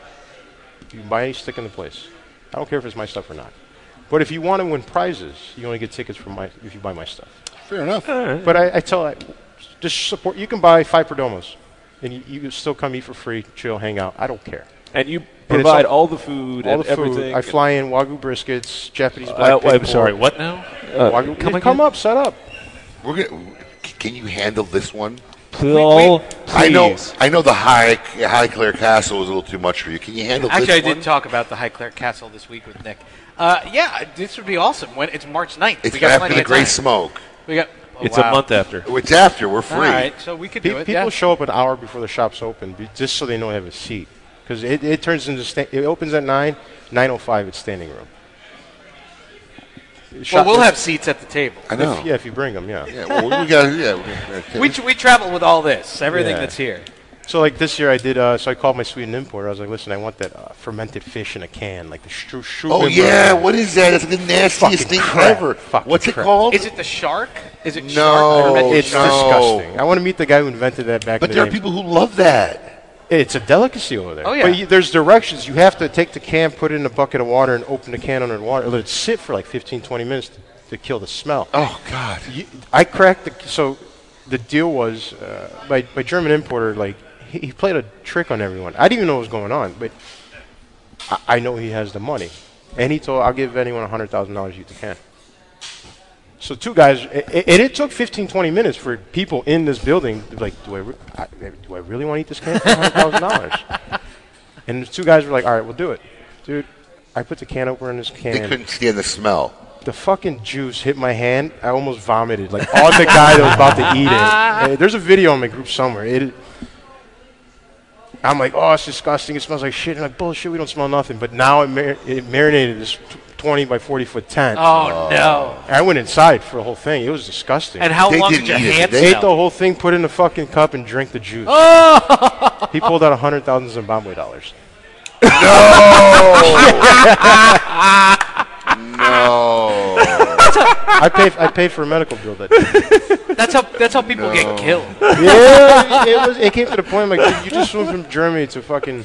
You can buy any stick in the place. I don't care if it's my stuff or not. But if you want to win prizes, you only get tickets from my if you buy my stuff. Fair enough. Eh. But I, I tell, I, just support. You can buy five Perdomos, and you, you can still come eat for free, chill, hang out. I don't care. And you it's provide all- all, the food All and the food. everything. I fly in Wagyu briskets, Japanese black. Uh, pig I'm pork, sorry. What now? Uh, Wagyu, come come, again? come up, set up. We're gonna. c- Can you handle this one? Paul, please. I know. I know the high Highclere Castle was a little too much for you. Can you handle Actually, this I one? did talk about the Highclere Castle this week with Nick. Uh, yeah, this would be awesome. When it's March 9th, It's we got after plenty the of Gray time. Smoke. We got. oh, It's wow. a month after. It's after. We're free. All right, so we could Pe- do it. people yeah. show up an hour before the shop's open be- just so they know they have a seat because it, it turns into sta- it opens at nine, nine o five. It's standing room. well, Shop- we'll have seats at the table. I know. If, yeah, if you bring them, yeah. Yeah, well, we got. Yeah. we gotta- We, tr- we travel with all this, everything Yeah. that's here. So like this year, I did. Uh, so I called my Sweden importer. I was like, listen, I want that uh, fermented fish in a can, like the shrew. Oh yeah, what is that? It's the nastiest Fucking thing crap. ever. Fucking What's it crap. called? Is it the shark? Is it No. shark? fermented It's no. shark? disgusting. I want to meet the guy who invented that back. but in there the are day. people who love that. It's a delicacy over there. Oh, yeah. But you, there's directions. You have to take the can, put it in a bucket of water, and open the can under the water. Let it sit for like 15, 20 minutes to, to kill the smell. Oh God. You, I cracked the. So the deal was uh, my, my German importer, like, he, he played a trick on everyone. I didn't even know what was going on, but I, I know he has the money. And he told, I'll give anyone $100,000 you can. So two guys, a- a- and it took 15, 20 minutes for people in this building to be like, do I, re- I, do I really want to eat this can for $100,000? and the two guys were like, all right, we'll do it. Dude, I put the can opener in this can They couldn't stand the smell. the fucking juice hit my hand. I almost vomited, like on the guy that was about to eat it. Uh, There's a video in my group somewhere. It. I'm like, oh, it's disgusting. It smells like shit. And I'm like, bullshit. We don't smell nothing. But now it, mar- it marinated this t- 20 by 40 foot tent. Oh, no. I went inside for the whole thing. It was disgusting. And how They long did didn't your eat it, hands did Ate they? the whole thing, put it in a fucking cup, and drank the juice. Oh! he pulled out 100,000 Zimbabwe dollars. No. I paid, I paid for a medical bill that day. That's how, that's how people get killed. yeah, it was. It came to the point like dude, you just went from Germany to fucking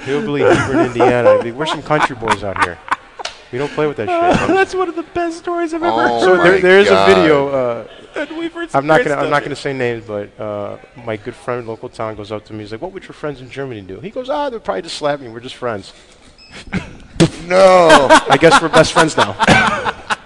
hillbilly Hebron, Indiana. I mean, we're some country boys out here. We don't play with that shit. That's one of the best stories I've ever Oh so my there, there is God. a video. Uh, heard. We've heard some I'm not great gonna. I'm stuff not here. gonna say names, but uh, my good friend, local town, goes up to me. He's like, "What would your friends in Germany do?" He goes, "Ah, they'd probably just slap me. We're just friends. No. I guess we're best friends now."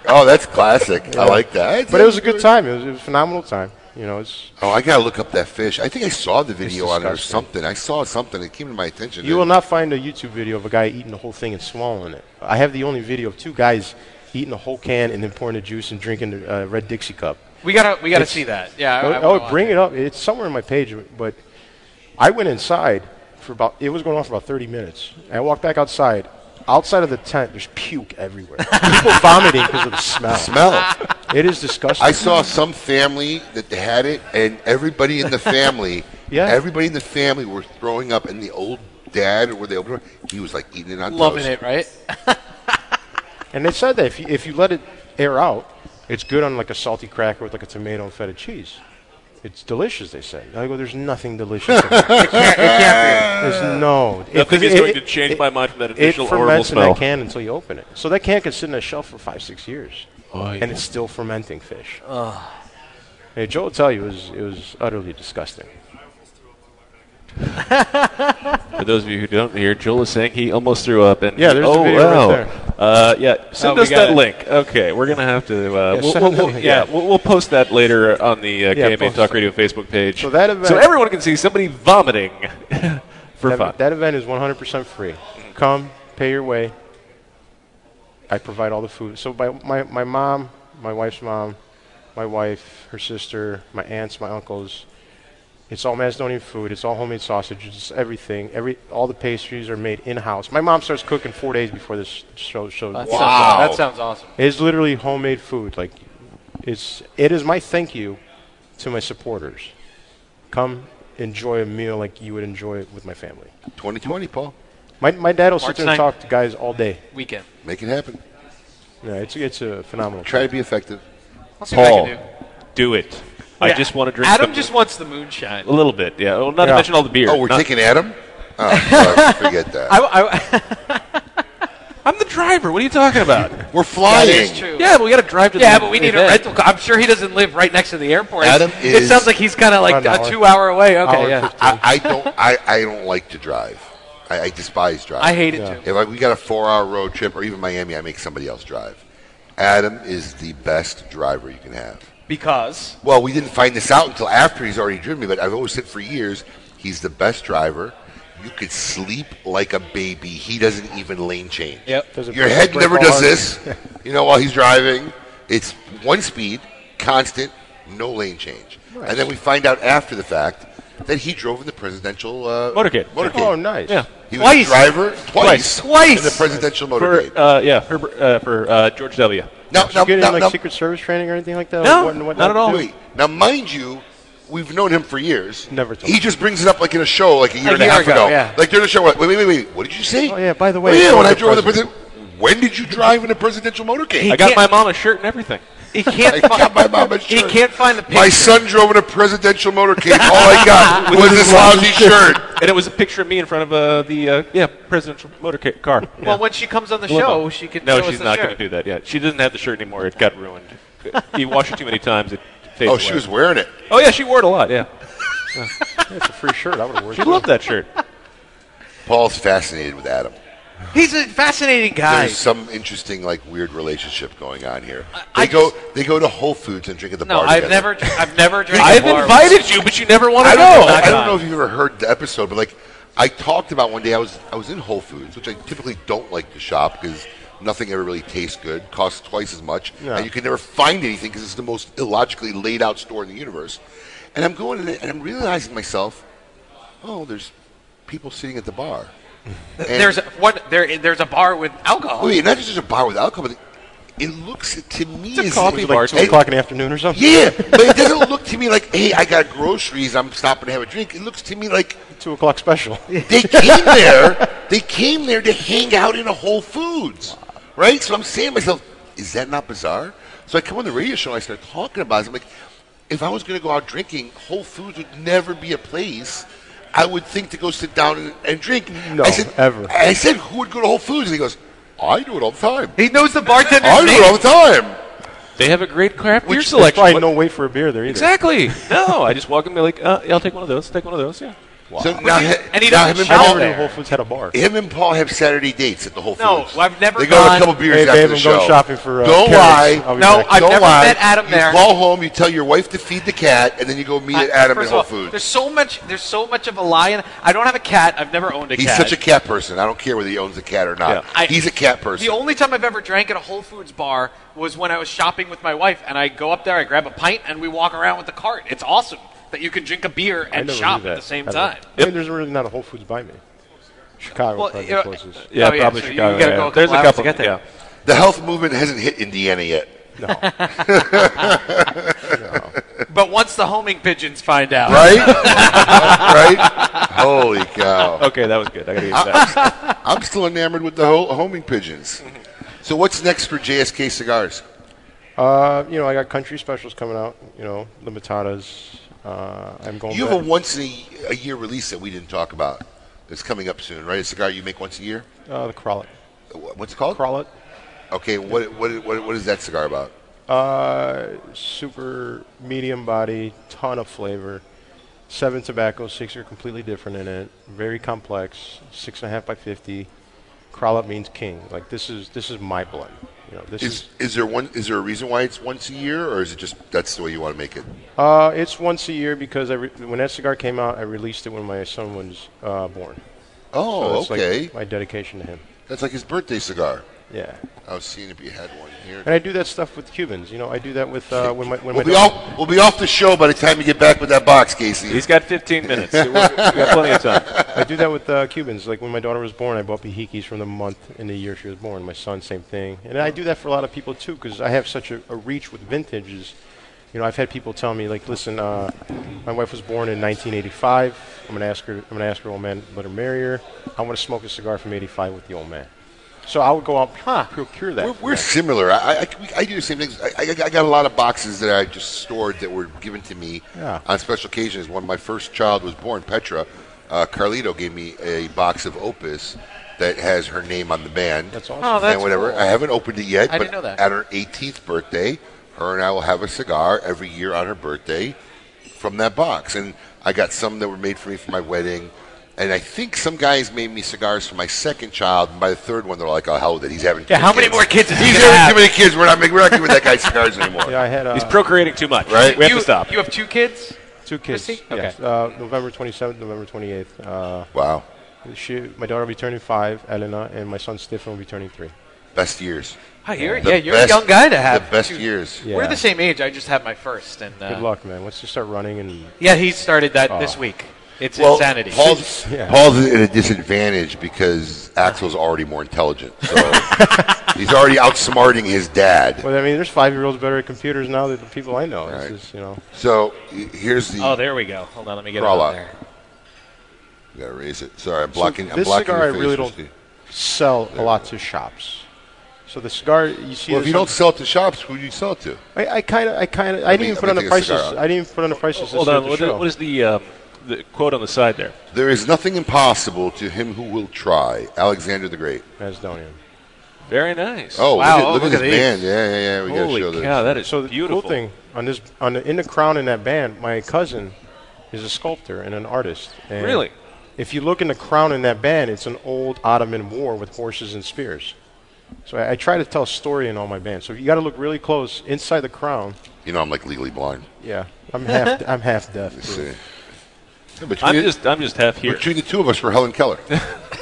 Oh, that's classic. I like that. But it was a good time. It was, it was a phenomenal time. You know, it's Oh, I gotta look up that fish. I think I saw the video on it or disgusting. something. I saw something. It came to my attention. You will not find a YouTube video of a guy eating the whole thing and swallowing it. I have the only video of two guys eating the whole can and then pouring the juice and drinking the uh, red Dixie cup. We got to we gotta It's- see that. Yeah. I- I Oh, wanna oh, bring watch it up. It's somewhere on my page, but I went inside for about. It was going on for about 30 minutes. And I walked back outside. Outside of the tent, there's puke everywhere. People vomiting because of the smell. smell. It is disgusting. I saw some family that they had it, and everybody in the family, Yeah. everybody in the family were throwing up, and the old dad or the old he was like eating it on Loving toast. it, right? And they said that if you, if you let it air out, it's good on like a salty cracker with like a tomato and feta cheese. It's delicious, they said. I go, there's nothing delicious. about it. It can't, it can't be. There's no. It- Nothing 'cause is it- going it- to change it- my mind from that initial it horrible ferments in smell. that can until you open it. So that can could sit on a shelf for five, six years, and it's still fermenting fish. Hey, Joe will tell you it was, it was utterly disgusting. For those of you who don't hear, Joel is saying he almost threw up. And Yeah, there's the oh, video right wow. there. Uh, yeah, send Oh, we us that got it. link. Okay, we're gonna have to. Uh, Yeah, we'll, send we'll, them- we'll- yeah, yeah. we'll, we'll post that later on the uh, Yeah, KMA post Talk it. Radio Facebook page, So that event- so everyone can see somebody vomiting for fun. That, that event is 100% free. Come, pay your way. I provide all the food. So my, my, my mom, my wife's mom, my wife, her sister, my aunts, my uncles. It's all Macedonian food. It's all homemade sausages. It's everything. Every all the pastries are made in house. My mom starts cooking four days before this show. show That sounds- Wow. that sounds awesome. it's literally homemade food. Like, it's it is my thank you to my supporters. Come enjoy a meal like you would enjoy it with my family. 2020, Paul. My, my dad will March sit there and 9th. talk to guys all day. Weekend. Make it happen. Yeah, it's it's a phenomenal. Try to be effective. I'll see what I Paul. can do. Do it. I Yeah, just want to drink. Adam some- just wants the moonshine. a little bit. Yeah, well, not to Yeah. mention all the beer. Oh, we're Not- taking Adam. Oh, sorry, forget I, that. I, I'm the driver. What are you talking about? We're that flying. is true. yeah, but we got to drive to. Yeah, the but we need a event. rental car. I'm sure he doesn't live right next to the airport. Adam it is- sounds like he's kind of like An a hour. two-hour away. Okay, Hour yeah. fifteen. I, I don't. I, I don't like to drive. I, I despise driving. I hate it Yeah. too. If like we got a four-hour road trip or even Miami, I make somebody else drive. Adam is the best driver you can have. Because Well, we didn't find this out until after he's already driven me, but I've always said for years he's the best driver. You could sleep like a baby. He doesn't even lane change. Yep. Doesn't Your break- head break never all does our- this. You know, while he's driving, it's one speed, constant, no lane change. And then we find out after the fact that he drove in the presidential uh, Motorcade. Motorcade. Oh, nice. Yeah. He was Twice. a driver twice, Twice. in the presidential motorcade. For uh, yeah, Herbert, uh, for uh, George W. no, Did no, you get no, any like no. Secret Service training or anything like that? No, Like, not at all. to do? Wait. Now, mind you, we've known him for years. Never told He me. just brings it up like in a show, like a year A and a year half ago, ago. yeah. Like during the show, we're like, wait, wait, wait, wait. What did you say? Oh, yeah, by the way, Oh, yeah, it's when for I the drove in the president. president. When did you drive in a presidential motorcade? I I, got can't- my mom a shirt and everything. he can't. fi- got my mom a he shirt. can't find the my picture. son drove in a presidential motorcade. All I got was this lousy shirt. And it was a picture of me in front of uh, the uh, yeah presidential motorcade car. Well, Yeah. when she comes on the Limo. show, she can. No, show she's us the not shirt. going to do that yet. She doesn't have the shirt anymore. It got ruined. you wash it too many times. It fades Oh, she away. was wearing it. Oh yeah, she wore it a lot. Yeah, It's a free shirt. I would have worn she it. loved that shirt. Paul's fascinated with Adam. He's a fascinating guy. There's some interesting, like, weird relationship going on here. They I go, just- they go to Whole Foods and drink at the No, bar. I've together. never. dr- I've never drank. I've a bar. invited you, but you never want I to don't, go. know, I don't know if you've ever heard the episode, but like I talked about one day, I was I was in Whole Foods, which I typically don't like to shop because nothing ever really tastes good, costs twice as much, Yeah. and you can never find anything because it's the most illogically laid out store in the universe. And I'm going in it, and I'm realizing to myself, oh, there's people sitting at the bar. And- There's a- what there. There's a bar with alcohol. oh, yeah, not just a bar with alcohol, but it, it looks to me a as coffee if- bar, Like two it- o'clock in the afternoon or something. yeah, but it doesn't look to me like, hey, I got groceries. I'm stopping to have a drink. It looks to me like Two o'clock special. they came there. They came there to hang out in a Whole Foods, right? So I'm saying to myself, is that not bizarre? So I come on the radio show and I start talking about it. I'm like, if I was going to go out drinking, Whole Foods would never be a place I would think to go sit down and, and drink. No, I said, ever. I said, who would go to Whole Foods? And he goes, I do it all the time. He knows the bartender's I do name. it all the time. They have a great craft beer There's selection. probably What- no wait for a beer there either. Exactly. no, I just walk in and be like, uh, yeah, I'll take one of those. Take one of those. Oh, Yeah. So now, he- and he now doesn't him, and I Paul, never knew there. Whole Foods had a bar. him and Paul have Saturday dates at the Whole No, Foods. I've never They go to a gone- couple beers Hey, after babe, the I'm show. going shopping for, uh, Don't carrots. lie. I'll be No, back. I've Don't never lie. met Adam you there. call home, you tell your wife to feed the cat, and then you go meet I- Adam at Uh, first Whole of all, There's Foods. so much. There's so much of a lion. I don't have a cat. I've never owned a He's cat. such a cat person. I don't care whether he owns a cat or not. Yeah. I- He's a cat person. The only time I've ever drank at a Whole Foods bar was when I was shopping with my wife, and I go up there, I grab a pint, and we walk around with the cart. It's awesome that you can drink a beer I and never shop knew at that. the same I time. don't- I mean, there's really not a Whole Foods by me. Chicago Well, probably you know, the closest. Yeah, Oh, yeah, probably so you Chicago. gotta yeah. go a There's a couple couple. hours to get yeah. there. the health movement hasn't hit Indiana yet. But once the homing pigeons find out, Right? right? Holy cow. Okay, that was good. I gotta get that. I, am still enamored with the ho- homing pigeons. So what's next for JSK Cigars? Uh, you know, I got country specials coming out. You know, limitadas. Uh, I'm going. You back. have a once in a, a year release that we didn't talk about. It's coming up soon, right? A cigar you make once a year. Uh, the Crawlet. Wh- What's it called? Crawlet, Okay, what, what what what is that cigar about? uh, super medium body, ton of flavor. Seven tobacco, six are completely different in it. Very complex, six and a half by fifty. Crawlet means king. Like this is this is my blend. You know, this Is is there one? Is there a reason why it's once a year, or is it just that's the way you want to make it? Uh, it's once a year because I re- when that cigar came out, I released it when my son was uh, born. So Oh, it's okay. Like my dedication to him. that's like his birthday cigar. Yeah. I was seeing if you had one here. And I do that stuff with Cubans. You know, I do that with uh, when my when We'll my be off. We'll be off the show by the time you get back with that box, Casey. He's got 15 minutes. We've got plenty of time. I do that with uh, Cubans. Like when my daughter was born, I bought pihikis from the month and the year she was born. My son, same thing. And I do that for a lot of people too, because I have such a, a reach with vintages. You know, I've had people tell me, like, listen, uh, my wife was born in 1985. I'm gonna ask her. I'm gonna ask her old man, let her marry her. I want to smoke a cigar from '85 with the old man. So I would go out, huh, procure that. We're, we're similar. I, I, I- we- I do the same things. I, I, I got a lot of boxes that I just stored that were given to me Yeah. on special occasions. When my first child was born, Petra, uh, Carlito gave me a box of Opus that has her name on the band. That's awesome. Oh, that's and whatever. cool. I haven't opened it yet, I but didn't know that. at her 18th birthday, her and I will have a cigar every year on her birthday from that box. And I got some that were made for me for my wedding. And I think some guys made me cigars for my second child. And by the third one, they're like, oh, hell with it. He's having Yeah, two how many kids." more kids is he He's gonna having have? too many kids. We're not, making, we're not giving that guy cigars anymore. yeah, I had uh, He's procreating too much. Right. We have you, to stop. You have two kids. two kids. Christy? Yes. Uh, November 27th, November 28th. Uh, Wow. she, my daughter will be turning five, Elena, and my son Stefan will be turning three. Best years. Oh, you're, The yeah, you're best- a young guy to have. The best two- years. Yeah. We're the same age. I just had my first, and uh, Good luck, man. Once you start running and yeah, he started that Oh. this week. It's Well, insanity. Paul's, Yeah. Paul's at a disadvantage because Axel's already more intelligent. So he's already outsmarting his dad. Well, I mean, there's five-year-olds better at computers now than the people I know. Right. It's just, you know, So y- here's the. oh, there we go. Hold on, let me get it Crawl on out. there. You gotta raise it. Sorry, I'm blocking. I'm this blocking cigar your I face, really don't- Christy. sell a lot to shops. So the cigar you see. Well, if this you on- don't sell it to shops, who do you sell it to? I kind of, I kind of, I, me- didn't even let put me on the take a prices. cigar out. I didn't even put on the prices. Hold this year on. at the What show. what is the, um, the quote on the side there? There is nothing impossible to him who will try. Alexander the Great. Macedonian? Very nice. Oh, Wow, look at, oh, look at look at this these. band. Yeah, yeah, yeah. We Holy gotta show this. cow, that is So the beautiful. cool thing on this, on the, in the crown in that band, my cousin is a sculptor and an artist. And Really? If you look in the crown in that band, it's an old Ottoman war with horses and spears. So I, I try to tell a story in all my bands. So you got to look really close inside the crown. You know, I'm like legally blind. Yeah, I'm half, I'm half deaf. Let's see. too. Yeah, between, I'm just, I'm just half here. between the two of us, we're Helen Keller. All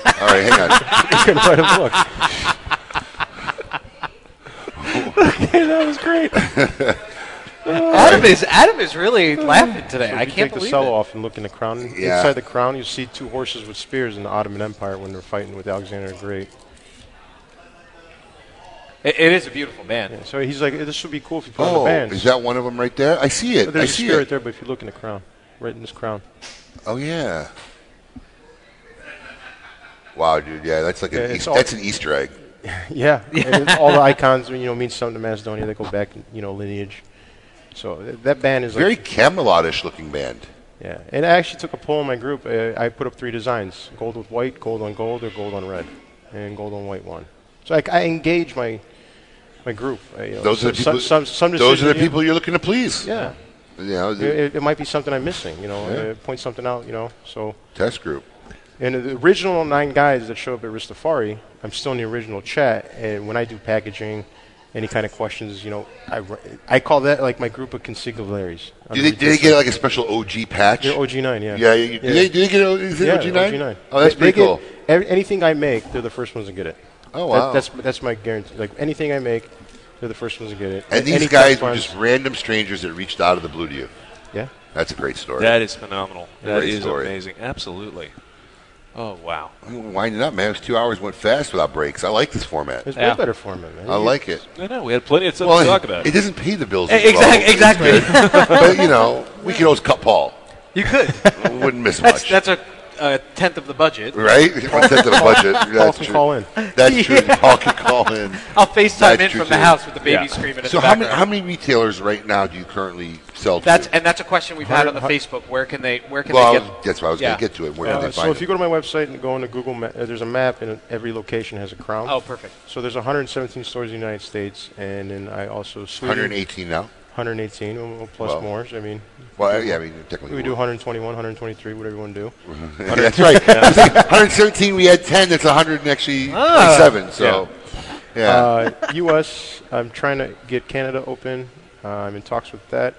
right, hang on. You can write a book. that was great. Adam is Adam is really laughing today. So if I you can't take the believe cell it. off and look in the crown. Yeah. Inside the crown, you see two horses with spears in the Ottoman Empire when they're fighting with Alexander the Great. It- It is a beautiful band. Yeah, so he's like, this would be cool if you put on Oh, the band. is that one of them right there? I see it. But I there's a see spirit it. there, but if you look in the crown, right in this crown, Oh yeah. Wow, dude. Yeah, that's like Yeah, an it's East, all- that's an Easter egg. yeah, and all the icons you know mean something to Macedonia. They go back, you know, lineage. So th- that band is Very like, Camelotish looking band. yeah. And I actually took a poll in my group. Uh, I put up three designs: gold with white, gold on gold, or gold on red, and gold on white one. So I, I engage my my group. Uh, you know, Those are the so- people. Some, some, some those are the decision- people you're looking to please. Yeah. You know, It, the it- it might be something I'm missing, you know, Yeah. uh, point something out, you know. So, test group. and the original nine guys that show up at Ristafari, I'm still in the original chat, and when I do packaging, any kind of questions, you know, I, r- I call that like my group of consigliaries. Do they, do they get like a special OG patch? Your OG9, yeah. yeah, you, do, They, do they get o- is it Yeah, OG9? OG9. Oh, that's They- pretty they get- cool. ev- anything I make, they're the first ones to get it. Oh, That- wow. that's that's my guarantee. Like anything I make, they're the first ones to get it. and these Any guys were correspondence- just random strangers that reached out of the blue to you. yeah. That's a great story. That is phenomenal. That Great is story. amazing. Absolutely. Oh wow. We were winding up, man. It was two hours went fast without breaks. I like this format. It's Yeah. way better format, man. I like it. No, no, we had plenty of stuff to talk about. it doesn't pay the bills. as well. Exactly. Exactly. but you know, we could always cut Paul. you could. We wouldn't miss That's much. that's a, a tenth of the budget. right. That's the budget. That's can true. call in. That's true. Paul can call in. I'll FaceTime That's in true, from the too. house with the baby Yeah. screaming. in So the how many background. how many retailers right now do you currently sell to? That's and that's a question we've had on the Hard- Facebook. Where can they where can well, I they was- get that's what I was Yeah. going to get to it. Where Uh, can they so find if you go to my website and go into Google, ma- uh, there's a map, and every location has a crown. Oh, perfect. So there's 117 stores in the United States, and then I also Sweden, 118 now? 118 well, well, oh, plus Well. more. I mean, Well, yeah, I mean, technically. we do we're- 121, 123, whatever you want to do. Yeah, that's right. 117, we had 10. That's 100 and actually 27. So, yeah. Ah, Uh, U.S. I'm trying to get Canada open. Uh, I'm in talks with that.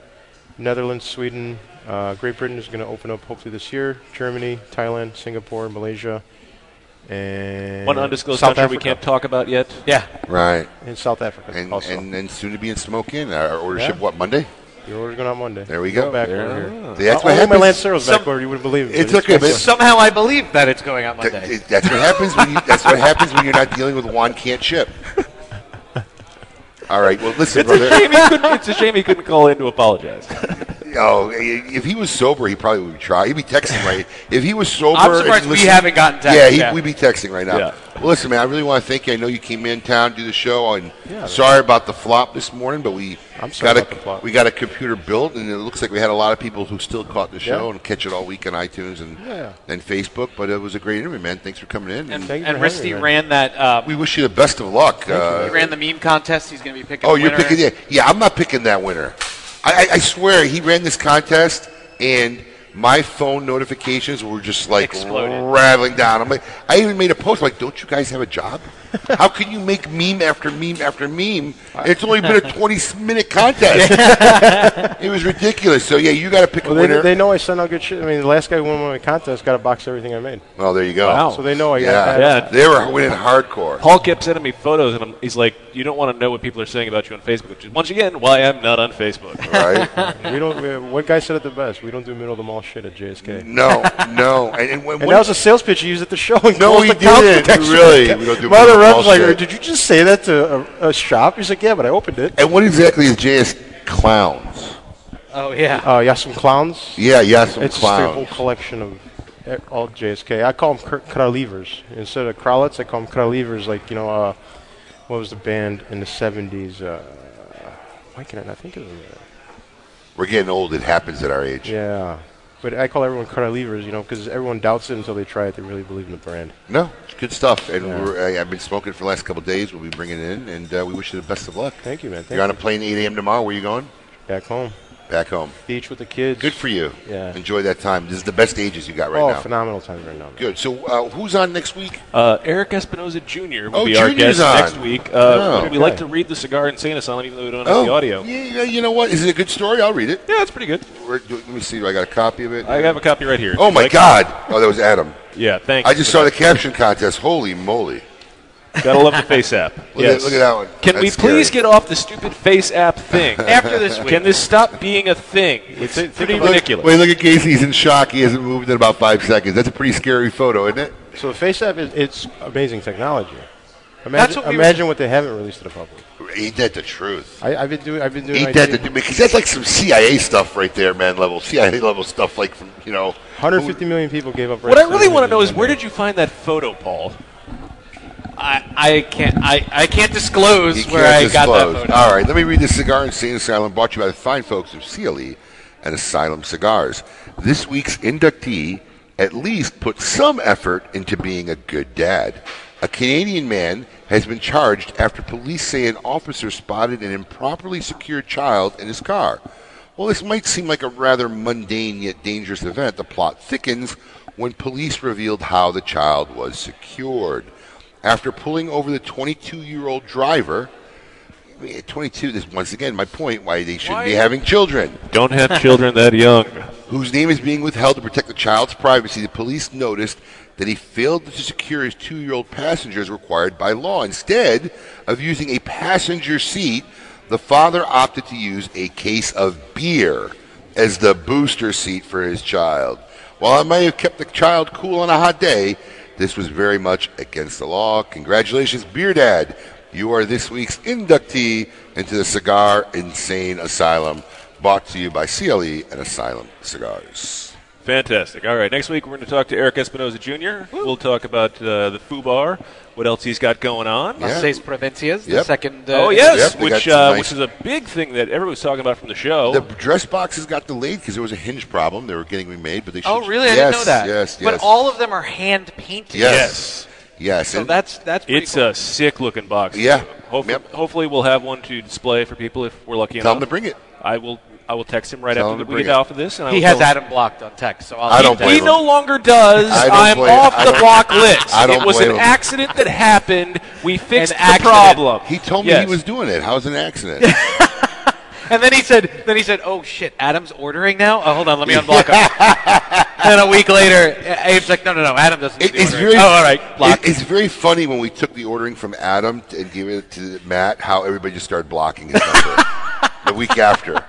Netherlands, Sweden, uh, Great Britain is going to open up hopefully this year. Germany, Thailand, Singapore, Malaysia, and One undisclosed South country we Africa. can't talk about yet. yeah right. And South Africa And, also. and uh, and soon to be in Smoke In. Our order Yeah. ship, what, Monday? Your order's going out Monday. There we Go go. back There- over here. See, that's I'll what hold my happens. Lanceros back Some- over. You wouldn't believe it. It's but okay, it's- somehow I believe that it's going out Th- Monday. it- that's what happens when you, that's what happens when you're not dealing with one can't ship. All right. Well, listen, brother. Shame he couldn't- it's a shame he couldn't call in to apologize. Oh, i- if he was sober, he probably would try. He'd be texting right. If he was sober, I'm surprised and we listening- haven't gotten text. Yeah, he, Yeah. we'd be texting right now. Yeah. Well, listen, man. I really want to thank you. I know you came in town do the show, and sorry about the flop this morning, but we I'm sorry got about a the flop. we got a computer built, and it looks like we had a lot of people who still caught the show Yeah. and catch it all week on iTunes and Yeah. and Facebook. But it was a great interview, man. Thanks for coming in. and And Thank you and for having me, Risty man. ran that. Uh, we wish you the best of luck. Uh, he ran the meme contest. He's going to be picking. Oh, a you're winner. picking yeah. Yeah, I'm not picking that winner. I, I, I swear, he ran this contest, and my phone notifications were just like Exploded. rattling down. I'm like, I even made a post like, "Don't you guys have a job? How can you make meme after meme after meme? And it's only been a 20 minute contest. it was ridiculous. So yeah, you got to pick Well, a winner. they, they know I send out good shit. I mean, the last guy who won my contest got a box of everything I made. well, there you go. Wow. Oh. So they know I Yeah. got Yeah. They were winning hardcore. Paul kept sending me photos, and I'm, he's like, "You don't want to know what people are saying about you on Facebook." Which is once again why I'm not on Facebook. Right. We don't. We, one guy said it the best. We don't do middle of the mall shit at JSK. No, no, and, and when, And that was a sales pitch you used at the show. and No, closed we the account didn't. protection. Really, we don't do My middle of other the rep mall was like, shit. "Did you just say that to a, a shop?" He's like, "Yeah, but I opened it." and what exactly is JS clowns? Oh yeah. Uh, yeah, some clowns. Yeah, yeah, some It's just a clowns. whole collection of e- all JSK. I call them cr- Kralivers. Instead of Kralets, I call them Kralivers. Like, you know, uh, what was the band in the 70s? Uh, why can I not think of them? We're getting old. It happens at our age. Yeah. But I call everyone Kralivers, you know, because everyone doubts it until they try it. They really believe in the brand. No, it's good stuff. And we're, I, I've been smoking for the last couple of days. We'll be bringing it in, and uh, we wish you the best of luck. Thank you, man. Thank You're on a plane 8 a.m. tomorrow. Where you going? Back home. Back home. Beach with the kids. Good for you. Yeah. Enjoy that time. This is the best ages you got right oh, now. phenomenal times right now. man. Good. So uh, who's on next week? Uh, Eric Espinoza Jr. will Oh, be our Jr.'s guest on. next week. Uh, Oh. We like to read the cigar and Santa song, even though we don't have the audio. Yeah, Yeah, yeah, you know what? Is it a good story? I'll read it. it's pretty good. Where, do, let me see. Do I got a copy of it? I have a copy right here. oh, my Like- God. Oh, that was Adam. Yeah, thanks. I just saw the caption contest. Holy moly. Gotta love the face app. Look, yes. at, look at that one. Can That's we scary. please get off the stupid face app thing after this week? Can this stop being a thing? It's pretty Look- ridiculous. Wait, look at Casey. He's in shock. He hasn't moved in about five seconds. That's a pretty scary photo, isn't it? So the Face App, is, it's amazing technology. Imagine, what we were- imagine what they haven't released to the public. Ain't that the truth? I, I've been doing. I've been doing. Ain't ideas- that the because that's like some CIA stuff right there, man. Level CIA level stuff, like from you know. 150 million people gave up. what I really want to know is where did you find that photo, Paul? I, I can't I, I can't disclose You where can't I got disclose. Uh, that photo. All right, let me read the cigar and scene asylum brought to you by the fine folks of CLE and Asylum Cigars. This week's inductee at least put some effort into being a good dad. A Canadian man has been charged after police say an officer spotted an improperly secured child in his car. While this might seem like a rather mundane yet dangerous event, the plot thickens when police revealed how the child was secured. After pulling over the 22 year old driver, I mean, at 22, this once again my point why they shouldn't be having children, Don't have children that young. whose name is being withheld to protect the child's privacy. The police noticed that he failed to secure his two year old passenger as required by law. Instead of using a passenger seat, the father opted to use a case of beer as the booster seat for his child. While I may have kept the child cool on a hot day, this was very much against the law. Congratulations, Beer Dad. You are this week's inductee into the Cigar Insane Asylum, brought to you by CLE and Asylum E Cigars. Fantastic. All right. Next week, we're going to talk to Eric Espinoza Jr. We'll talk about uh, the Foo Bar, what else he's got going on. Yeah. Seis Provincias, the Yep. second. Uh, Oh, yes, Yep, they which got some uh, nice- which is a big thing that everyone was talking about from the show. The Oh. dress boxes got delayed because there was a hinge problem. They were getting remade, but they. Oh, should- really? Yes, I didn't know that. Yes, yes, But all of them are hand painted. yes, yes. So And that's that's pretty it's cool. a sick looking box. Yeah. too. Hopefully, Yep. hopefully, we'll have one to display for people if we're lucky tell enough. them to bring it. I will. I will text him right Tell him after to we get bring it. off of this. And I he will has tell him- Adam blocked on text, so I'll I leave don't that. blame He him. no longer does. I don't I'm blame off him. I the don't- block list. I don't it was blame an him. accident that happened. We fixed An the accident. problem. He told me Yes. he was doing it. How's an accident? And then he said, then he said, "Oh shit, Adam's ordering now." Oh, hold on, let me unblock him. and a week later, A- Abe's like, "No, no, no, Adam doesn't." do It- it's ordering." very, oh, all right, block. it- it's very funny when we took the ordering from Adam t- and gave it to Matt. How everybody just started blocking his number the week after.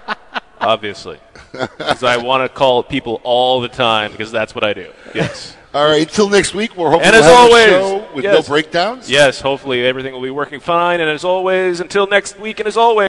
obviously, because I want to call people all the time because that's what I do. Yes. All right, until next week. We're hoping And we'll as have always, a show with yes. no breakdowns. Yes, hopefully everything will be working fine. And as always, until next week, and as always,